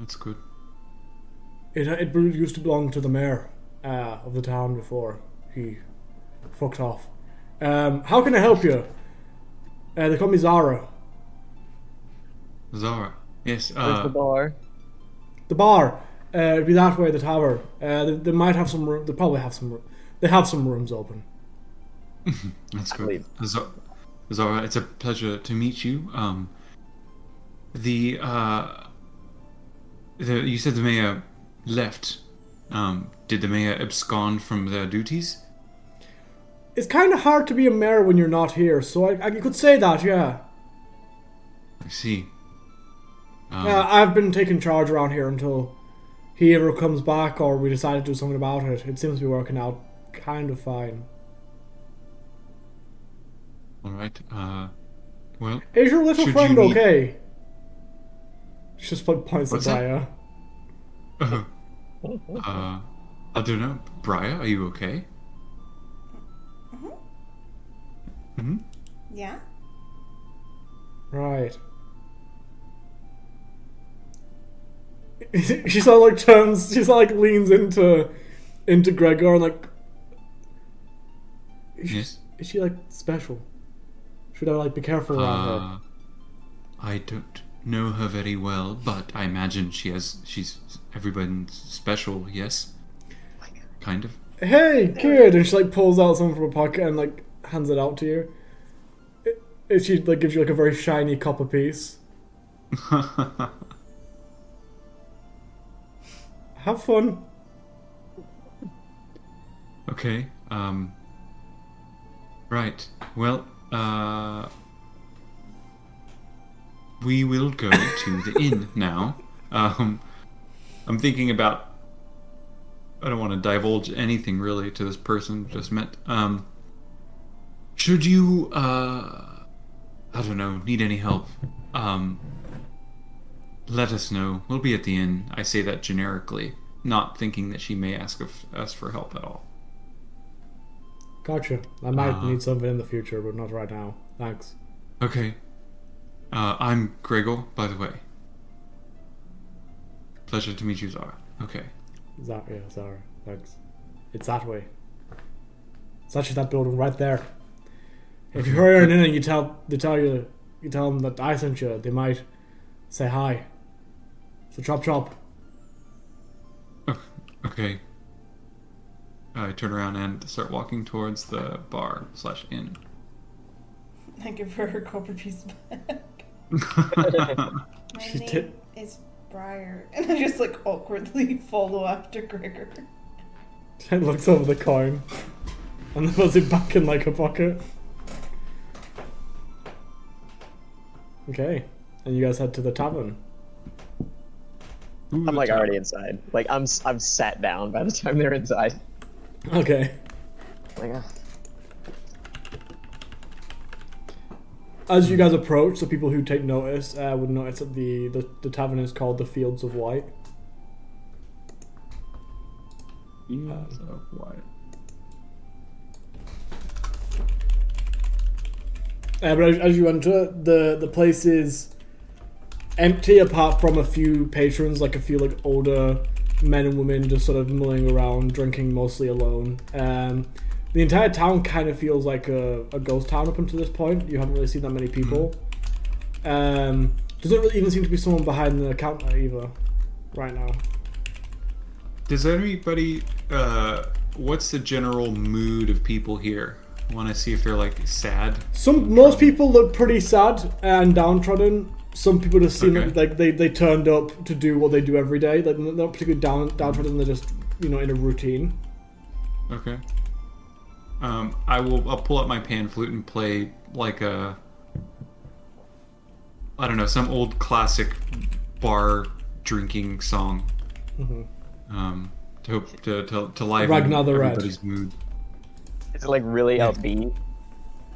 that's good. it it bel- used to belong to the mayor uh, of the town before he fucked off. Um, how can I help you? Uh, they call me Zara. Zara. Yes. Where's the Uh, bar? The bar. Uh, it'd be that way. The tower. Uh, they, they might have some room. They probably have some. room. They have some rooms open. that's good. believe. Zara, Zara, it's a pleasure to meet you. Um, the uh, the you said the mayor left. Um, did the mayor abscond from their duties? It's kind of hard to be a mayor when you're not here, so I, I could say that, yeah. I see. Um, Uh, I've been taking charge around here until he ever comes back or we decide to do something about it. It seems to be working out kind of fine. all right. Uh, well, Is your little Should friend you need- okay? She just like, points at What's that? Daya. uh, I don't know. Briar, are you okay? Mm-hmm. hmm Yeah? Right. she sort of like turns, she sort of like leans into into Gregor and like. Is she, Yes. is she like special? Should I like be careful around her? Uh, I don't know her very well, but I imagine she has. She's everyone's special. Yes. Kind of. hey kid and she like pulls out something from her pocket and like hands it out to you It- it, she like gives you like a very shiny copper piece have fun okay. Um. Right. Well. Uh. We will go to the inn now. Um. I'm thinking about. I don't want to divulge anything really to this person I just met. Um. Should you, uh, I don't know, need any help? Um, let us know. We'll be at the inn. I say that generically, not thinking that she may ask of us for help at all. gotcha i might Uh-huh. need something in the future but not right now thanks Okay. Uh, I'm Gregor, by the way. Pleasure to meet you, Zara. Okay. Is that yeah sorry thanks it's that way it's actually that building right there if you hurry on in and you tell they tell you you tell them that i sent you they might say hi so chop chop Ok- Oh, Okay. I turn around and start walking towards the bar slash inn. I give her her copper piece back. My She name did- is Briar. And I just like awkwardly follow after Gregor. It looks over the coin and then puts it back in like a pocket. Okay. And you guys head to the tavern. Ooh, I'm like the already inside. Like I'm s- I'm sat down by the time they're inside. Okay. Like, ah. As you guys approach, the people who take notice uh, would notice that the, the, the tavern is called the Fields of White. Fields of White. Uh, but as, as you enter, the, the place is empty apart from a few patrons, like a few like older men and women just sort of milling around, drinking mostly alone. Um, the entire town kind of feels like a, a ghost town up until this point. You haven't really seen that many people. Um, doesn't really even seem to be someone behind the counter either, right now. Does anybody? Uh, what's the general mood of people here? Want to see if they're like sad? Some most people look pretty sad and downtrodden. Some people just seem Okay. like they, they turned up to do what they do every day. Like they're not particularly down downtrodden. They're just you know in a routine. Okay. Um, I will. I'll pull out my pan flute and play like a. I don't know some old classic bar drinking song. Um, to hope to to, to liven Mm-hmm. Ragnar the Red. everybody's mood. Is it like really upbeat?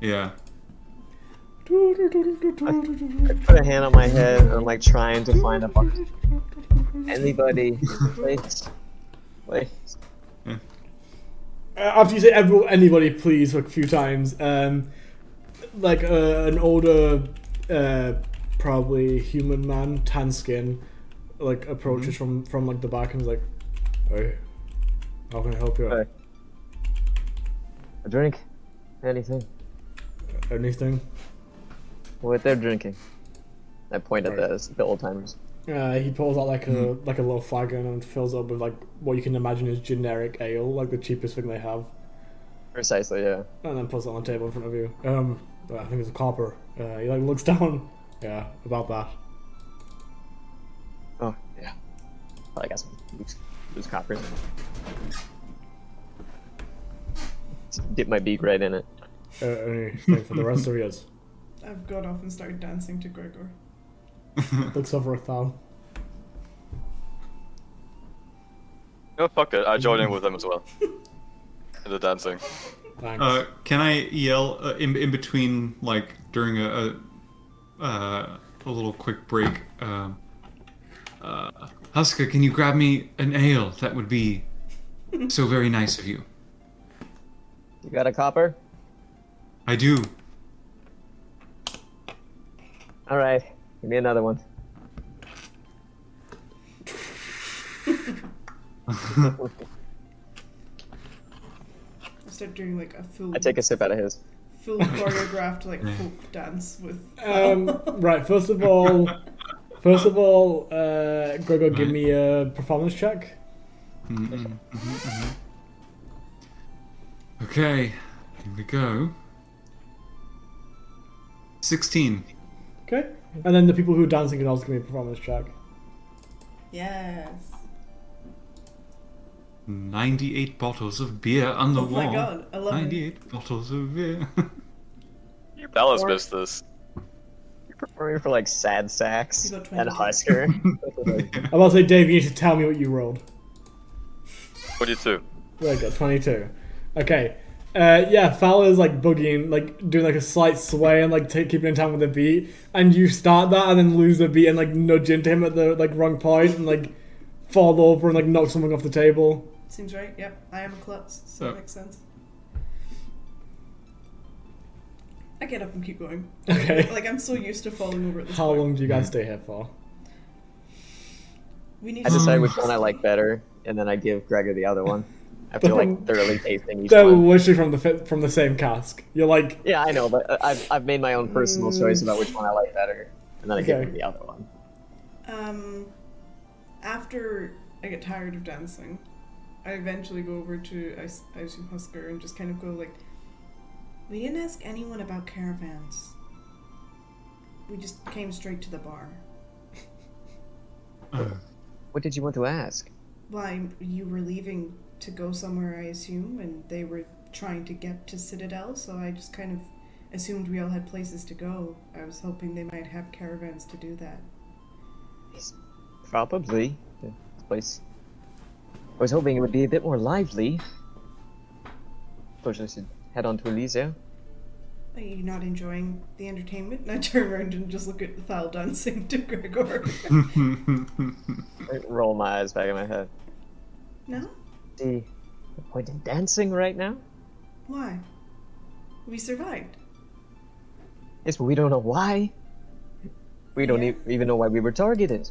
Yeah. I put a hand on my head and I'm like trying to find a bar. Anybody, please, please. Uh, after you say everyone, anybody, please, like a few times, um, like uh, an older, uh, probably human man, tan skin, like approaches from from like the back and is like, "Hey, how can I help you? Hey. A drink? Anything? Anything?" What they're drinking? I point at the, the old timers. Uh, he pulls out like a like a little flagon and fills it up with like what you can imagine is generic ale, like the cheapest thing they have, Precisely, yeah. and then puts it on the table in front of you. Um, I think it's a copper. Uh, he like looks down. Yeah, about that. Oh, yeah. Well, I guess loose, loose coppers. Just Dip my beak right in it. Uh, anything for the rest of years. I've gone off and started dancing to Gregor. Looks over a thumb. No, fuck it. I join in with them as well. In the dancing. Thanks. Uh, can I yell uh, in, in between, like during a a, uh, a little quick break? Um, uh, Huska, can you grab me an ale? That would be so very nice of you. You got a copper? I do. All right. Give me another one. Oh. I start doing like a full, I take a sip out of his. full choreographed like folk dance with. um, right. First of Mm-hmm, all, first of all, uh, Gregor, give me a performance check. mm-hmm, Okay, here we go. Sixteen. Okay. And then the people who are dancing can also give me a performance check. Yes. 98 bottles of beer on the Oh wall. my god, I love it. 98 bottles of beer. Dallas missed this. Performing for like sad sacks You got and 22. Husker. I'm about to say, Dave, you need to tell me what you rolled. 22. There you go, 22. Okay. Uh, yeah, Fowler's like boogieing, like doing like a slight sway and like take, keeping in time with the beat, and you start that and then lose the beat and like nudge into him at the like wrong point and like fall over and like knock something off the table. Seems right. Yep. I am a klutz, so Oh. it makes sense. I get up and keep going. Okay. Like I'm so used to falling over at this How point. long do you guys stay here for? We need I to decide which one I like better, and then I give Gregor the other one. I feel like thoroughly tasting each They're one. literally from the fi- from the same cask. You're like, Yeah, I know, but I- I've, I've made my own personal choice about which one I like better, and then I give Okay. him the other one. Um, after I get tired of dancing, I eventually go over to I, s- I assume Husker and just kind of go like, "We didn't ask anyone about caravans. We just came straight to the bar. Oh, What did you want to ask? Why you were leaving to go somewhere, I assume, and they were trying to get to Citadel. So I just kind of assumed we all had places to go. I was hoping they might have caravans to do that. Probably the place. I was hoping it would be a bit more lively. Suppose I should head on to Elysia. Are you not enjoying the entertainment? And I turn around and just look at Thal dancing to Gregor. I roll my eyes back in my head. no? See, the point in dancing right now? Why? We survived. Yes, but we don't know why. We don't e- even know why we were targeted.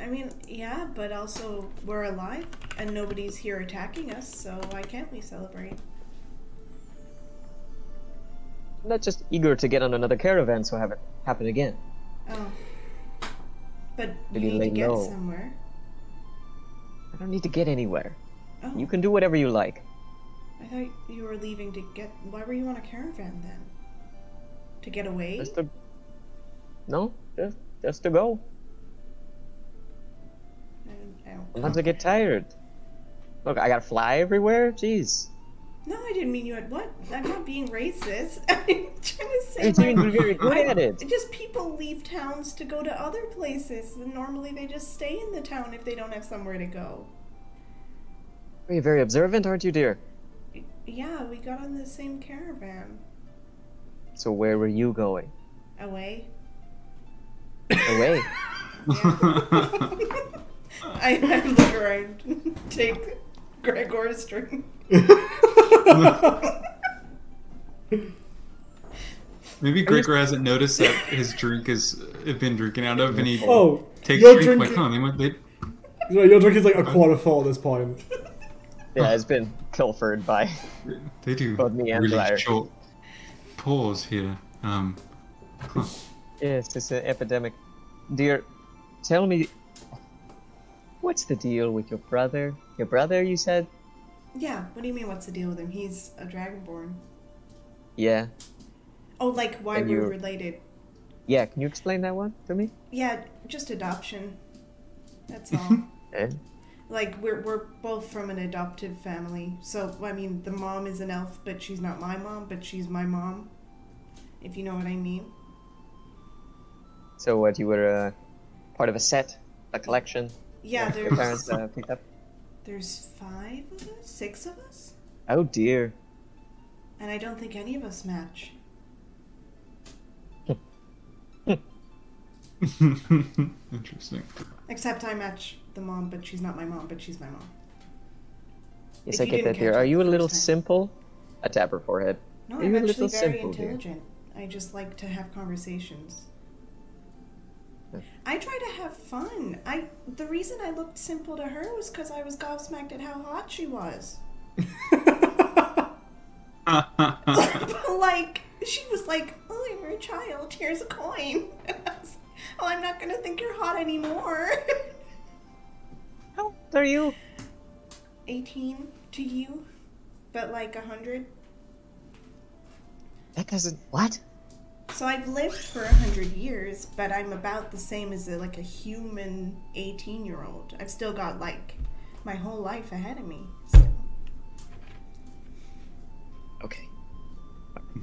I mean, yeah, but also we're alive and nobody's here attacking us, so why can't we celebrate? I'm not just eager to get on another caravan so have it happen again. Oh. But we Maybe need to lay get low. somewhere. I don't need to get anywhere. Oh, You can do whatever you like. I thought you were leaving to get. Why were you on a caravan then? To get away? Just to... No, just, just to go. I- I don't- Sometimes I get tired. Look, I gotta fly everywhere? Jeez. No, I didn't mean you had what? I'm not being racist. I'm trying to say You seem to like, be very good at it. just people leave towns to go to other places, and normally they just stay in the town if they don't have somewhere to go. You're very observant, aren't you, dear? Yeah, we got on the same caravan. So where were you going? Away. Away. I, I look around, and take Gregor's drink. Maybe Gregor hasn't noticed that his drink has uh, been drinking out of, and he oh, takes your a drink drink- like, oh, they went, they, No, your drink is like a quarter full at this point. yeah, it's been pilfered by. they do Both me and really Briar. short pause here. Um, huh. Yes, it's an epidemic. Dear, tell me. What's the deal with your brother? Your brother, you said? Yeah, what do you mean? What's the deal with him? He's a dragonborn. Yeah. Oh, like why And we're you- related? Yeah, can you explain that one to me? Yeah, just adoption. That's all. Eh? like we're we're both from an adoptive family. So I mean, the mom is an elf, but she's not my mom, but she's my mom. If you know what I mean. So, what, you were uh, part of a set? A collection? Yeah, Your there's parents uh, picked up? there's five of us, six of us, Oh, dear. and I don't think any of us match. Interesting. Except I match the mom, but she's not my mom, but she's my mom. Yes, If I you get didn't that, dear. catch Are it you the a first little time. simple? I tap her forehead. No, Are I'm you a actually little very simple, dear? intelligent. I just like to have conversations. Yeah. I try to have fun. I the reason I looked simple to her was because I was gobsmacked at how hot she was. But, like she was like, "Oh, you're a child. Here's a coin." And I was like, oh, I'm not gonna think you're hot anymore. How old are you? 18 to you, but like 100. That doesn't. What? So I've lived for 100 years, but I'm about the same as a, like a human 18 year old. I've still got like my whole life ahead of me. So. Okay.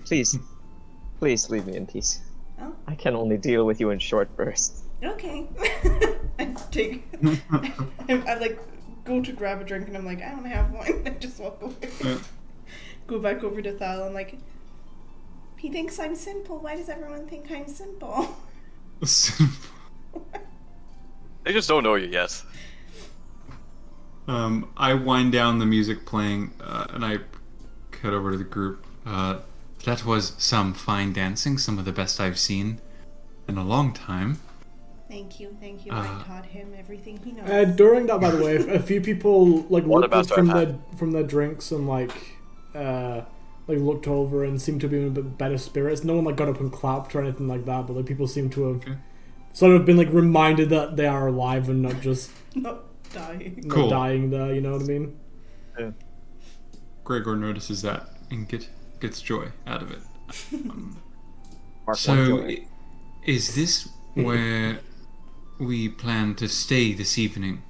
Please. please leave me in peace. Oh. I can only deal with you in short bursts. Okay. I take. I, I like go to grab a drink and I'm like, I don't have one. I just walk away. Yeah. Go back over to Thal and like, he thinks I'm simple. Why does everyone think I'm simple? They just don't know you yet. Um, I wind down the music playing, uh, and I cut over to the group. Uh, that was some fine dancing, some of the best I've seen in a long time. thank you, thank you. Uh. I taught him everything he knows. Uh, during that, by the way, a few people like What looked about up from our their from their drinks and like uh, like looked over and seemed to be in a bit better spirits. No one like got up and clapped or anything like that, but like people seem to have Okay. sort of been like reminded that they are alive and not just Not Oh, dying. not Cool. dying there. You know what I mean? Gregor notices that and get, gets joy out of it. Um, Mark one so, joy. i- is this where we plan to stay this evening?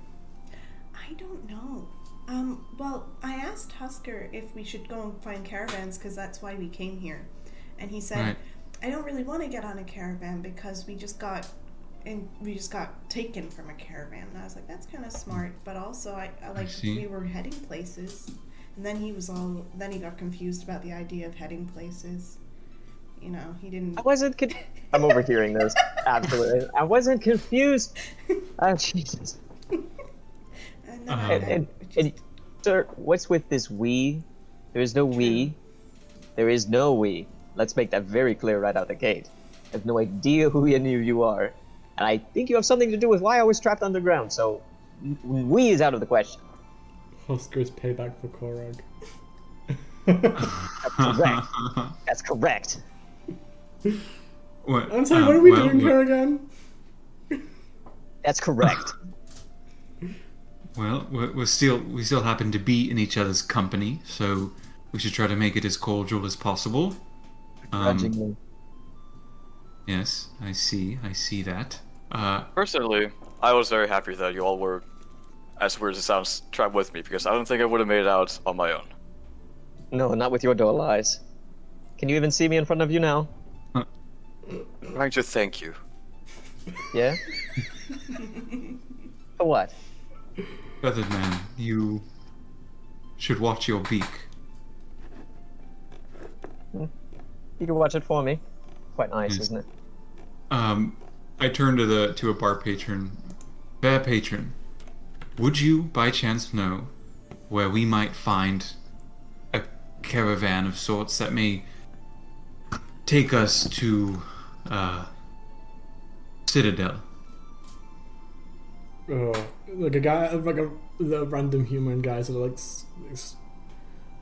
I don't know. Um, well, I asked Husker if we should go and find caravans because that's why we came here. And he said, Right. I don't really want to get on a caravan because we just got and we just got taken from a caravan. And I was like, that's kind of smart, but also I, I like see. we were heading places. And then he was all then he got confused about the idea of heading places. You know, he didn't I wasn't. Con- I'm overhearing this. Absolutely. I wasn't confused. Oh, Jesus. and then I, Uh-huh. And, and, and, sir, what's with this we? There is no we. There is no we. Let's make that very clear right out the gate. I have no idea who any of you are. And I think you have something to do with why I was trapped underground, so w- we is out of the question. Oscar's payback for Korog. Correct. That's correct. what, I'm sorry, um, what are we well, doing we- here again? That's correct. Well, we're, we're still we still happen to be in each other's company, so we should try to make it as cordial as possible. Um, Grudgingly. yes, I see. I see that. Uh, Personally, I was very happy that you all were, as weird as it sounds, trapped with me because I don't think I would have made it out on my own. No, not with your dull eyes. Can you even see me in front of you now? I'm trying to thank you. Yeah? For what? feathered man, you should watch your beak. You can watch it for me. Quite nice, Yes. isn't it? Um, I turn to the to a bar patron. Bear patron, would you by chance know where we might find a caravan of sorts that may take us to uh, Citadel? Oh, like a guy, like a the random human guy sort of like s- s-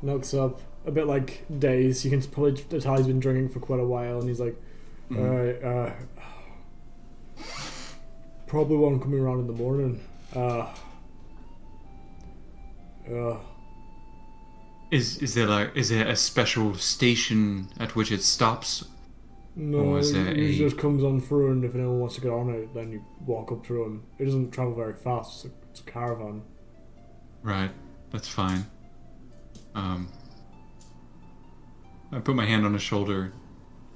knocks up a bit like Days. You can probably t- tell he's been drinking for quite a while, and he's like, "Alright, uh, probably won't come around in the morning." Uh, uh, Is is there like is there a special station at which it stops? no, Or is it there usually a- just comes on through, and if anyone wants to get on it, then you walk up through him. It doesn't travel very fast. It's a, it's a caravan. Right, that's fine. Um, I put my hand on his shoulder.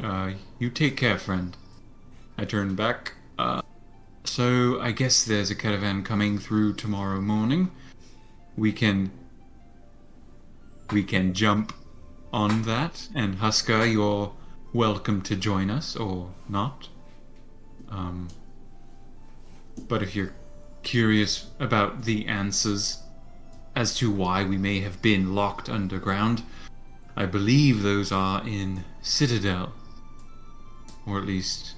Uh, you take care, friend. I turn back. Uh, so I guess there's a caravan coming through tomorrow morning. We can we can jump on that, and Husker, you're welcome to join us or not. Um, but if you're curious about the answers as to why we may have been locked underground, I believe those are in Citadel. Or at least,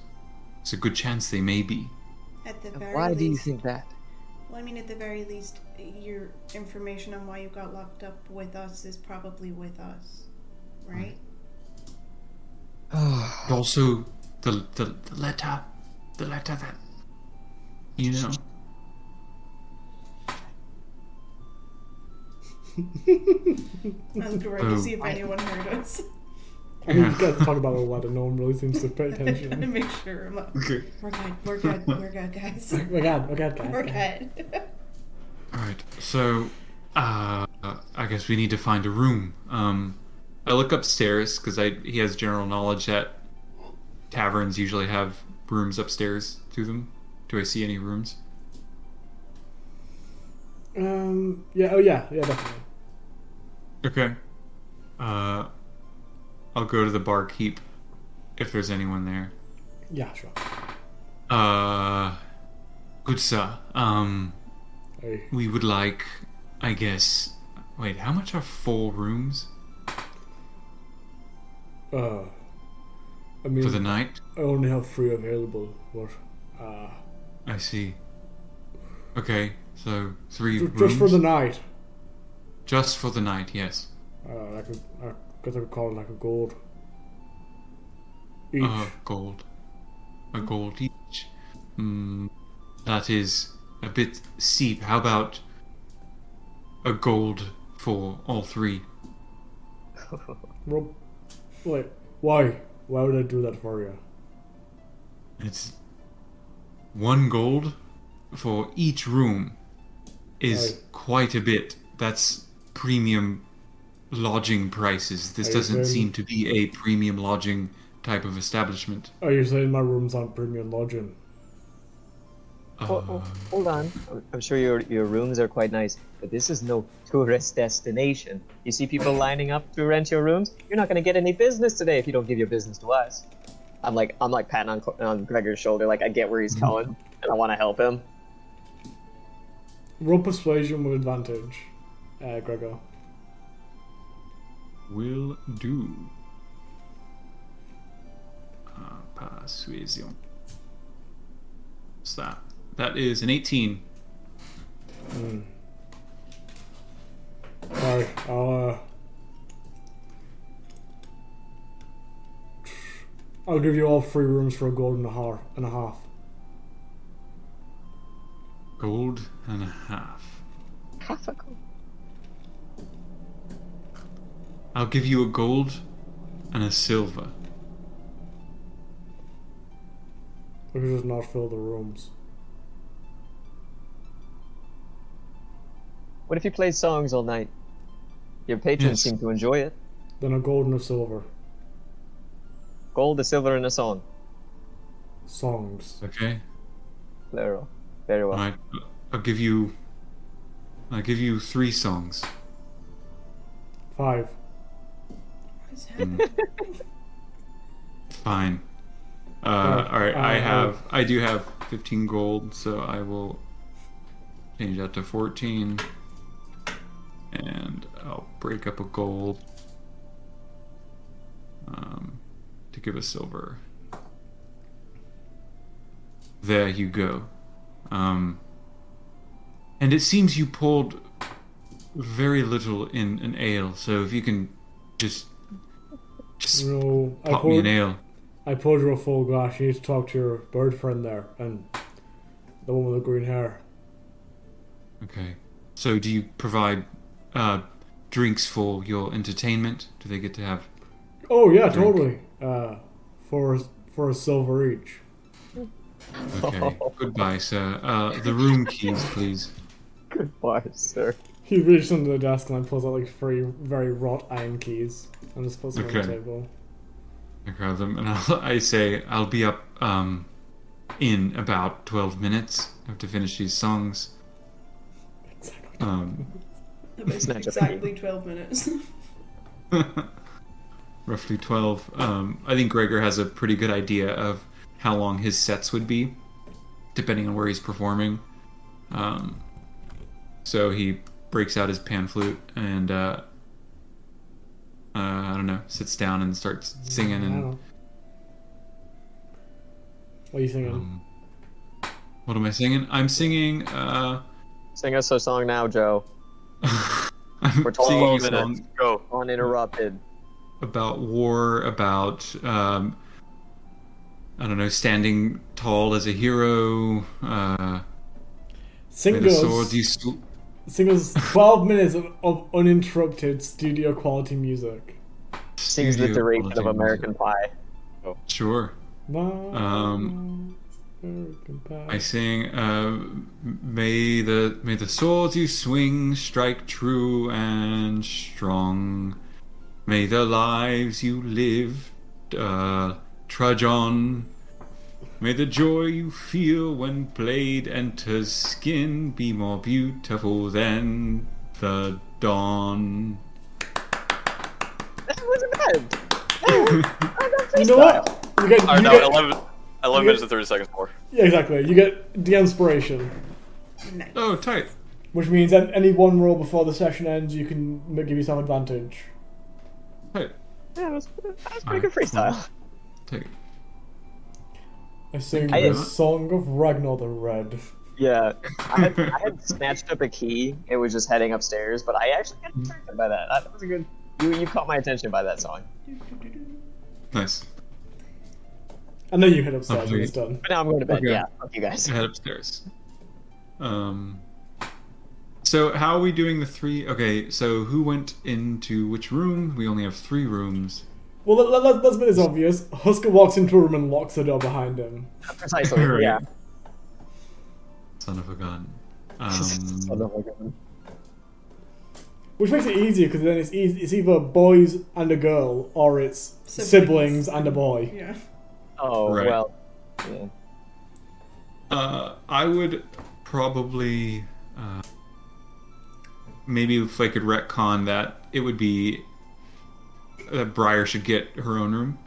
it's a good chance they may be. At the very Why least, do you think that? Well, I mean, at the very least, your information on why you got locked up with us is probably with us, right? But also, the, the, the letter, the letter that, you know. I looked around Oh. to see if anyone heard us I mean, you guys talk about the weather. No one really seems to pay and attention. make sure. I'm like, Okay. we're good, we're good, we're good, guys. my Oh, God, my God, guys. We're good. Alright, so, uh, I guess we need to find a room. Um, I look upstairs because I he has general knowledge that taverns usually have rooms upstairs to them. Do I see any rooms? Um. Yeah. Oh, yeah. Yeah. Definitely. Okay. Uh, I'll go to the barkeep if there's anyone there. Yeah. Sure. Uh, good sir. Um, Hey. we would like, I guess. Wait, how much are four rooms Uh. I for mean, the night? I only have three available, but uh, I see. Okay, so three ju- rooms just for the night. Just for the night. Yes. Uh, I could, I guess I could call it like a gold. Each. Uh, gold. A gold each. Hmm, that is a bit steep. How about a gold for all three? Rob, wait. Why? Why would I do that for you? It's one gold for each room is Aye. quite a bit. That's premium lodging prices. This Aye, doesn't then. seem to be a premium lodging type of establishment. Are you Oh, saying my room's on premium lodging? Oh, Uh, oh, hold on. I'm- I'm sure your your rooms are quite nice, but this is no tourist destination. You see people lining up to rent your rooms. You're not going to get any business today if you don't give your business to us. I'm like I'm like patting on, Cor- on Gregor's shoulder, like I get where Mm-hmm. he's going, and I want to help him. Roll persuasion with advantage, uh, Gregor. Will do. Uh, persuasion. What's that? That is an 18. Sorry, I'll. Uh... I'll give you all three rooms for a gold and a half. And a half. Gold and a half. Half a gold. I'll give you a gold and a silver. We could just not fill the rooms. What if you play songs all night? Your patrons Yes. seem to enjoy it. Then a gold and a silver. Gold, a silver, and a song. Songs. Okay. Plural. Very well. All right. I'll give you. I'll give you three songs. Five. What's Mm. happening? Fine. Uh, Alright, all right. I uh, have. I do have 15 gold, so I will change that to 14, and I'll break up a gold um, to give a silver. There you go. Um, and it seems you pulled very little in an ale, so if you can just just No, I pop me poured, an ale. I poured you a full glass. You need to talk to your bird friend there and the one with the green hair. Okay. So do you provide uh, drinks for your entertainment? Do they get to have? Oh yeah, Drink. totally. Uh, for for a silver each. Okay. Goodbye, sir. Uh, the room keys, please. Good bars, sir. He reaches under the desk and then pulls out like three very wrought iron keys and just puts them on Okay. the table. I grab them and I'll, I say, "I'll be up um, in about twelve minutes. I have to finish these songs." Exactly. Um, That makes Snatch up exactly 12 minutes. roughly 12. Um, I think Gregor has a pretty good idea of how long his sets would be, depending on where he's performing. Um, so he breaks out his pan flute and, uh, uh, I don't know, sits down and starts singing. I don't And know. What are you thinking? um, what am I singing? I'm singing. Uh, Sing us a song now, Joe. I'm For 12 singing a minutes. song Go. Uninterrupted. about war, about um, I don't know, standing tall as a hero. Uh, with a sword, you Singles, sw- singles, twelve minutes of, of uninterrupted studio quality music. Sings the studio duration of quality American music. Pie. Sure, Um, American Pie. I sing. Uh, may the may the swords you swing strike true and strong. May the lives you live uh, trudge on. May the joy you feel when blade enters skin be more beautiful than the dawn. That wasn't bad. you know what? You get, All you right, now get- 11, 11 minutes and 30 seconds more. yeah, exactly. You get the inspiration, nice. oh, tight. which means that any one roll before the session ends, you can ma- give yourself advantage. Tight. Yeah, that was, that was pretty good freestyle. Tight. I sing I- the song of Ragnar the Red. Yeah. I had, I had snatched up a key. It was just heading upstairs, but I actually got Mm-hmm. distracted by that. That was a good. You, you caught my attention by that song. Nice. And then you hit upstairs Lovely. and it's done. But now I'm going to bed. Okay. Yeah. Fuck you guys. head upstairs. Um. So how are we doing the three? Okay, so who went into which room? We only have three rooms. Well, let, let, let's make this obvious. Husker walks into a room and locks the door behind him. Precisely. Right. Yeah. Son of a gun. Son Um, of a gun. Which makes it easier because then it's, eas it's either boys and a girl or it's siblings, Siblings. and a boy. Yeah. Oh Right. well. Yeah. uh, I would probably uh, maybe if I could retcon that it would be that Briar should get her own room.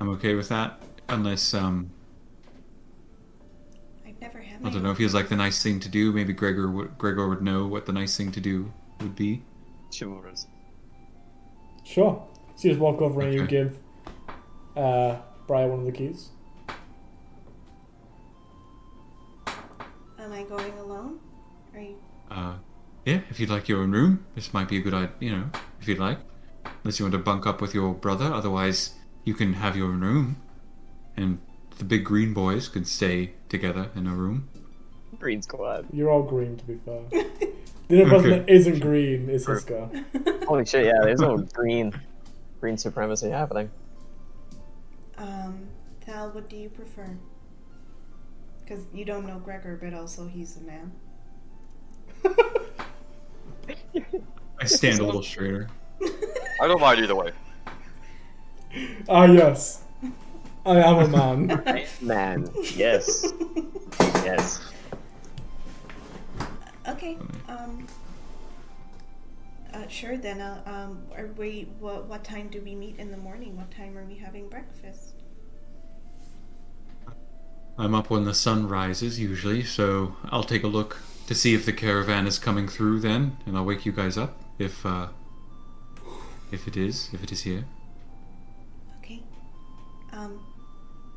I'm okay with that, unless um, I'd never have I don't know if he's like the nice thing to do. Maybe Gregor would Gregor would know what the nice thing to do would be. Chivalrous. Sure. So you just walk over and you Okay. give uh, Brian one of the keys. going alone? Are you? Uh, yeah, if you'd like your own room, this might be a good idea, you know, if you'd like. Unless you want to bunk up with your brother, otherwise, you can have your own room. And the big green boys can stay together in a room. Green squad. You're all green, to be fair. The only person Okay. that isn't green is Hiska. Holy shit! Yeah, there's no green, green supremacy happening. Um, Tal, what do you prefer? Because you don't know Gregor, but also he's a man. I stand a little straighter. I don't mind either way. Ah, yes. I am a man. Man, yes, yes. Okay. Um. Uh, sure. Then, uh, um, are we? What, what time do we meet in the morning? What time are we having breakfast? I'm up when the sun rises, usually, so I'll take a look to see if the caravan is coming through then, and I'll wake you guys up if, uh, if it is, if it is here. Okay. Um,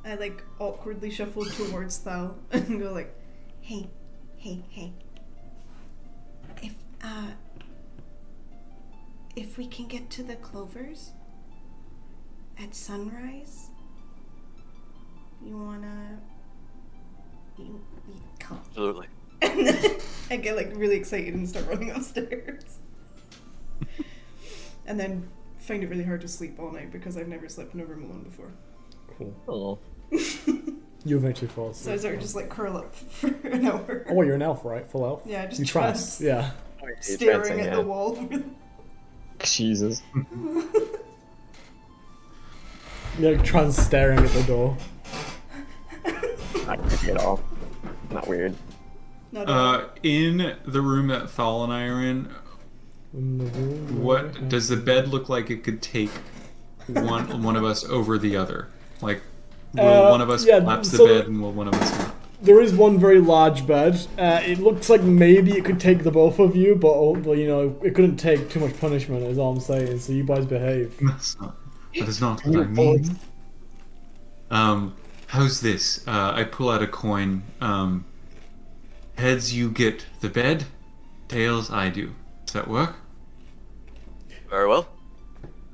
I like awkwardly shuffle towards Thal and go like, "Hey, hey, hey. If uh, if we can get to the clovers at sunrise, you wanna you, you come." Absolutely. And then I get like really excited and start running upstairs. and then find it really hard to sleep all night because I've never slept in a room alone before. Cool. Oh, You eventually fall So I asleep. sort of just like curl up for an hour. Oh, wait, you're an elf, right? Full elf? Yeah, just You trance. trance. Yeah. Staring at the yeah. wall. Jesus. You're like, trance staring at the door. Not creepy at all. Not weird. Not at all. Uh, in the room that Thal and I are in, In the room. what does the bed look like? It could take one one of us over the other. Like, will Uh, one of us yeah, collapse so- the bed, and will one of us not? There is one very large bed. Uh, it looks like maybe it could take the both of you, but oh, well, you know, it couldn't take too much punishment. Is all I'm saying. So you guys behave. That's not. That is not what I mean. Um, how's this? Uh, I pull out a coin. Um, heads, you get the bed. Tails, I do. Does that work? Very well.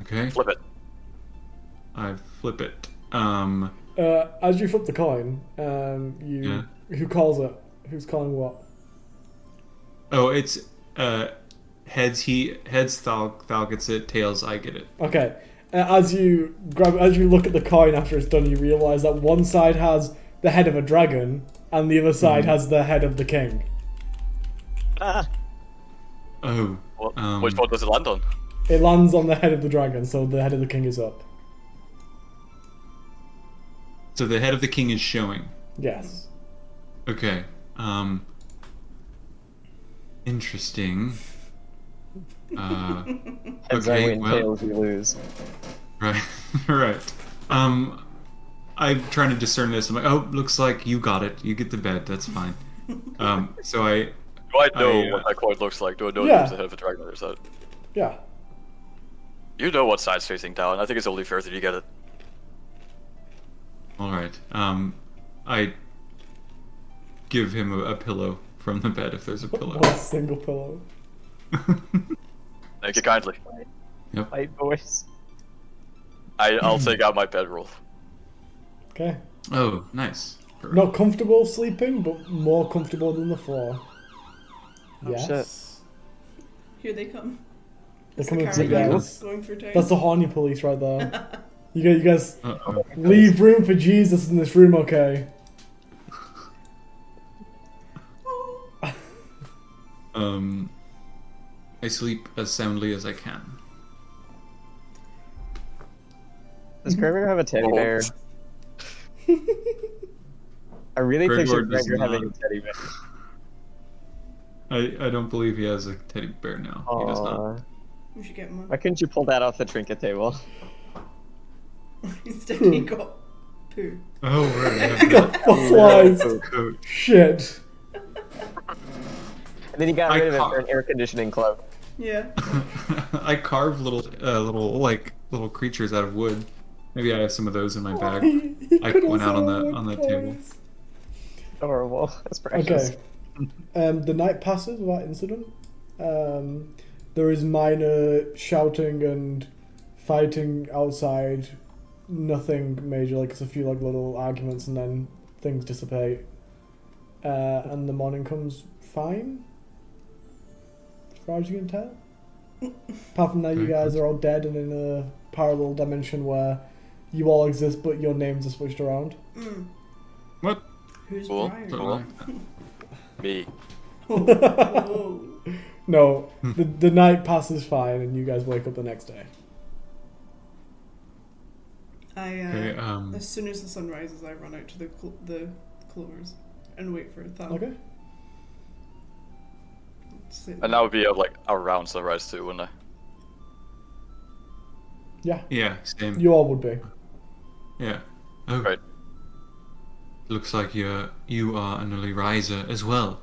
Okay. Flip it. I flip it. Um, Uh, as you flip the coin, um, you who calls it? Who's calling what? oh, it's uh, heads. He heads. Thal Thal gets it. Tails, I get it. Okay. Uh, as you grab, as you look at the coin after it's done, you realize that one side has the head of a dragon, and the other side has the head of the king. Oh. Well, Um, which one does it land on? It lands on the head of the dragon, so the head of the king is up. So the head of the king is showing. Yes. Okay. Um. Interesting. Uh, Heads I okay. win, Well. tails you lose. Right. right. Um. I'm trying to discern this. I'm like, oh, looks like you got it. You get the bed. That's fine. Um. So I. Do I know I, uh, what that coin looks like? Do I know Yeah. there's a head of a dragon on the other side? Yeah. You know what side's facing down. I think it's only fair that you get it. All right. Um. I. Give him a, a pillow from the bed if there's a pillow. One single pillow. Thank you kindly. Fight, boys. I, I'll take out my bedroll. Okay. oh, nice. Not comfortable sleeping, but more comfortable than the floor. yes. Here they come. They're coming car through again. guys. Going through town. That's the horny police right there. You guys, you guys Uh-oh. leave room for Jesus in this room, okay? Um, I sleep as soundly as I can. Does Gregor have a teddy bear? I really Gregor picture does Gregor having a not. teddy bear. I, I don't believe he has a teddy bear now. He does not. Aw. We should get him Why one. couldn't you pull that off the trinket table? Instead, Hmm. he got poo. Oh, right. I have that Fossilized. coat. Shit. And then he got I rid of it can't- for an air conditioning club. Yeah. I carve little, uh, little like little creatures out of wood. Maybe I have some of those in my bag. He- he I could went also out on the- have on the toys. table. Adorable. That's precious. Okay. Um, the night passes without incident. Um, there is minor shouting and fighting outside. Nothing major, like it's a few like little arguments, and then things dissipate. Uh, and the morning comes fine, as far as you can tell. Apart from that, you Very guys are all dead and in a parallel dimension where you all exist, but your names are switched around. Mm. What? Who's Cool. Briar? Don't Cool. like that. Me. Oh, No, the, the night passes fine, and you guys wake up the next day. I, uh, Okay, um, as soon as the sun rises, I run out to the cl- the clovers and wait for Thal. Okay. Sit And that would be uh, like around sunrise too, wouldn't I? Yeah, yeah, same. you all would be. Yeah. Oh. Right. Looks like you're you are an early riser as well.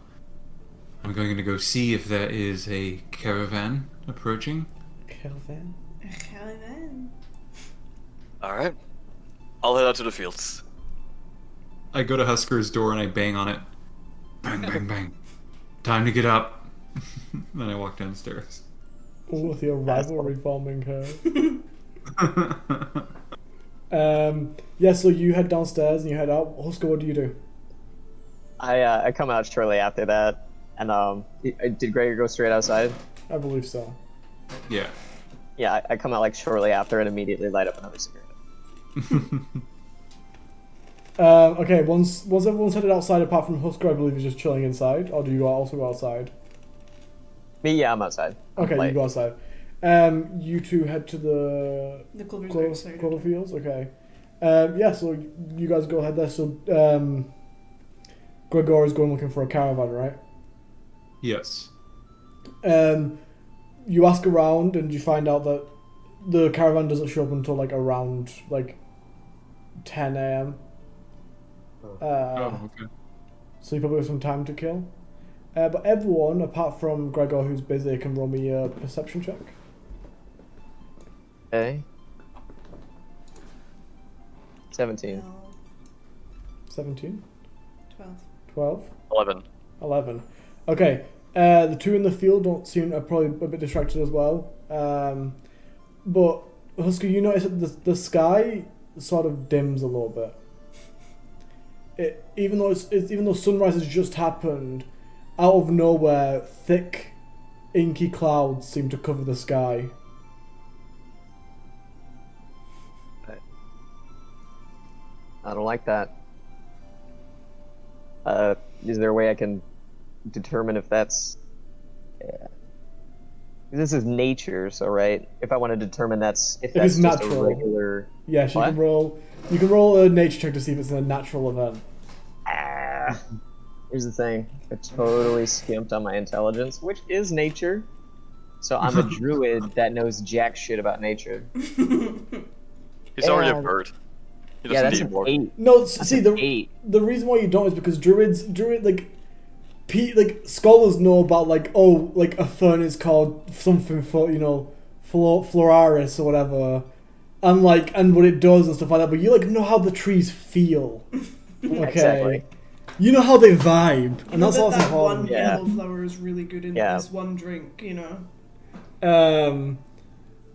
I'm going to go see if there is a caravan approaching. Kelvin. Okay, then. All right. I'll head out to the fields. I go to Husker's door and I bang on it. Bang, bang, bang. Time to get up. then I walk downstairs. All of your rivalry forming her. I Um, yeah, so you head downstairs and you head out. Husker, what do you do? I uh, I come out shortly after that, and um, I- I- did Gregor go straight outside? I believe so. Yeah. Yeah, I, I come out like shortly after and immediately light up another cigarette. Um, okay, once once everyone's headed outside, apart from Husker, I believe he's just chilling inside. Or do you also go outside? Me, yeah, I'm outside. I'm Okay, late. you go outside. Um, you two head to the The clovers are Clover, excited. Cloverfields, okay. Um, yeah, so you guys go ahead there. So um, Gregor is going looking for a caravan, right? yes. Um, you ask around and you find out that the caravan doesn't show up until like around like 10 a.m. Uh, oh, okay. So you probably have some time to kill. Uh, but everyone, apart from Gregor, who's busy, can roll me a perception check. Okay. Seventeen. Thal, 17, 12. 12. Eleven. 11. Okay. Uh, the two in the field don't seem are probably a bit distracted as well. Um, but Husker, you notice that the, the sky sort of dims a little bit. It, even though it's, it's even though sunrise has just happened, out of nowhere, thick, inky clouds seem to cover the sky. I don't like that. Uh, is there a way I can determine if that's? Yeah. This is nature, so right. If I want to determine that's If if it's that's just natural. a regular. Yes, you can What? roll. You can roll a nature check to see if it's a natural event. Ah. Here's the thing. I totally skimped on my intelligence, which is nature. So I'm a druid that knows jack shit about nature. He's already a And- bird. He Yeah, doesn't that's need an more. eight. No, s see the Eight. the reason why you don't is because druids druid like pe- like scholars know about like oh like a fern is called something for you know flor- floraris or whatever and like and what it does and stuff like that but you like know how the trees feel okay Exactly. you know how they vibe and Know that's that what's that one important Yeah. yellow flower is really good in Yeah. this one drink, you know. um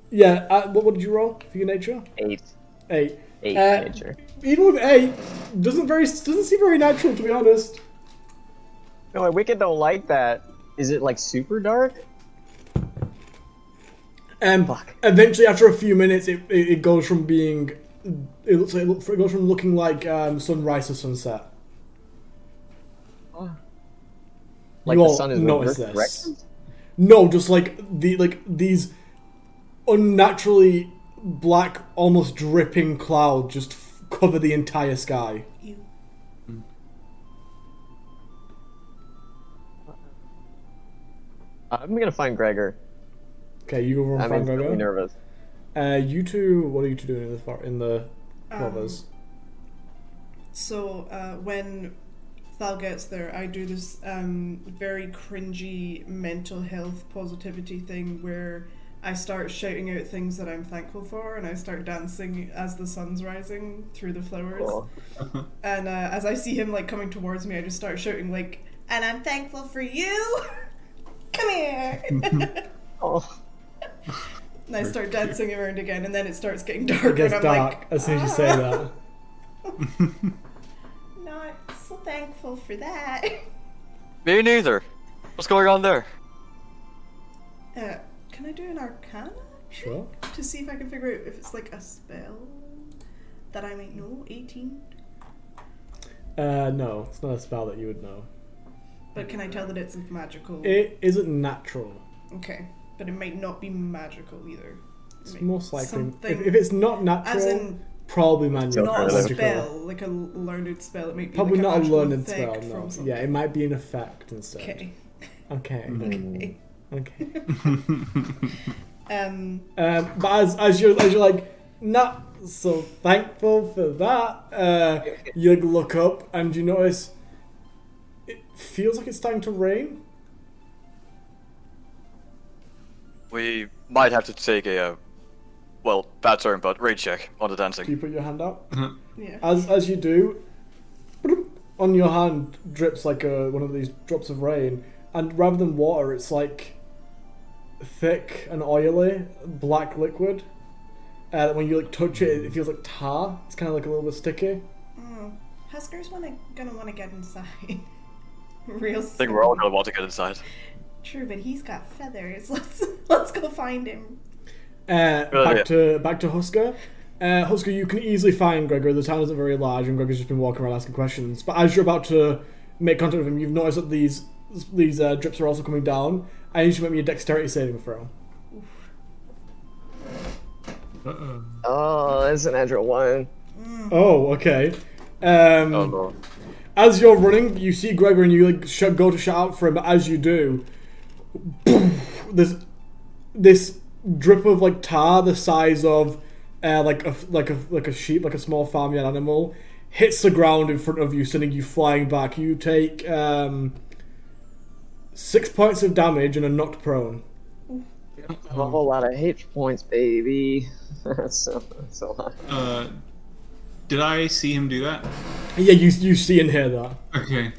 yeah uh, what, what did you roll for your nature Eight. eight Eight Uh, nature. even with eight doesn't very doesn't seem very natural to be honest No, I wicked don't like that. Is it like super dark? Um, Fuck. Eventually, after a few minutes, it, it, it goes from being it looks like it, look, it goes from looking like um, sunrise to sunset. Like You the all sun is notice reversed this. direction? No, just like the like these unnaturally black, almost dripping cloud just f- cover the entire sky. You. I'm gonna find Gregor. Okay, you go over and I'm find really Gregor. nervous. Uh, you two, what are you two doing in the far, in the clovers? So uh, when Thal gets there, I do this um, very cringy mental health positivity thing where I start shouting out things that I'm thankful for and I start dancing as the sun's rising through the flowers. Cool. And uh, as I see him like coming towards me, I just start shouting like and I'm thankful for you. Come here. Oh, and I start dancing around again, and then it starts getting darker, It gets and I'm dark like, "Ah, uh, as soon as you say that. not so thankful for that. Me neither. What's going on there? Uh, can I do an arcana Sure. to see if I can figure out if it's like a spell that I might know? 18. Uh, no, it's not a spell that you would know. But can I tell that it's magical? It isn't natural. okay, but it might not be magical either. It's Right. most likely. If, Something- if it's not natural, As in, probably manual. not a magical. spell, like a learned spell. It might be Probably like not a magical learned effect spell. No. from something. Yeah, it might be an effect instead. Okay. Okay. Okay. okay. Um, Um, but as, as you're as you're like not so thankful for that, uh, you like, look up and you notice it feels like it's starting to rain. We might have to take a, uh, well, bad term, but raid check on the Do you dancing. put your hand out? yeah. As as you do, on your hand drips like a, one of these drops of rain, and rather than water, it's like thick and oily black liquid. Uh, that when you like touch it, it feels like tar. It's kind of like a little bit sticky. Mm. Huskers wanna, gonna want to get inside. Real I think we're all gonna want to get inside. True, but he's got feathers. Let's let's go find him. Uh, Good back idea. to back to Husker. Uh, Husker, you can easily find Gregor. The town isn't very large, and Gregor's just been walking around asking questions. But as you're about to make contact with him, you've noticed that these these uh, drips are also coming down. I need you to make me a dexterity saving throw. Uh-oh. oh, that's an natural one. Oh, okay. Um, Oh no. As you're running, you see Gregor, and you like sh- go to shout out for him. But as you do, this this drip of like tar, the size of uh, like a f- like a like a sheep, like a small farmyard animal, hits the ground in front of you, sending you flying back. You take um, six points of damage and are knocked prone. I have Oh. a whole lot of hit points, baby. that's, so, that's a lot. Uh, did I see him do that? Yeah, you you see and hear that, Okay.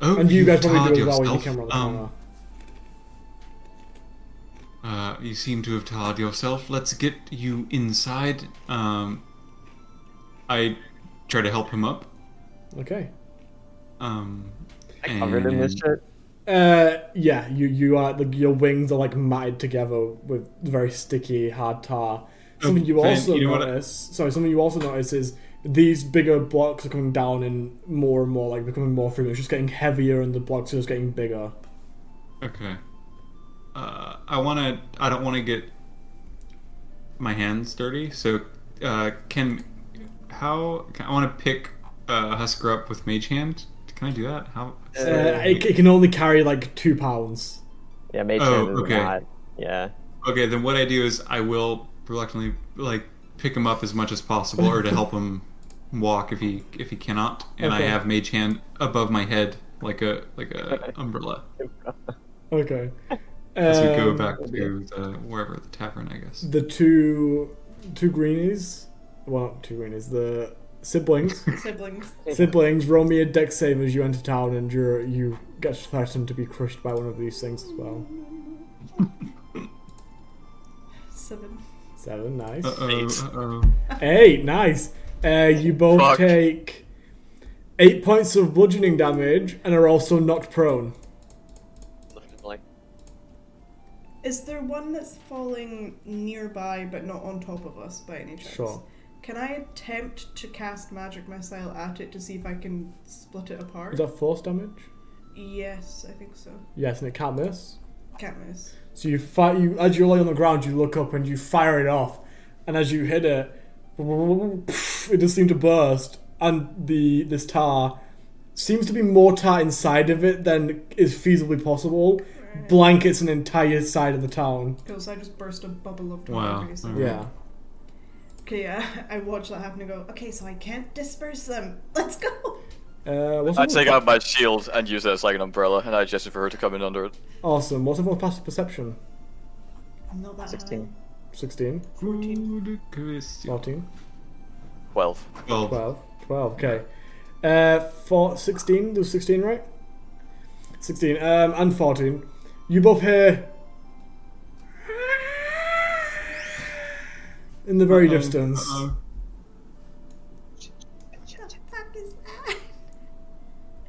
Oh, and you guys tarred probably do as well when you yourself. camera on the um, camera. Uh, you seem to have tarred yourself. Let's get you inside. Um, I try to help him up. Okay. Um, I covered in this Mm. and- shit. Uh, yeah, you you are like your wings are like matted together with very sticky hard tar. Something you then, also Oh, you know what I- notice. Sorry, something you also notice is these bigger blocks are coming down and more and more like becoming more frequent. It's just getting heavier and the blocks are just getting bigger. Okay. Uh, I want to. I don't want to get my hands dirty. So, uh, can how can, I want to pick uh, Husker up with Mage Hand? Can I do that? How? Uh, it, it can only carry like two pounds. Yeah, mage Oh, hand is okay. not. Yeah. Okay, then what I do is I will reluctantly like pick him up as much as possible, or to help him walk if he if he cannot. And Okay. I have Mage Hand above my head like a like a umbrella Okay. as we go Um, back to the, wherever the tavern, I guess. The two two greenies, well, not two greenies, the siblings. Siblings. Siblings, roll me a deck save as you enter town, and you you get threatened to be crushed by one of these things as well. Seven. Seven, nice. Uh oh. Eight, nice. Uh, you both Fuck. take eight points of bludgeoning damage and are also knocked prone. Like, Is there one that's falling nearby but not on top of us by any chance? Sure. Can I attempt to cast magic missile at it to see if I can split it apart? Is that force damage? Yes, I think so. Yes, and it can't miss. Can't miss. So you fire you as you lay on the ground, you look up and you fire it off, and as you hit it, it does seem to burst, and the this tar seems to be more tar inside of it than is feasibly possible. Blankets an entire side of the town. Because I just burst a bubble of Wow. dark. Alright. Yeah. Okay, yeah. I watch that happen and go, okay, so I can't disperse them. Let's go. Uh, what's I everyone's- take out my shield and use it as like an umbrella, and I gesture for her to come in under it. Awesome. What's everyone's passive perception? I'm not that 16. 16, Food Christian. 14, Twelve. Well, 12, 12, okay. Uh, four, 16, there was 16, right? 16 um, and 14. You both hear. In the Um, very distance.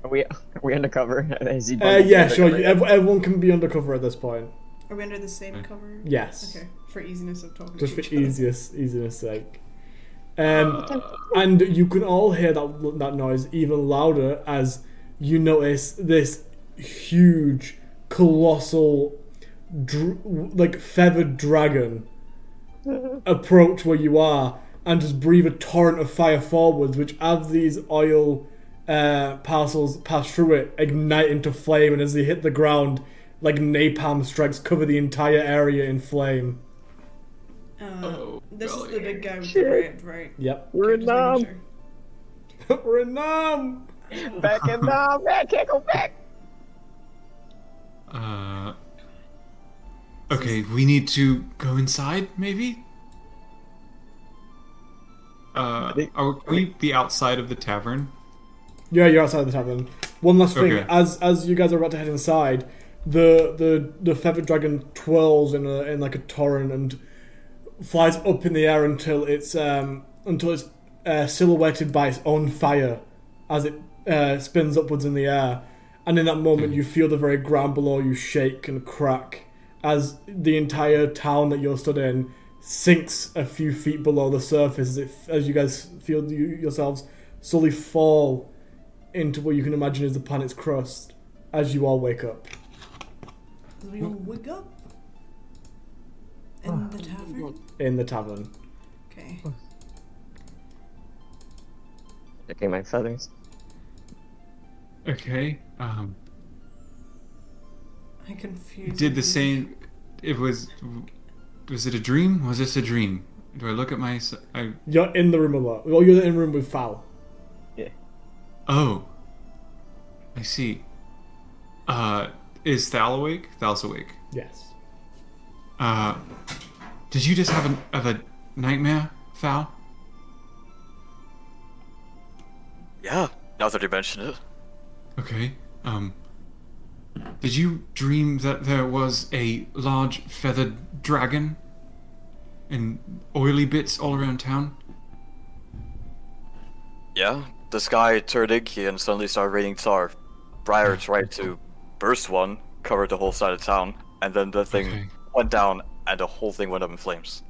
Are we are we undercover? Is he Uh, yeah, sure. You, ev- everyone can be undercover at this point. Are we under the same cover? Yes. Okay, for easiness of talking. Just to for each other. easiest, easiness sake. Um, and you can all hear that that noise even louder as you notice this huge, colossal, dr- like feathered dragon approach where you are and just breathe a torrent of fire forwards, which as these oil uh, parcels pass through it, ignite into flame, and as they hit the ground, like napalm strikes cover the entire area in flame. Uh, Oh, this is the golly. big guy with the red, right? Yep. We're in Just making Nam. sure. We're in Nam! Back in Nam. I can't go back. Uh, okay, we need to go inside, maybe? Uh, think- are can we be outside of the tavern? Yeah, you're outside the tavern. One last thing, Okay. as as you guys are about to head inside, the the the feathered dragon twirls in a in like a torrent and flies up in the air until it's um until it's uh, silhouetted by its own fire as it uh, spins upwards in the air, and in that moment you feel the very ground below you shake and crack as the entire town that you're stood in sinks a few feet below the surface as, it, as you guys feel you, yourselves slowly fall into what you can imagine is the planet's crust as you all wake up. We all wig up in the tavern. In the tavern. Okay. Okay, my feathers. Okay. Um, I confused. did the same. It was. Was it a dream? Was this a dream? Do I look at my. s- I, You're in the room alone. Well, you're in the room with Fal. oh. I see. Uh, is Thal awake? Thal's awake. Yes. Uh, did you just have an, have a nightmare, Thal? Yeah, now that you mention it. Okay. Um. Did you dream that there was a large feathered dragon and oily bits all around town? Yeah, the sky turned inky and suddenly started raining tar. Briar tried to burst one, covered the whole side of town, and then the thing Okay. went down and the whole thing went up in flames.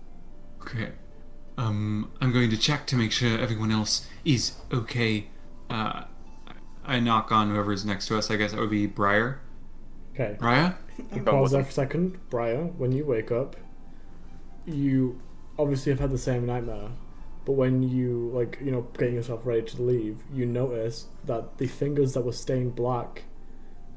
Okay. Um, I'm going to check to make sure everyone else is okay. Uh, I knock on whoever's next to us. I guess that would be Briar. Okay. Briar? Pause there for a second. Briar, when you wake up, you obviously have had the same nightmare, but when you, like, you know, getting yourself ready to leave, you notice that the fingers that were stained black,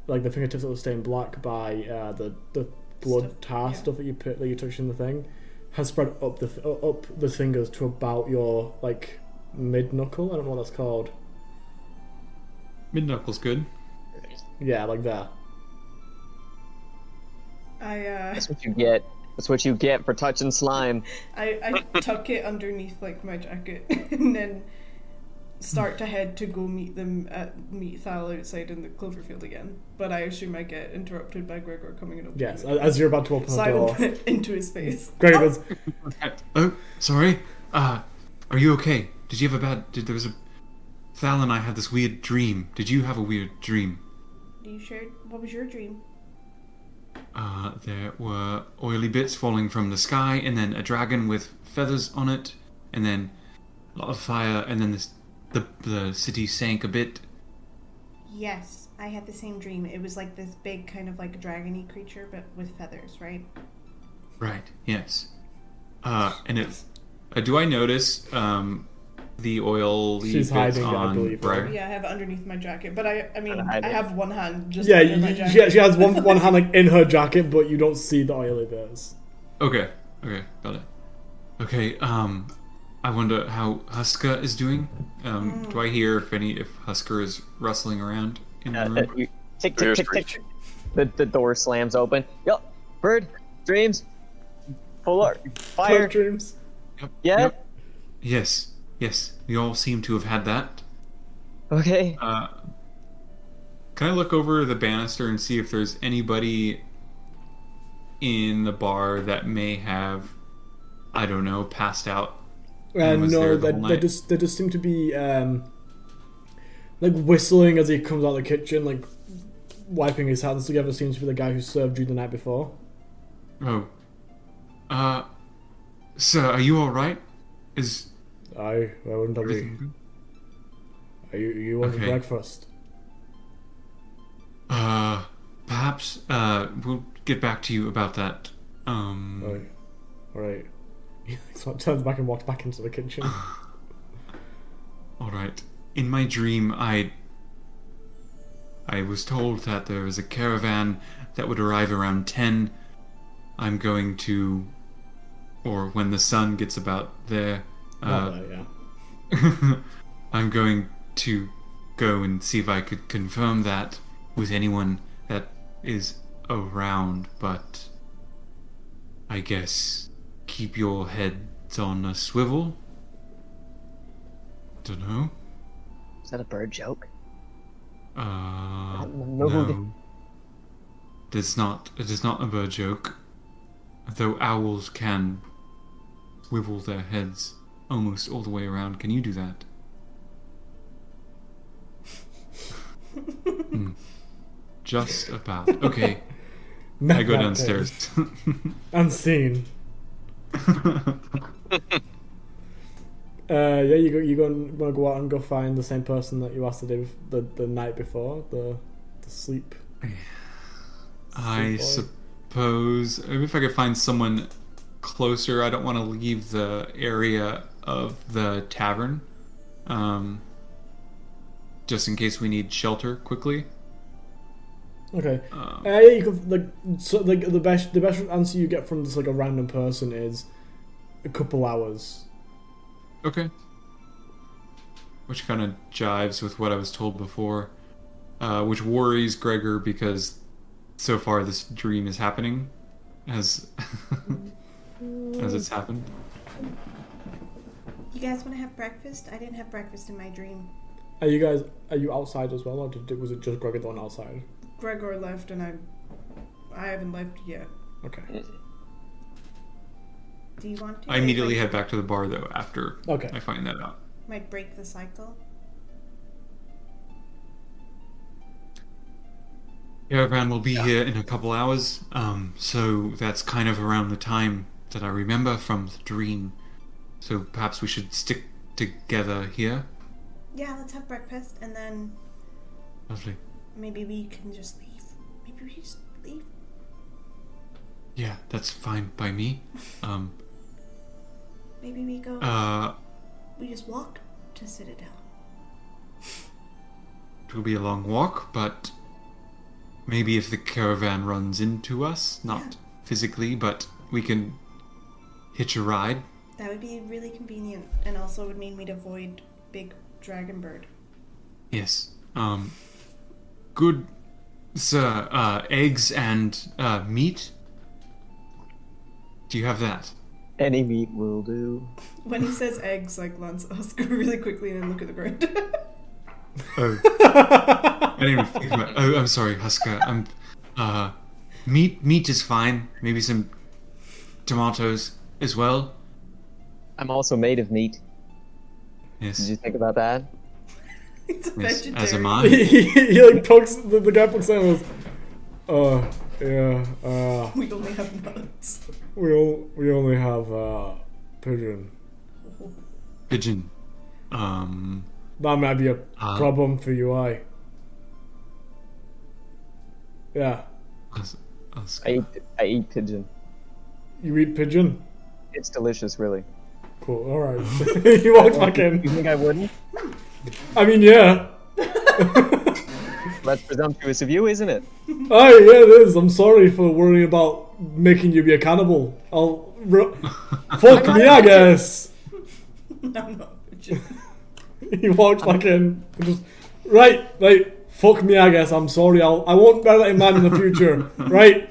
like the fingertips that were stained black by uh, the, the blood tar stuff that you put, that you touched in the thing, has spread up the f- uh, up the fingers to about your, like, mid knuckle. I don't know what that's called. Mid knuckles good. Yeah, like there. I uh, That's what you get. That's what you get for touching slime. I I tuck it underneath like my jacket and then start to head to go meet them at meet Thal outside in the Cloverfield again. But I assume I get interrupted by Gregor coming and opening Yes, it. a- as you're about to open So the I door, open it into his face. Greg goes, Oh, sorry. Uh, are you okay? Did you have a bad? Did there was a? Thal and I had this weird dream. Did you have a weird dream? You shared what was your dream? Uh, there were oily bits falling from the sky, and then a dragon with feathers on it, and then a lot of fire, and then this, the the city sank a bit. Yes, I had the same dream. It was like this big kind of like dragony creature, but with feathers, right? Right. Yes. Uh, and it. Uh, do I notice um, the oil She's bits hiding it, I on believe, Briar? Yeah, I have it underneath my jacket, but I I mean Gotta hide I it. have one hand just Yeah, under my you, jacket. she, she has one, one hand like in her jacket, but you don't see the oily bits. Okay. Okay. Got it. Okay. Um, I wonder how Husker is doing. Um, do I hear if any if Husker is rustling around in Uh, the uh, room? you- tick tick Here's tick Breach. tick. The, the door slams open. Yup. Bird. Dreams. Full art. Close Fire. dreams. Yeah. Yep. Yes. Yes. We all seem to have had that. Okay. Uh, Can I look over the banister and see if there's anybody in the bar that may have, I don't know, passed out? Uh, was no, there the they, whole they night? just they just seem to be um, like whistling as he comes out of the kitchen, like wiping his hands together. Seems to be the guy who served you the night before. Oh. Uh, sir, are you all right? Is I I wouldn't have everything been. good? You you wanted Okay. breakfast. Uh, perhaps uh, we'll get back to you about that. Um, Right, right. so I turns back and walks back into the kitchen. Uh-huh. All right. In my dream, I I was told that there was a caravan that would arrive around 10. I'm going to or when the sun gets about there, uh, Right, Oh, yeah. I'm going to go and see if I could confirm that with anyone that is around, but I guess keep your heads on a swivel. Don't know. Is that a bird joke? Uh, No. no. It is not. It is not a bird joke. Though owls can swivel their heads almost all the way around. Can you do that? Hmm. Just about. Okay, I go Knock-knock downstairs. day. Unseen. Uh, yeah, you go. You go and want to go out and go find the same person that you asked the day, bef- the the night before, the the sleep. I Sleep boy. suppose maybe if I could find someone closer. I don't want to leave the area of the tavern, um, just in case we need shelter quickly. Okay. Um, Uh, yeah, you could like so like the best the best answer you get from just like a random person is a couple hours. Okay. Which kind of jives with what I was told before, uh, which worries Gregor because so far this dream is happening as as it's happened. You guys want to have breakfast? I didn't have breakfast in my dream. Are you guys are you outside as well, or did, was it just Gregor the one outside? Gregor left, and I'm. I haven't left yet. Okay. Do you want to? I immediately head back to the bar though after Okay. I find that out. Might break the cycle. Caravan will be here in a couple hours, um, so that's kind of around the time that I remember from the dream. So perhaps we should stick together here. Yeah, let's have breakfast and then Lovely. maybe we can just leave. Maybe we just leave. Yeah, that's fine by me. Um, Maybe we go. uh, we just walk to Citadel. It will be a long walk, but maybe if the caravan runs into us, not physically, but we can hitch a ride. That would be really convenient, and also would mean we'd avoid big dragon bird. Yes. Um, good, sir. Uh, eggs and uh, meat. Do you have that? Any meat will do. When he says eggs, like Lance Oscar really quickly and then look at the ground. Oh, I didn't even think about. Oh, I'm sorry, Husker. I'm. Uh, meat. Meat is fine. Maybe some tomatoes as well. I'm also made of meat. Did Yes. you think about that? He's a Yes. vegetarian. As am I. he, he, he, like pokes the, the guy pokes him and goes, uh yeah uh We only have nuts. we all, we only have uh pigeon. Pigeon. Um. That might be a Uh, problem for you, I. Yeah, Hus- Husker. I eat, I eat pigeon. you eat pigeon. It's delicious, really. Cool. All right. you walked back You in. think I wouldn't? I mean, yeah. That's presumptuous of you, isn't it? Oh yeah, it is. I'm sorry for worrying about making you be a cannibal. I'll ru- fuck me, I guess. No, I'm not a vegetarian. He walked back in. and Just, right, right. Fuck me, I guess. I'm sorry. I'll. I won't bear that in mind in the future. Right.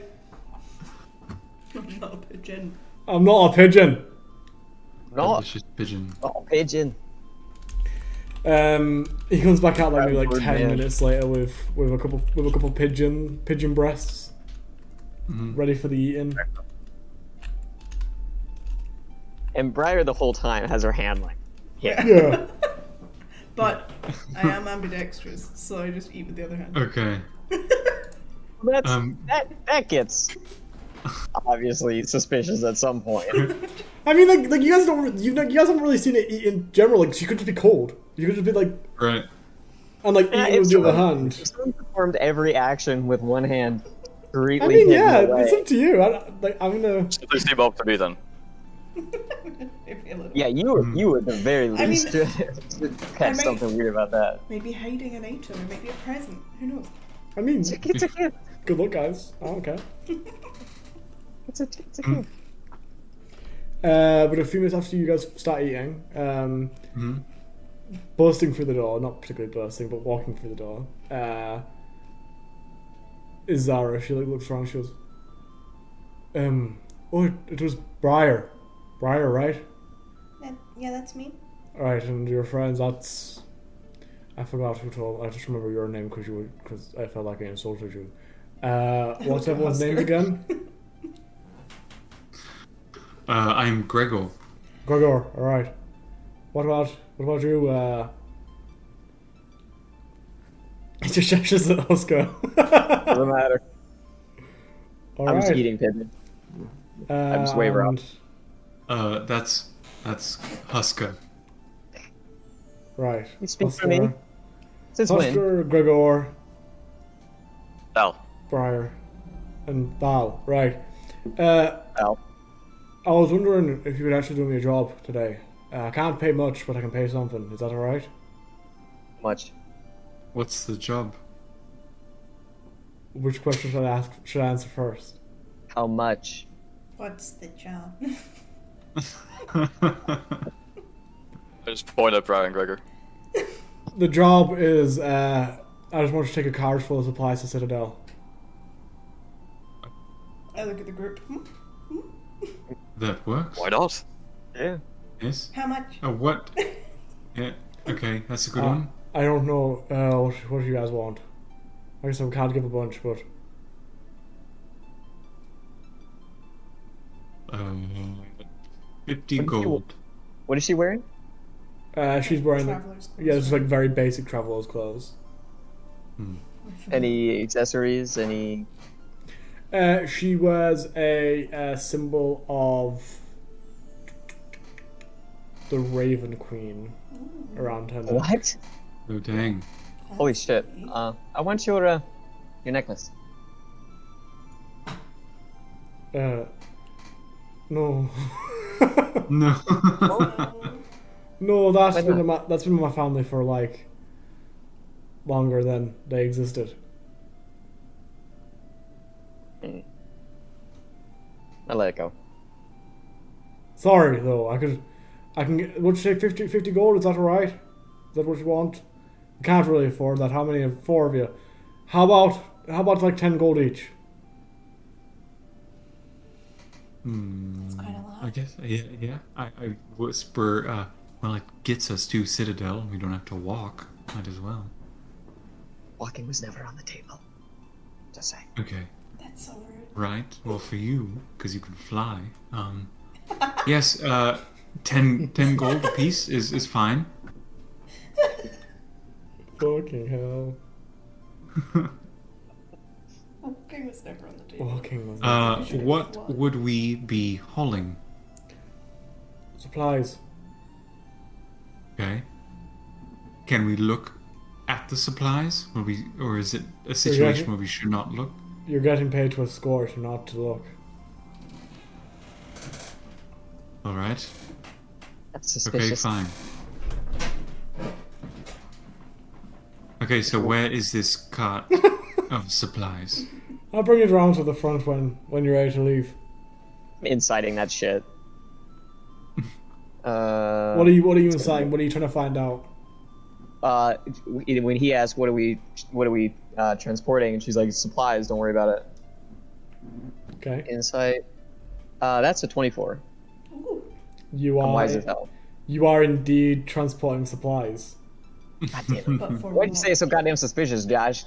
I'm not a pigeon. I'm not a pigeon. Not Delicious pigeon. oh, pigeon. Um, he comes back out like maybe like Bradford, ten man. minutes later with with a couple with a couple pigeon pigeon breasts, ready for the eating. And Briar the whole time has her hand like, yeah. Yeah. But I am ambidextrous, so I just eat with the other hand. Okay. That's, Um. that that gets obviously suspicious at some point. I mean, like, like you guys don't, you, you guys haven't really seen it eat in general. Like, she could just be cold. You could just be like, Right. and like Yeah, eating with it's the other true. hand. She performed every action with one hand, I discreetly mean, hidden yeah, away. it's up to you. I, like, I'm gonna. So they seem up to me then. If you look. Yeah, you Hmm. were you were at the very I least mean- mean- catch something weird about that. Maybe hiding an item, maybe a present. Who knows? I mean, It's a gift. good luck, guys. I don't care. It's a, it's a gift. Uh, but a few minutes after you guys start eating, um, Mhm. bursting through the door, not particularly bursting, but walking through the door, uh, is Zara. She like, looks around, she goes, um, oh, it, it was Briar. Briar, right? yeah, that's me. Right, and your friends, that's. I forgot who told. I just remember your name because you were. because I felt like I insulted you. Uh, what's everyone's names again? Uh, I'm Gregor. Gregor, alright. What about. what about you, uh. It just gestures at Oscar. Doesn't matter. I'm just Alright, eating pigeon. Uh, just wave her up. and- Uh, that's that's Husker. Right. You speak for me? Since when? Oscar, Gregor, Al. Briar, and Val, right. Uh, Al. I was wondering if you could actually do me a job today. Uh, I can't pay much, but I can pay something. Is that alright? Much. What's the job? Which question should I ask? Should I answer first? How much? What's the job? I just point at Brian Gregor. The job is. Uh, I just want to take a carriage full of supplies to Citadel. I look at the group. Hmm? that works. Why not? Yeah. Yes. How much? Uh, what? Yeah. Okay, that's a good one. Uh, I don't know uh, what what do you guys want. Like I said, we can't give a bunch, but Um, Fifty gold. What is she wearing? uh, she's wearing. Traveler's clothes. yeah, it's like very basic traveler's clothes. Hmm. Any accessories? Any? Uh, she wears a uh, symbol of the Raven Queen around her neck. What? Oh dang. Holy shit! Uh, I want your uh, your necklace. Uh, no. No. no, that's Why been not? in my, that's been in my family for like longer than they existed. Hmm. I let it go. Sorry though, I could, I can. Get, would you take 50, 50 gold? Is that alright? Is that what you want? I can't really afford that. How many? of- Four of you. How about how about like ten gold each? Hmm, Quite a lot. I guess. Yeah. Yeah. I, I whisper. Uh, well, it gets us to Citadel. We don't have to walk. Might as well. Walking was never on the table. Just saying. Okay. That's so rude. Right. Well, for you, because you can fly. Um, yes. Uh, ten, 10 gold apiece is is fine. Fucking hell. Uh, Cooking was never on the table. Walking with Uh, what would we be hauling? supplies. Okay. Can we look at the supplies? Will we, or is it a yeah. situation where we should not look? You're getting paid to escort, not to look. All right. That's Okay, suspicious. fine. Okay, so where is this cart of supplies? I'll bring it around to the front when when you're ready to leave. I'm inciting that shit. uh, What are you What are you inciting? What are you trying to find out? uh, when he asked, "What are we? What are we uh, transporting?" and she's like, "Supplies. Don't worry about it." Okay. Insight. Uh, that's a twenty-four. You I'm are wise as hell. you are indeed transporting supplies. God damn it. But for Hmm. Why'd you what? say it's so goddamn suspicious, Josh?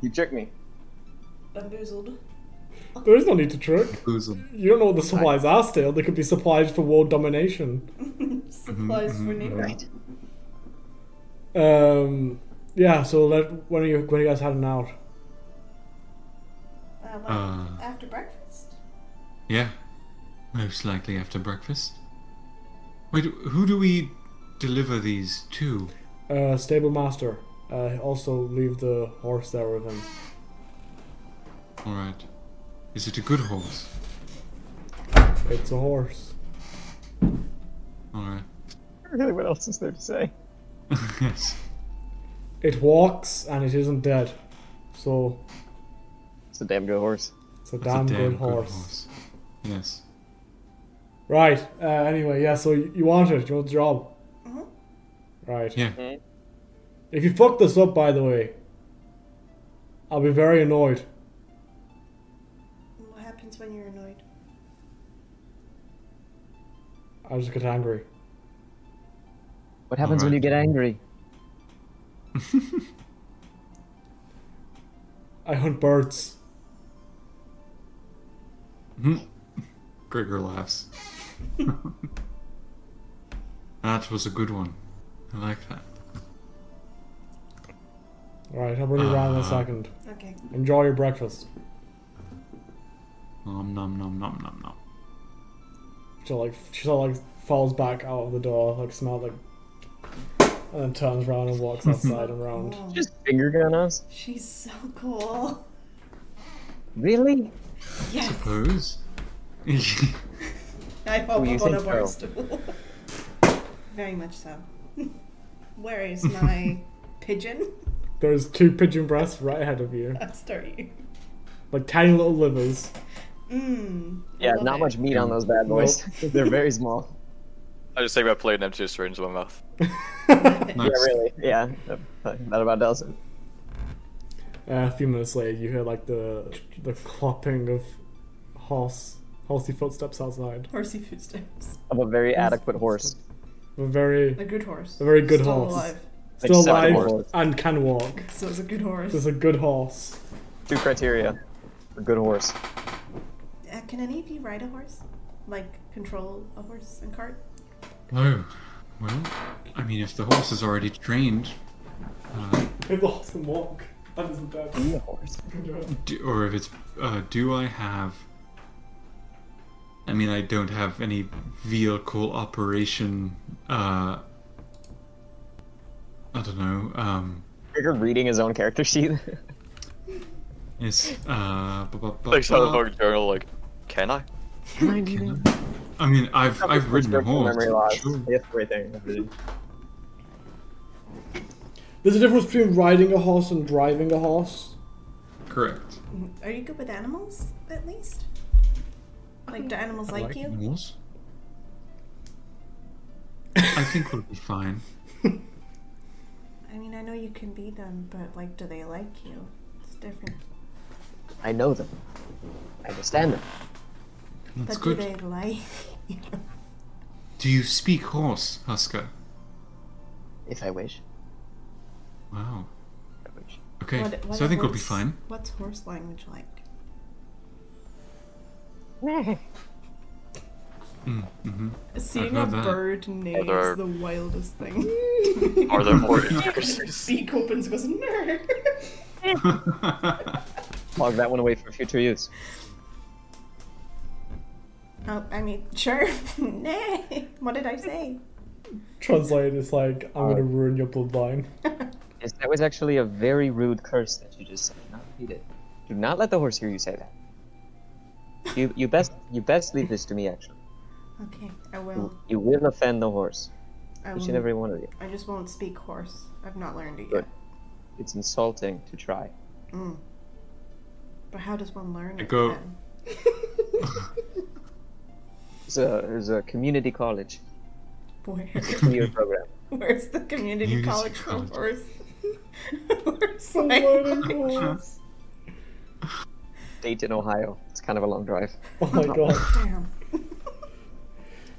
You tricked me. Bamboozled. There is no need to trick. Boozled. You don't know what the supplies are still. They could be supplies for world domination. Supplies for neighbor. Right. Um, yeah, so let, when, are you, when are you guys heading out? Uh, well, Uh. after breakfast. Yeah, most likely after breakfast. Wait, who do we deliver these to? Uh, stable master. Uh, also leave the horse there with him. All right. Is it a good horse? It's a horse. All right. Really, what else is there to say? yes. It walks and it isn't dead. So It's a damn good horse. it's a That's damn, a damn good, horse. Yes. Right. Uh, anyway, yeah. So you, you want it? You want the job? Right. Yeah. If you fuck this up, by the way, I'll be very annoyed. What happens when you're annoyed? I just get angry. What happens when Alright. you get angry? I hunt birds. Mhm. Gregor laughs. that was a good one. I like that. All right. I'll bring you around in a Uh. second. Okay. Enjoy your breakfast. Nom nom nom nom nom nom. She like she sort of like falls back out of the door, like smells like, and then turns around and walks outside and around. Whoa. Just finger gun us? She's so cool. Really? Yes. Pose. I Oh, pop you up on think a so? bar stool. Very much so. Where is my pigeon? There's two pigeon breasts right ahead of you, I start eating. like tiny little livers. Mm. Mmm. Yeah, love not it. much meat on those bad boys. They're very small. I just take my plate and empty a syringe in my mouth. nice. Yeah, really. Yeah, that that about does it. Uh, a few minutes later, you hear like the the clopping of horse horsey footsteps outside. Horsey footsteps. Of a very adequate horse. A very A good horse. a very good Still horse, alive. still Acceptable alive horse. and can walk. So it's a good horse. This is a good horse. Two criteria for good horse. Uh, can any of you ride a horse? Like control a horse and cart? Oh, well, I mean, if the horse is already trained, uh, If the horse can walk, that is the best. Be a horse. do, or if it's, uh, do I have? I mean, I don't have any vehicle operation. Uh, I don't know. Um, Trigger reading his own character sheet. is uh, bu- bu- bu- Takes out the bu- fucking journal, like, can I? I've I mean, I've I've ridden a horse. Memory loss. sure. Yes, right there. There's a difference between riding a horse and driving a horse. Correct. Mm-hmm. Are you good with animals, at least? Like, do animals like, you? Animals. I think we'll be fine. I mean, I know you can be them, but, like, do they like you? It's different. I know them. I understand them. That's but good. do they like you? Do you speak horse, Husker? If I wish. Wow. I wish. Okay, What- what so I think we'll be horse- fine. What's horse language like? Mm-hmm. Seeing a I've got that. bird neigh there- is the wildest thing. Are there more intricacies? Beak opens and goes, nerd. mm-hmm. Log that one away for future use. Oh, I mean, sure. Nay. What did I say? Translated, it's like I'm gonna Uh, ruin your bloodline. Yes, that was actually a very rude curse that you just said. Do Not repeat it. Do not let the horse hear you say that. You you best you best leave this to me. Actually, Okay, I will. you, you will offend the horse. I Each will. and every one of you. I just won't speak horse. I've not learned it yet. Good. It's insulting to try. Mm. But how does one learn I it? go- then? There's a, there's a community college Where? two-year program. Where's the community Community college for college. horse? horse Learning language. horse. Dayton, Ohio. It's kind of a long drive. Oh my god. Damn.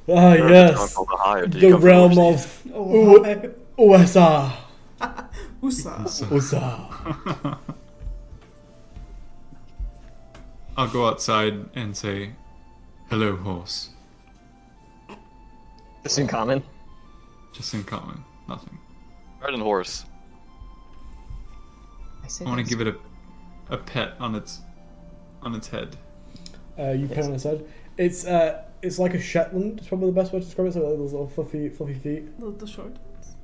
Ah yes. Ohio, do you The come from realm overseas? of Oh, Ooh. wow. USA. Usa. Uzzah. I'll go outside and say, "Hello, horse." Just in common. Just in common, nothing. Riding horse. I, say I want to that's- give it a, a pet on its, on its head. Uh, you put on its head. It's uh, it's like a Shetland. It's probably the best way to describe it. So like those little fluffy, fluffy feet. Little the short ones.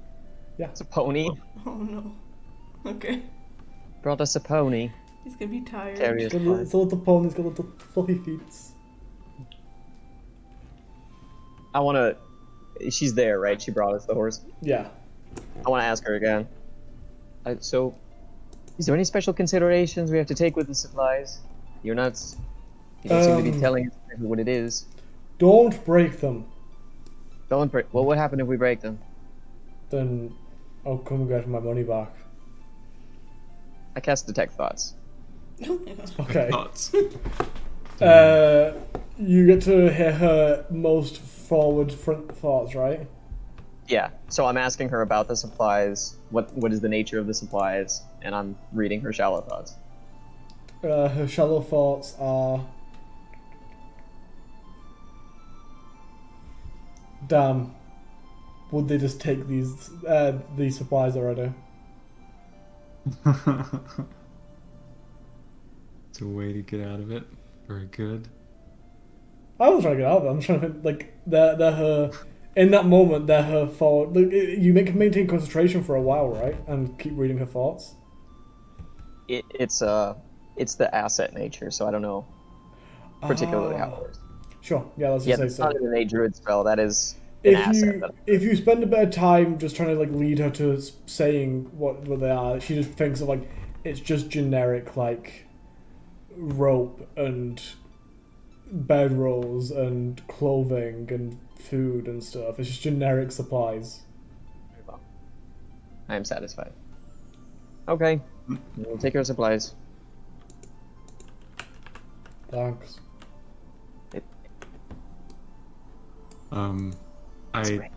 It's a pony. Oh no. Okay. Brought us a pony. He's gonna be tired. Terry is It's got little- fine. it's a little pony. It's got little fluffy feet. I want to. She's there, right? She brought us the horse. Yeah. I want to ask her again. Uh, so, is there any special considerations we have to take with the supplies? You're not. You don't seem to be Um, telling us exactly what it is. Don't break them. Don't break. Well, what happened if we break them? Then I'll come and get my money back. I cast detect thoughts. Okay. Thoughts? Hmm. Uh, you get to hear her most forward front thoughts, right? Yeah. So I'm asking her about the supplies. What What is the nature of the supplies? And I'm reading her shallow thoughts. Uh, her shallow thoughts are. Damn. Would they just take these uh, these supplies already? it's a way to get out of it. Very good. I was trying to get out of it. I'm trying to think, like they're, they're her in that moment they're her thought. Like, it- you make maintain concentration for a while, right? And keep reading her thoughts. It, it's uh, it's the asset nature. So I don't know particularly how it works. Sure. Yeah, let's Yeah, just say that's so. not an innate druid spell. That is an if asset. you that- if you spend a bit of time just trying to like lead her to s- saying what what they are, she just thinks of like it's just generic like rope and bed rolls and clothing and food and stuff. It's just generic supplies. I am satisfied. Okay. We'll take our supplies. Thanks. Um, I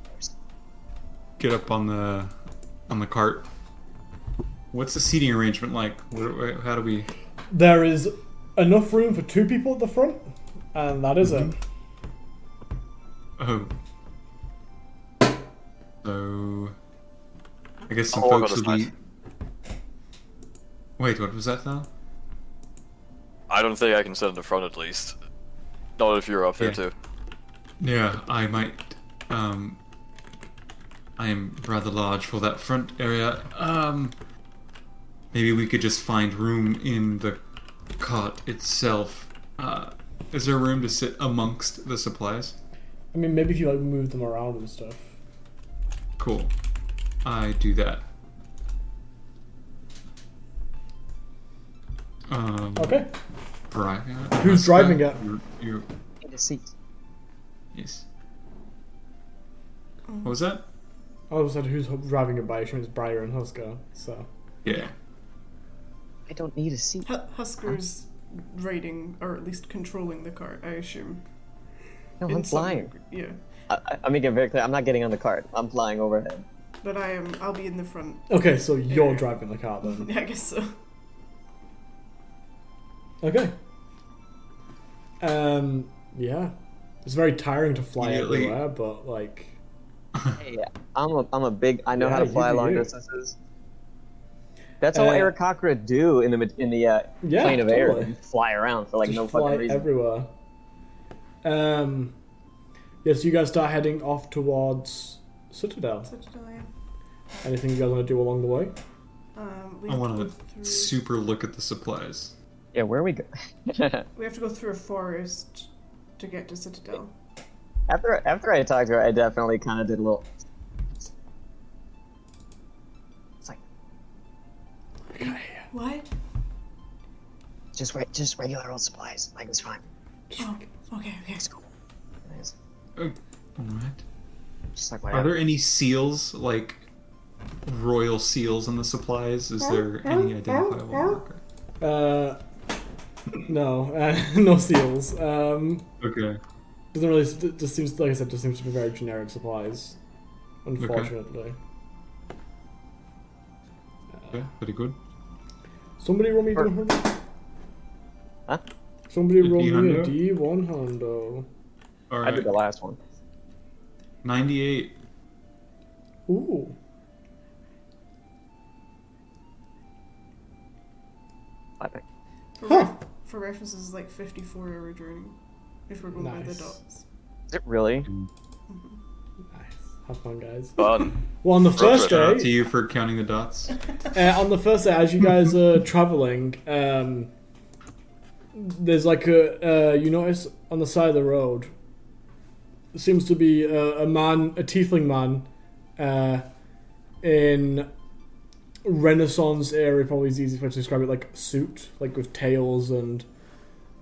get up on the on the cart. What's the seating arrangement like? Where, where, how do we? There is enough room for two people at the front, and that is it. Oh. So, I guess some I'll walk folks on will the be. side. Wait, what was that now? I don't think I can sit in the front at least. Not if you're up there Yeah. too. Yeah, I might. Um, I am rather large for that front area. Um, maybe we could just find room in the cart itself. Uh, is there room to sit amongst the supplies? I mean, maybe if you like move them around and stuff. Cool. I do that. Um, Okay. Right. Who's driving it? You, you, Need a seat. yes. What was that? I was said who's driving a bike? I assume it's Briar and Husker. So Yeah. I don't need a seat. Hu- Husker's raiding, or at least controlling the cart, I assume. No, in I'm some flying. degree. Yeah. I, I- I'm making it very clear. I'm not getting on the cart. I'm flying overhead. But I am, I'll be in the front. okay, so you're Yeah. driving the car then. I guess so. Okay. Um. Yeah. It's very tiring to fly Immediately- everywhere, but like, Hey, I'm a, I'm a big. I know how Yeah, to you fly do long you. distances. That's all Uh, Eric Cochra do in the ma- in the uh, yeah, plane of air. totally. Just Fly around for like just no fly fucking reason. everywhere. Um. Yes, you guys start heading off towards Citadel. Such a delay. Anything you guys want to do along the way? Um, we I have to go want through. to super look at the supplies. Yeah, where are we go? We have to go through a forest to get to Citadel. after after I talked to her, I definitely kind of did a little. It's like What? just re- just regular old supplies. Like it's fine. Oh, okay, okay. And it's Uh, all right. Just like Are whatever. there any seals, like royal seals on the supplies? Is there any identifiable marker? Uh. No, uh, no seals. Um. Okay. Doesn't really. it Just seems like I said. Just seems to be very generic supplies. Unfortunately. Yeah, very good. Somebody roll me Or- 100. Huh? Somebody roll D me a hundo? D1 hundo. All I right, did the last one. ninety-eight. Ooh. I think. For, ref- for reference, this is like 54 hour journey. If we're going by the Nice. dots. Is it really? Nice. Have fun, guys. Fun. Well, on the first trip. day, Shout out uh, to you for counting the dots. Uh, on the first day, as you guys are traveling, um, there's like a uh, you notice on the side of the road seems to be a, a man, a tiefling man, uh, in Renaissance era. Probably is the easiest way to describe it, like suit, like with tails and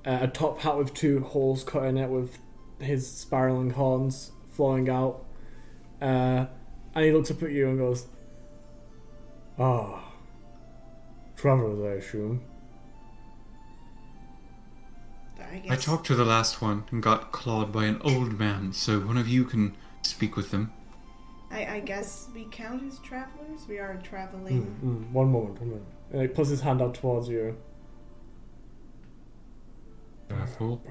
uh, a top hat with two holes cut in it, with his spiraling horns flowing out. Uh, and he looks up at you and goes, Ah, travelers, I assume. I guess. I talked to the last one and got clawed by an old man, so one of you can speak with them. I, I guess we count as travelers. We are traveling. Mm, one moment, one moment. And he puts his hand out towards you. Careful.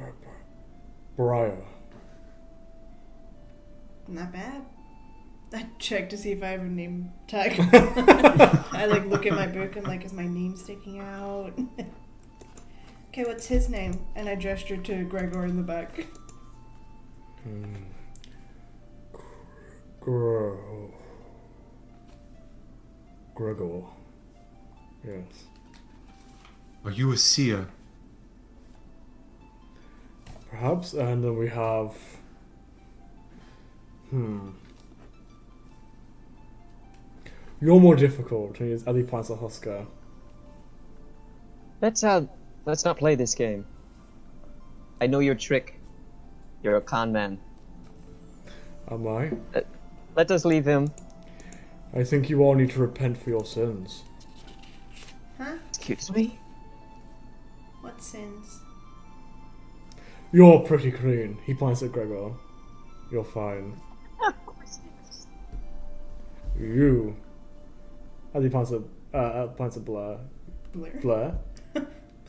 Briar. Not bad. I check to see if I have a name tag. I like look at my book. I'm like, is my name sticking out? okay, what's his name? And I gesture to Gregor in the back. Gro. Gregor. Yes. Are you a seer? Perhaps, and then we have. Hmm. You're more difficult, and he- as he points at Husker. Let's uh, let's not play this game. I know your trick. You're a con man. Am I? Let us leave him. I think you all need to repent for your sins. Excuse me. What sins? You're pretty clean. He points at Gregor. You're fine. You. As he points at, uh, uh, points at Blair. Blair? Blair?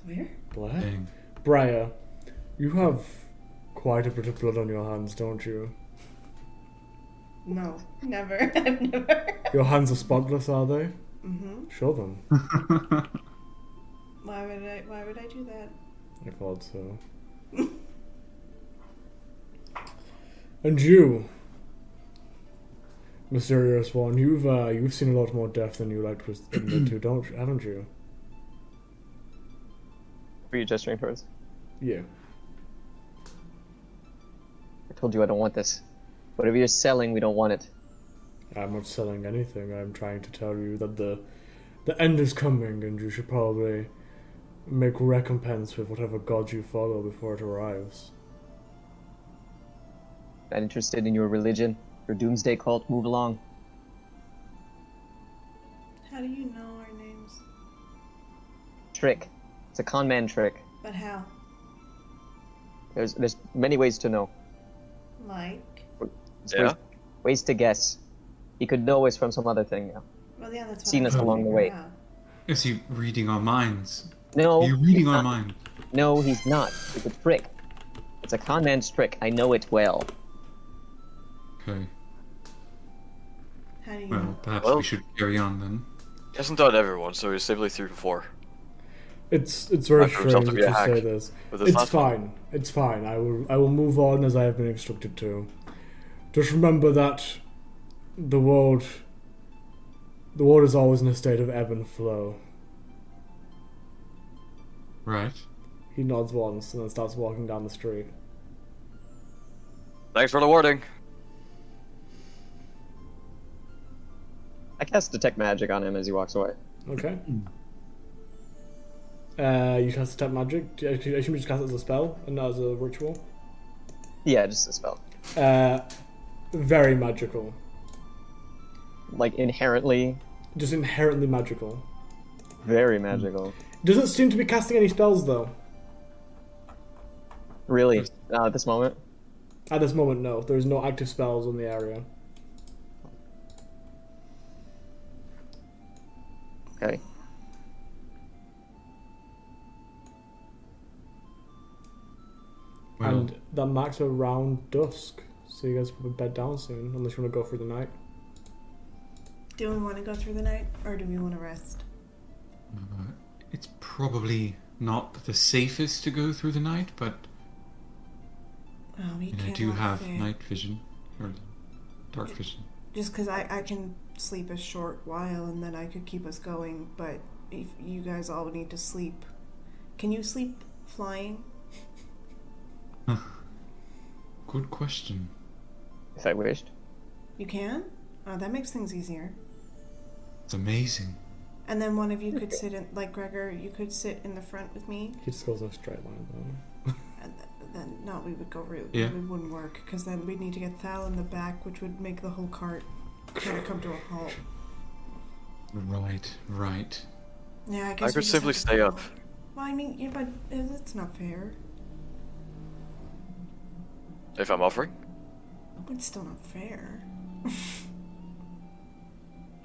Blair? Blair? Dang. Briar, you have quite a bit of blood on your hands, don't you? No, never. I've never. Your hands are spotless, are they? hmm Show them. Why would I? Why would I do that? I thought so. and you, mysterious one, you've uh, you've seen a lot more death than you like to admit to, don't you? Haven't you? Were you gesturing towards? Yeah. I told you I don't want this. Whatever you're selling, we don't want it. I'm not selling anything. I'm trying to tell you that the the end is coming, and you should probably make recompense with whatever god you follow before it arrives. Not interested in your religion, your doomsday cult. Move along. How do you know our names? Trick. It's a con man trick. But how? There's there's many ways to know. Like? There's Yeah. ways, ways to guess. He could know us from some other thing now. Well, yeah, that's what Seen I'm us trying to along the figure way. out. Is he reading our minds? No. Are you he's reading our not. mind? No, he's not. It's a trick. It's a con man's trick. I know it well. Okay. How do you know? Well, perhaps Well- we should carry on then. He hasn't done everyone, so he's simply three for four. It's it's very Not the result strange of that your you hack. say this. But this It's last one- fine. It's fine. I will I will move on as I have been instructed to. Just remember that the world the world is always in a state of ebb and flow. Right. He nods once and then starts walking down the street. Thanks for the warning. I cast detect magic on him as he walks away. Okay. Uh, you cast detect magic. Do you- I assume you just cast it as a spell and not as a ritual. Yeah, just a spell. Uh, very magical. Like inherently Just inherently magical. very magical. Doesn't seem to be casting any spells though. Really, uh, at this moment. At this moment, no. There is no active spells in the area. Okay. Cool. And that marks around dusk. So you guys will bed down soon, unless you want to go through the night. Do we want to go through the night, or do we want to rest? uh, It's probably not the safest to go through the night, but Oh, we you know, I can't. do all have fit. night vision or dark vision. Just because I, I can sleep a short while and then I could keep us going, but if you guys all need to sleep, can you sleep flying? Good question. If I wished. You can? Oh, that makes things easier. It's amazing. And then one of you could sit in, like Gregor, you could sit in the front with me. He just goes in a straight line, And th- then, no, we would go root. Yeah. It wouldn't work because then we'd need to get Thal in the back, which would make the whole cart kind of come to a halt. Right, right. Yeah, I guess. we could just have simply to stay go. up. Well, I mean, yeah, but uh, that's not fair. If I'm offering, It's still not fair.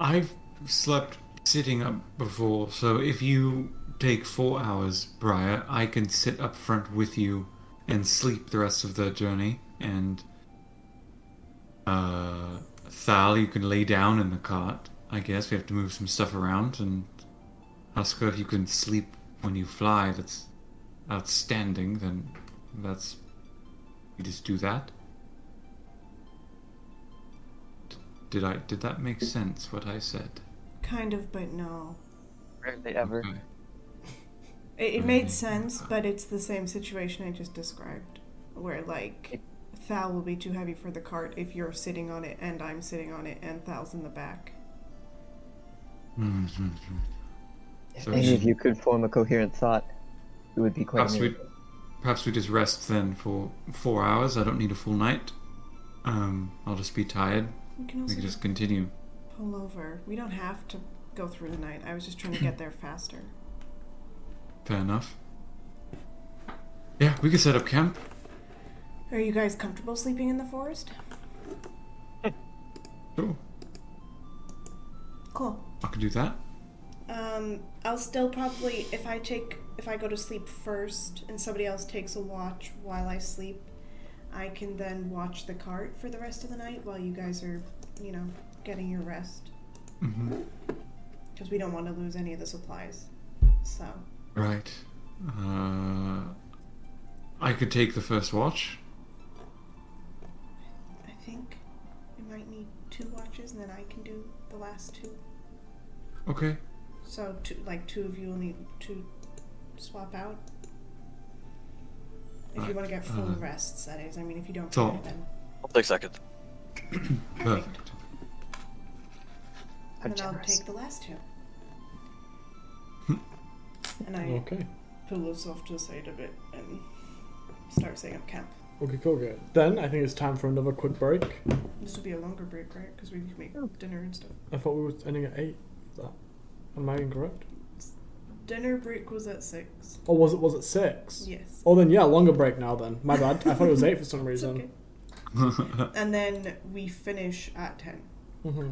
I've slept sitting up before, so if you take four hours, Briar, I can sit up front with you and sleep the rest of the journey. And uh, Thal, you can lay down in the cart. I guess we have to move some stuff around. And Husker, if you can sleep when you fly, that's outstanding. Then that's you just do that. Did I? Did that make sense? What I said? Kind of, but no. Rarely ever. Okay. It, it made sense, but it's the same situation I just described, where like Thal will be too heavy for the cart if you're sitting on it and I'm sitting on it and Thal's in the back. If Mm-hmm. So any she- of you could form a coherent thought, it would be quite Perhaps we, amazing. perhaps we just rest then for four hours. I don't need a full night. Um, I'll just be tired. We can We also can just just continue. pull over. We don't have to go through the night. I was just trying to get there faster. Fair enough. Yeah, we can set up camp. Are you guys comfortable sleeping in the forest? Sure, Cool. I can do that. Um, I'll still probably if I take if I go to sleep first and somebody else takes a watch while I sleep, I can then watch the cart for the rest of the night while you guys are, you know, getting your rest hmm because we don't want to lose any of the supplies. So, Right. Uh, I could take the first watch. I think we might need two watches and then I can do the last two. Okay. So, two, like two of you will need to swap out. If you Right, want to get full uh, rests, that is. I mean, if you don't, so- get it, then I'll take second. Perfect. How And then I'll generous. take the last two. Hmm. and though. I Okay. pull us off to the side a bit and start setting up camp. Okay, cool, good. Then I think it's time for another quick break. This will be a longer break, right? Because we can make dinner and stuff. I thought we were ending at 8. Is that- Am I incorrect? Dinner break was at six. Or was it was it 6? Yes. Oh, then yeah, longer break now then. My bad. I thought it was 8 for some It's reason. okay. And then we finish at ten. hmm